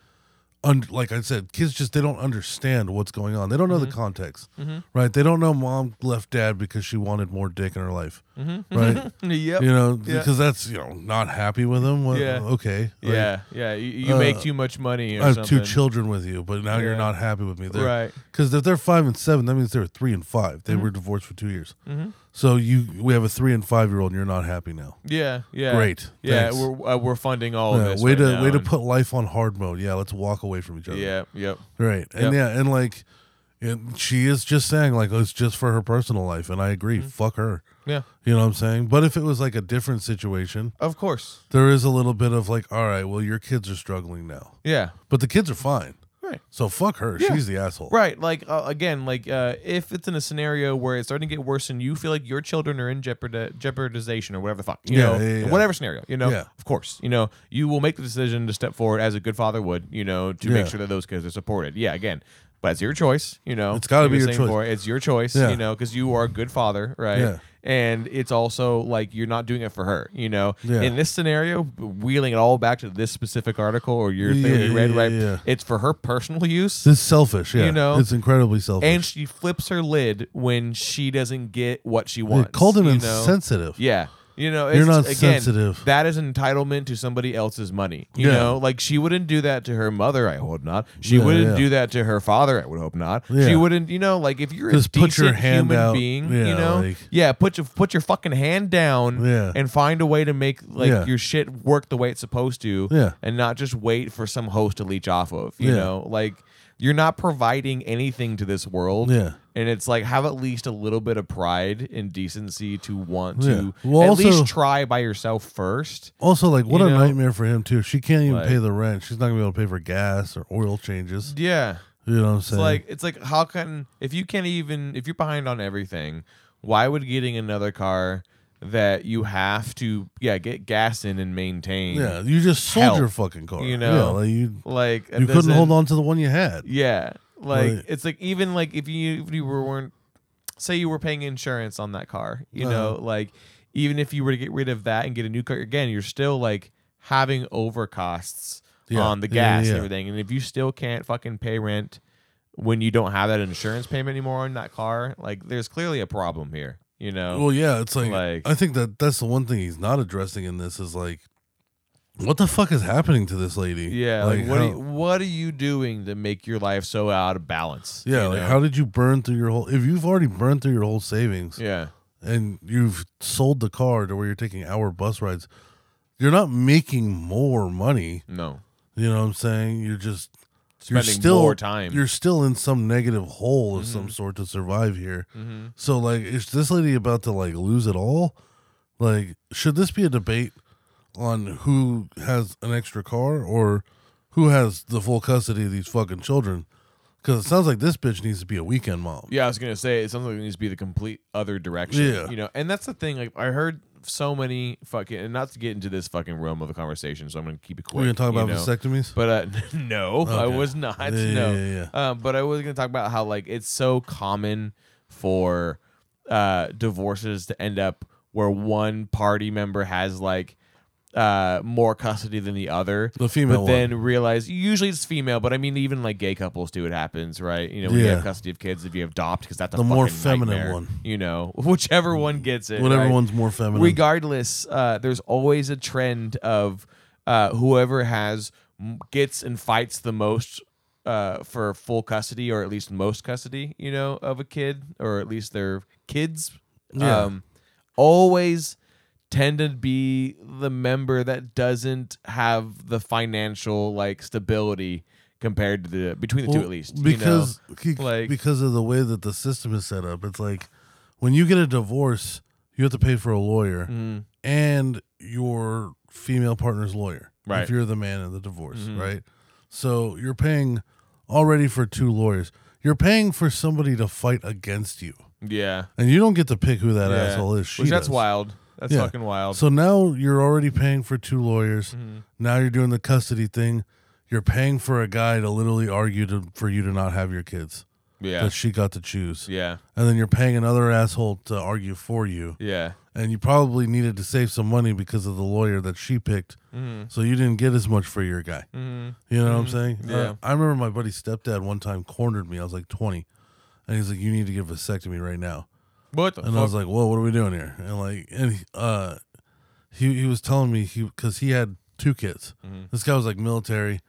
S1: un- like I said, kids just, they don't understand what's going on. They don't know the
S2: Mm-hmm.
S1: context, right? They don't know mom left dad because she wanted more dick in her life,
S2: Mm-hmm. <laughs>
S1: right?
S2: Yep.
S1: You know,
S2: Yeah.
S1: because that's, you know, not happy with them. Well,
S2: Yeah.
S1: Okay. like,
S2: yeah, yeah. You, you
S1: uh,
S2: make too much money. Or
S1: I have
S2: something.
S1: two children with you, but now you're
S2: Yeah.
S1: not happy with me. They're,
S2: Right. Mm-hmm.
S1: Because if they're five and seven, that means they were three and five. They were divorced for two years. So you, we have a three and five year old, and you're not happy now.
S2: Yeah, yeah.
S1: Great,
S2: Yeah,
S1: thanks.
S2: we're uh, we're funding all
S1: Yeah,
S2: of this.
S1: way
S2: right
S1: to
S2: now,
S1: way to
S2: and-
S1: put life on hard mode. Yeah, let's walk away from each other.
S2: Yeah, yep.
S1: Right. And
S2: Yep.
S1: yeah, and like, and she is just saying like oh, it's just for her personal life, and I agree.
S2: Mm-hmm.
S1: Fuck her.
S2: Yeah.
S1: You know what I'm saying? But if it was like a different situation,
S2: Of course.
S1: there is a little bit of like, all right, well, your kids are struggling now,
S2: Yeah.
S1: but the kids are fine.
S2: Right.
S1: So fuck her.
S2: Yeah.
S1: She's the asshole.
S2: Right. Like uh, again, like uh, if it's in a scenario where it's starting to get worse and you feel like your children are in jeopard jeopardization or whatever the fuck, you
S1: Yeah,
S2: know,
S1: yeah, yeah, yeah.
S2: whatever scenario, you know,
S1: Yeah.
S2: of course, you know, you will make the decision to step forward as a good father would, you know, to
S1: Yeah.
S2: make sure that those kids are supported. Yeah. Again. But it's your choice, you know.
S1: It's gotta
S2: Like
S1: be
S2: you're
S1: your
S2: saying
S1: choice.
S2: before, It's your choice,
S1: Yeah.
S2: you know, because you are a good father, right?
S1: Yeah.
S2: And it's also like you're not doing it for her, you know.
S1: Yeah.
S2: In this scenario, wheeling it all back to this specific article or your thing
S1: Yeah,
S2: that you read,
S1: yeah,
S2: right?
S1: yeah.
S2: It's for her personal use.
S1: It's selfish, yeah.
S2: You know?
S1: it's incredibly selfish.
S2: and she flips her lid when she doesn't get what she
S1: They
S2: wants.
S1: called him
S2: you know?
S1: insensitive.
S2: Yeah. You know, it's,
S1: You're not
S2: again,
S1: sensitive.
S2: That is entitlement to somebody else's money. You
S1: Yeah.
S2: know, like she wouldn't do that to her mother. I hope not. She
S1: Yeah,
S2: wouldn't
S1: yeah.
S2: do that to her father. I would hope not.
S1: Yeah.
S2: She wouldn't. You know, like if you're
S1: Just
S2: a
S1: put your
S2: decent
S1: hand
S2: human
S1: out.
S2: being,
S1: Yeah,
S2: you know,
S1: like-
S2: yeah, put your put your fucking hand down.
S1: Yeah.
S2: and find a way to make like
S1: Yeah.
S2: your shit work the way it's supposed to.
S1: Yeah.
S2: and not just wait for some host to leech off of. You
S1: Yeah.
S2: know, like you're not providing anything to this world.
S1: Yeah.
S2: And it's like have at least a little bit of pride and decency to want
S1: Yeah.
S2: to
S1: Well,
S2: at
S1: also-
S2: least try by yourself first.
S1: Also, like, what
S2: You
S1: a
S2: know?
S1: nightmare for him too. She can't even
S2: Like-
S1: pay the rent. She's not gonna be able to pay for gas or oil changes.
S2: Yeah.
S1: You know what I'm
S2: It's
S1: saying?
S2: like it's like how can if you can't even if you're behind on everything, why would getting another car that you have to yeah, get gas in and maintain
S1: yeah, you just sold
S2: Hell.
S1: your fucking car.
S2: You
S1: yeah,
S2: know?
S1: like you
S2: like
S1: you couldn't
S2: on.
S1: hold on to the one you had.
S2: Yeah, like
S1: Right.
S2: it's like even like if you if you were, weren't say you were paying insurance on that car, you
S1: Uh-huh.
S2: know, like even if you were to get rid of that and get a new car again, you're still like having overcosts
S1: Yeah,
S2: on the
S1: yeah, yeah,
S2: gas
S1: yeah.
S2: and everything. And if you still can't fucking pay rent when you don't have that insurance payment anymore on that car, like there's clearly a problem here, you know.
S1: Well, yeah, it's like,
S2: Like-
S1: I think that that's the one thing he's not addressing in this is like, what the fuck is happening to this lady?
S2: yeah, like, what
S1: how-
S2: are you, what are you doing to make your life so out of balance?
S1: yeah,
S2: you
S1: like
S2: know?
S1: how did you burn through your whole? If you've already burned through your whole savings,
S2: yeah,
S1: and you've sold the car to where you're taking hour bus rides, you're not making more money.
S2: no.
S1: You know what I'm saying? You're just
S2: Spending
S1: you're still,
S2: more time. Mm-hmm.
S1: You're still in some negative hole of some sort to survive here. So like, is this lady about to like lose it all? Like, should this be a debate on who has an extra car or who has the full custody of these fucking children? Because it sounds like this bitch needs to be a weekend mom.
S2: Yeah, I was gonna say it sounds like it needs to be the complete other direction.
S1: Um, Yeah.
S2: You know, and that's the thing. Like I heard so many fucking and not to get into this fucking realm of the conversation, so I'm gonna keep it quick.
S1: We're gonna talk
S2: you
S1: about
S2: know?
S1: vasectomies.
S2: But uh, <laughs> no, I
S1: Okay.
S2: was not.
S1: Yeah, yeah,
S2: no.
S1: yeah,
S2: Um, but I was gonna talk about how like it's so common for uh, divorces to end up where one party member has like uh, more custody than the other.
S1: The female
S2: But then realize usually it's female, but I mean even like gay couples do it happens, right? You know, when you
S1: Yeah.
S2: have custody of kids, if you adopt, because that's a
S1: The more
S2: fucking
S1: feminine
S2: nightmare,
S1: one.
S2: You know, <laughs> whichever one gets it,
S1: Whatever
S2: right?
S1: one's more feminine.
S2: regardless uh, there's always a trend of uh, whoever has gets and fights the most uh, for full custody or at least most custody you know of a kid or at least their kids
S1: Yeah.
S2: um, always tend to be the member that doesn't have the financial like stability compared to the between the two
S1: Well,
S2: at least you know?
S1: because c-
S2: Like-
S1: because of the way that the system is set up it's like when you get a divorce you have to pay for a lawyer
S2: Mhm.
S1: and your female partner's lawyer if
S2: Right. Mm-hmm.
S1: you're the man in the divorce right so you're paying already for two lawyers you're paying for somebody to fight against you
S2: yeah,
S1: and you don't get to pick who that
S2: yeah.
S1: asshole is she
S2: which that's
S1: does.
S2: wild that's
S1: Yeah.
S2: fucking wild
S1: So now you're already paying for two lawyers.
S2: Mm-hmm.
S1: Now you're doing the custody thing. You're paying for a guy to literally argue to, for you to not have your kids.
S2: Yeah.
S1: that she got to choose.
S2: Yeah.
S1: And then you're paying another asshole to argue for you.
S2: Yeah.
S1: And you probably needed to save some money because of the lawyer that she picked.
S2: Mm-hmm.
S1: So you didn't get as much for your guy.
S2: Mm.
S1: You know what I'm saying?
S2: Yeah.
S1: Uh, I remember my buddy's stepdad one time cornered me. I was like 20. And he's like, You need to get a vasectomy right now.
S2: What the
S1: And I
S2: fuck?
S1: was like, "Whoa, what are we doing here?" And like, and he, uh, he he was telling me he because he had two kids.
S2: Mm-hmm.
S1: This guy was like military,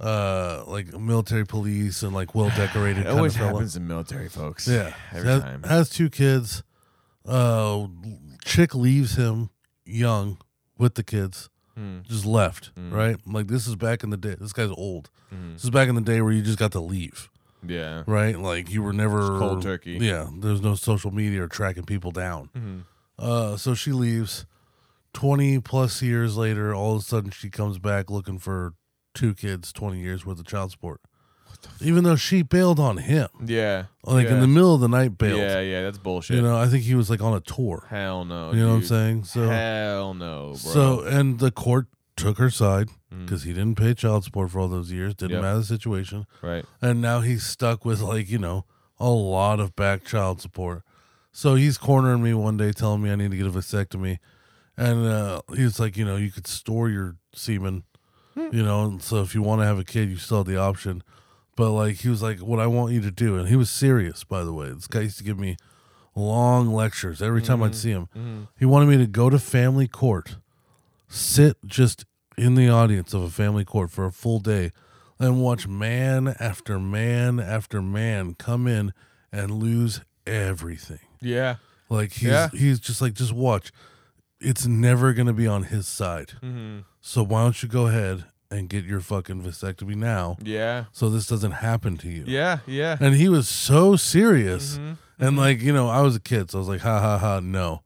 S1: uh, like military police and like well decorated.
S2: <laughs> it
S1: kind
S2: always
S1: of fella.
S2: happens in military folks.
S1: Yeah,
S2: Every
S1: has,
S2: time.
S1: has two kids. Uh, chick leaves him young with the kids,
S2: Mm.
S1: just left.
S2: Mm.
S1: Right, like this is back in the day. This guy's old.
S2: Mm.
S1: This is back in the day where you just got to leave.
S2: Yeah.
S1: Right, like you were never
S2: cold turkey.
S1: Yeah, there's no social media or tracking people down.
S2: Mhm.
S1: Uh, so she leaves. Twenty plus years later, all of a sudden she comes back looking for two kids, twenty years worth of child support. Even though she bailed on him,
S2: Yeah.
S1: like
S2: yeah.
S1: in the middle of the night, bailed.
S2: Yeah, yeah, that's bullshit.
S1: you know, I think he was like on a tour.
S2: Hell no.
S1: you know what I'm
S2: Oh, dude.
S1: saying? So,
S2: Hell no, bro.
S1: so and the court took her side
S2: Mm.
S1: because he didn't pay child support for all those years. Didn't
S2: Yep.
S1: matter the situation
S2: right.
S1: and now he's stuck with like you know a lot of back child support so he's cornering me one day telling me i need to get a vasectomy and uh, he's like you know you could store your semen you know and so if you want to have a kid you still have the option but like he was like what i want you to do and he was serious by the way this guy used to give me long lectures every time i'd see him he wanted me to go to family court sit just in the audience of a family court for a full day and watch man after man after man come in and lose everything.
S2: Yeah.
S1: Like he's
S2: Yeah.
S1: he's just like just watch. It's never gonna be on his side.
S2: Mm-hmm.
S1: So why don't you go ahead and get your fucking vasectomy now
S2: Yeah.
S1: so this doesn't happen to you.
S2: Yeah. Yeah.
S1: And he was so serious.
S2: Mhm.
S1: And like, you know, I was a kid, so I was like, ha ha ha, no.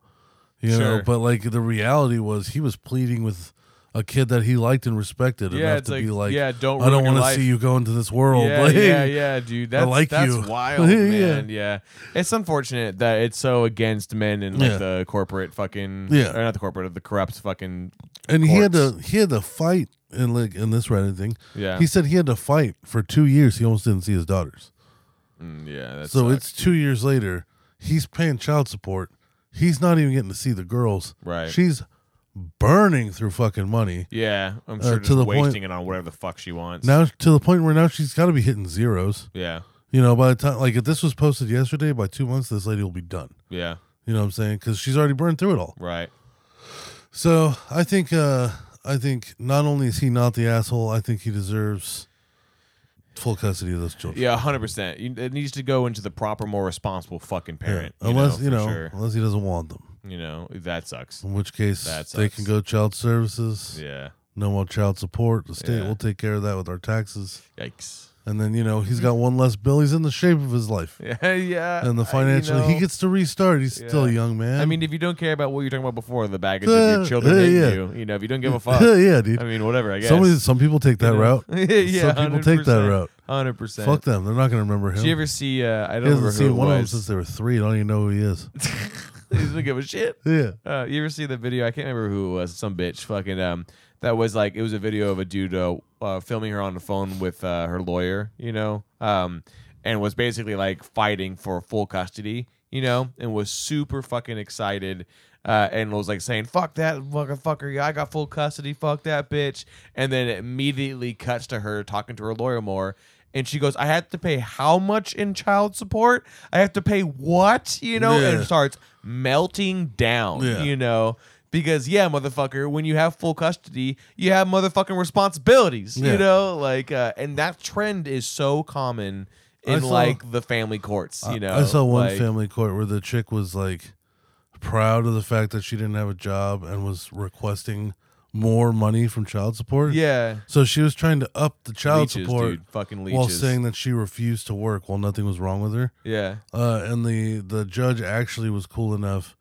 S1: You know,
S2: Sure.
S1: but like the reality was he was pleading with a kid that he liked and respected
S2: Yeah,
S1: enough
S2: it's
S1: to
S2: like,
S1: be like,
S2: yeah, don't
S1: I don't
S2: want to
S1: see you go into this world. <laughs>
S2: Yeah,
S1: like,
S2: yeah,
S1: <laughs>
S2: yeah, dude. That's
S1: like
S2: that's
S1: you. <laughs>
S2: wild,
S1: Yeah.
S2: man. Yeah. It's unfortunate that it's so against men and like
S1: Yeah.
S2: the corporate fucking
S1: Yeah.
S2: or not the corporate, the corrupt fucking
S1: And he had to
S2: courts.
S1: he had to fight in like in this Reddit thing.
S2: Yeah.
S1: He said he had to fight for two years. He almost didn't see his daughters.
S2: Mm, yeah, that's
S1: so it's two years later. He's paying child support. He's not even getting to see the girls.
S2: Right.
S1: She's burning through fucking money.
S2: yeah, I'm sure
S1: uh, to
S2: just
S1: the point-
S2: wasting it on whatever the fuck she wants.
S1: Now to the point where now she's got to be hitting zeros.
S2: Yeah.
S1: You know, by the time like if this was posted yesterday, by two months this lady will be done.
S2: Yeah.
S1: You know what I'm saying? Because she's already burned through it all.
S2: Right.
S1: So I think uh I think not only is he not the asshole, I think he deserves full custody of those children.
S2: Yeah, hundred percent. It needs to go into the proper, more responsible fucking parent. you
S1: Unless
S2: know,
S1: you
S2: for
S1: know,
S2: sure.
S1: unless he doesn't want them.
S2: you know that sucks.
S1: In which case
S2: That
S1: they
S2: sucks.
S1: can go child services.
S2: Yeah,
S1: No more child support. The state
S2: Yeah.
S1: will take care of that with our taxes.
S2: yikes. <laughs>
S1: And then, you know, he's got one less bill. He's in the shape of his life.
S2: Yeah, yeah.
S1: And the
S2: I-
S1: financial
S2: you know,
S1: he gets to restart. He's still a
S2: Yeah.
S1: young man. <laughs>
S2: I mean, if you don't care about what you're talking about before, the baggage of
S1: Uh,
S2: your children
S1: yeah,
S2: hate
S1: yeah.
S2: you. You know, if you don't give
S1: <laughs>
S2: a fuck.
S1: yeah, dude.
S2: I mean, whatever. I guess.
S1: some, some people take that route.
S2: <laughs> yeah,
S1: some people take that route.
S2: Hundred percent.
S1: Fuck them. They're not gonna remember him.
S2: Did you ever see? Uh, I don't
S1: he hasn't
S2: remember who it
S1: seen one of them
S2: was.
S1: since they were three. I don't even know who he
S2: <laughs>
S1: is. <laughs>
S2: He doesn't give a shit.
S1: Yeah.
S2: Uh, you ever see the video? I can't remember who it was. Some bitch, fucking. Um, that was like it was a video of a dude uh, uh, filming her on the phone with uh, her lawyer, you know, um, and was basically like fighting for full custody, you know, and was super fucking excited. Uh, and was like saying "fuck that fucking fucker, yeah, I got full custody, fuck that bitch," and then it immediately cuts to her talking to her lawyer more, and she goes, "I have to pay how much in child support? I have to pay what, you know?"
S1: Yeah.
S2: And starts melting down,
S1: Yeah.
S2: you know, because yeah, motherfucker, when you have full custody, you have motherfucking responsibilities,
S1: Yeah.
S2: you know, like, uh, and that trend is so common
S1: I
S2: in
S1: saw-
S2: like the family courts,
S1: I-
S2: you know.
S1: I saw one
S2: like,
S1: family court where the chick was like proud of the fact that she didn't have a job and was requesting more money from child support.
S2: yeah,
S1: So she was trying to up the child
S2: leeches,
S1: support
S2: dude, fucking leeches.
S1: while saying that she refused to work while nothing was wrong with her.
S2: yeah, <laughs>
S1: Uh, and the the judge actually was cool enough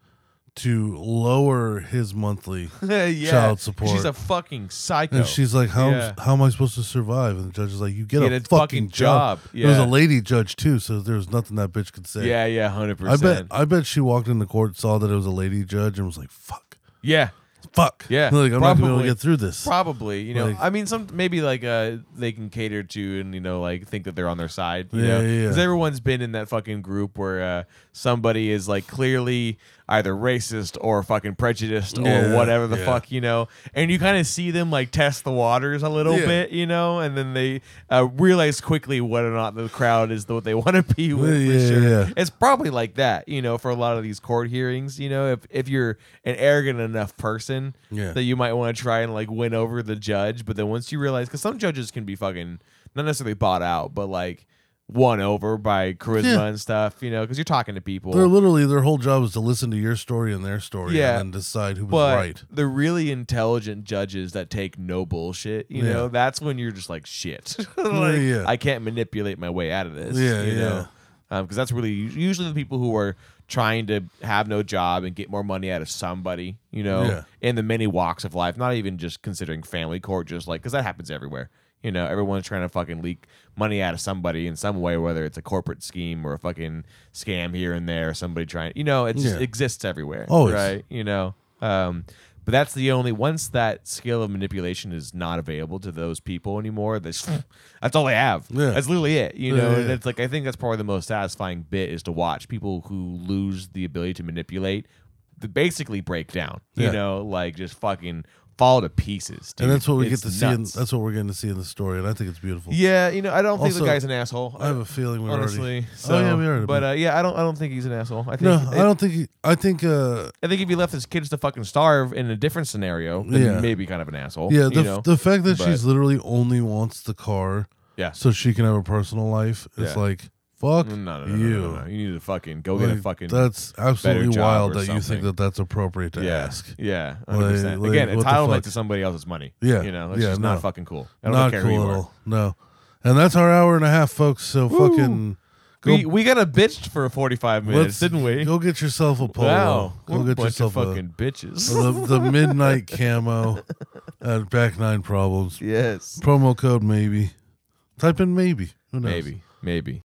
S1: to lower his monthly.
S2: yeah,
S1: Child support.
S2: She's a fucking psycho.
S1: And she's like, "How
S2: Yeah.
S1: how am I supposed to survive?" And the judge is like, "You get,
S2: Get
S1: a,
S2: a
S1: fucking,
S2: fucking
S1: job."
S2: job.
S1: There was a
S2: Yeah.
S1: lady judge too, so there was nothing that bitch could say.
S2: yeah, yeah, hundred
S1: I bet
S2: percent.
S1: I bet she walked in the court, saw that it was a lady judge, and was like, "Fuck,
S2: Yeah.
S1: Fuck.
S2: Yeah,
S1: <laughs> Like, I'm not gonna be able to
S2: probably.
S1: get through this.
S2: Probably, you know.
S1: Like-
S2: I mean, some maybe like uh they can cater to and you know like think that they're on their side. You
S1: Yeah,
S2: know?
S1: yeah, yeah.
S2: everyone's been in that fucking group where uh somebody is like clearly either racist or fucking prejudiced
S1: Yeah,
S2: or whatever the
S1: yeah.
S2: fuck you know, and you kind of see them like test the waters a little
S1: Yeah.
S2: bit, you know, and then they uh, realize quickly whether or not the crowd is what they <laughs> want to be with.
S1: Yeah,
S2: for
S1: yeah,
S2: sure.
S1: yeah.
S2: It's probably like that, you know, for a lot of these court hearings. You know, if if you're an arrogant enough person,
S1: Yeah.
S2: that you might want to try and like win over the judge, but then once you realize, because some judges can be fucking not necessarily bought out, but like won over by charisma
S1: Yeah.
S2: and stuff, you know, because you're talking to people.
S1: They're literally their whole job is to listen to your story and their story
S2: Yeah.
S1: and then decide who was
S2: but
S1: right.
S2: the really intelligent judges that take no bullshit, you
S1: Yeah.
S2: know, that's when you're just like shit. <laughs>
S1: <laughs> Yeah,
S2: like,
S1: yeah.
S2: I can't manipulate my way out of this.
S1: Yeah,
S2: you
S1: yeah.
S2: know? Because that's really usually the people who are trying to have no job and get more money out of somebody, you know,
S1: Yeah.
S2: in the many walks of life. Not even just considering family court, just like because that happens everywhere. You know, everyone's trying to fucking leak money out of somebody in some way, whether it's a corporate scheme or a fucking scam here and there, or somebody trying. You know, it just
S1: Yeah.
S2: exists everywhere.
S1: Always.
S2: right? You know, um, but that's the only once that skill of manipulation is not available to those people anymore. That's <laughs> that's all they have.
S1: Yeah.
S2: That's literally it. You
S1: Yeah,
S2: know,
S1: yeah,
S2: and
S1: yeah.
S2: it's like I think that's probably the most satisfying bit is to watch people who lose the ability to manipulate, th- basically break down.
S1: Yeah.
S2: You know, like just fucking fall to pieces. Dude.
S1: and that's what we
S2: It's
S1: get to see. In,
S2: nuts.
S1: that's what we're going to see in the story, and I think it's beautiful.
S2: yeah, you know, I don't think
S1: Also,
S2: the guy's an asshole.
S1: I have a feeling we
S2: honestly.
S1: already.
S2: So,
S1: oh yeah, we already.
S2: But uh, yeah, I don't. I don't think he's an asshole. I think.
S1: no,
S2: it-
S1: I don't think. He, I think. uh
S2: I think if he left his kids to fucking starve in a different scenario, then
S1: Yeah.
S2: he may be kind of an asshole.
S1: Yeah,
S2: you
S1: the, f-
S2: know?
S1: the fact that she's
S2: but-
S1: literally only wants the car
S2: yeah.
S1: so she can have a personal life is
S2: Yeah.
S1: like fuck
S2: No, no, no, no,
S1: you.
S2: no, no, no. You need to fucking go get a
S1: Like,
S2: fucking
S1: that's absolutely
S2: job
S1: wild
S2: or
S1: that you think
S2: something.
S1: that that's appropriate to
S2: yeah,
S1: ask.
S2: Yeah,
S1: Like-
S2: 100%.
S1: like,
S2: again,
S1: what the fuck?
S2: entitlement to somebody else's money.
S1: Yeah,
S2: you know, it's
S1: yeah,
S2: just
S1: no.
S2: not fucking cool. I don't
S1: Not
S2: care
S1: cool
S2: who
S1: at
S2: you are.
S1: all. No, and that's our hour and a half, folks. So fucking go
S2: We, we got a bitched for forty five minutes, didn't we?
S1: Go get yourself a polo.
S2: wow,
S1: Go
S2: we're a
S1: get
S2: bunch
S1: yourself
S2: of
S1: a,
S2: fucking bitches.
S1: the, the midnight camo at back nine problems.
S2: yes,
S1: Promo code maybe. Type in maybe. Who knows?
S2: maybe, maybe.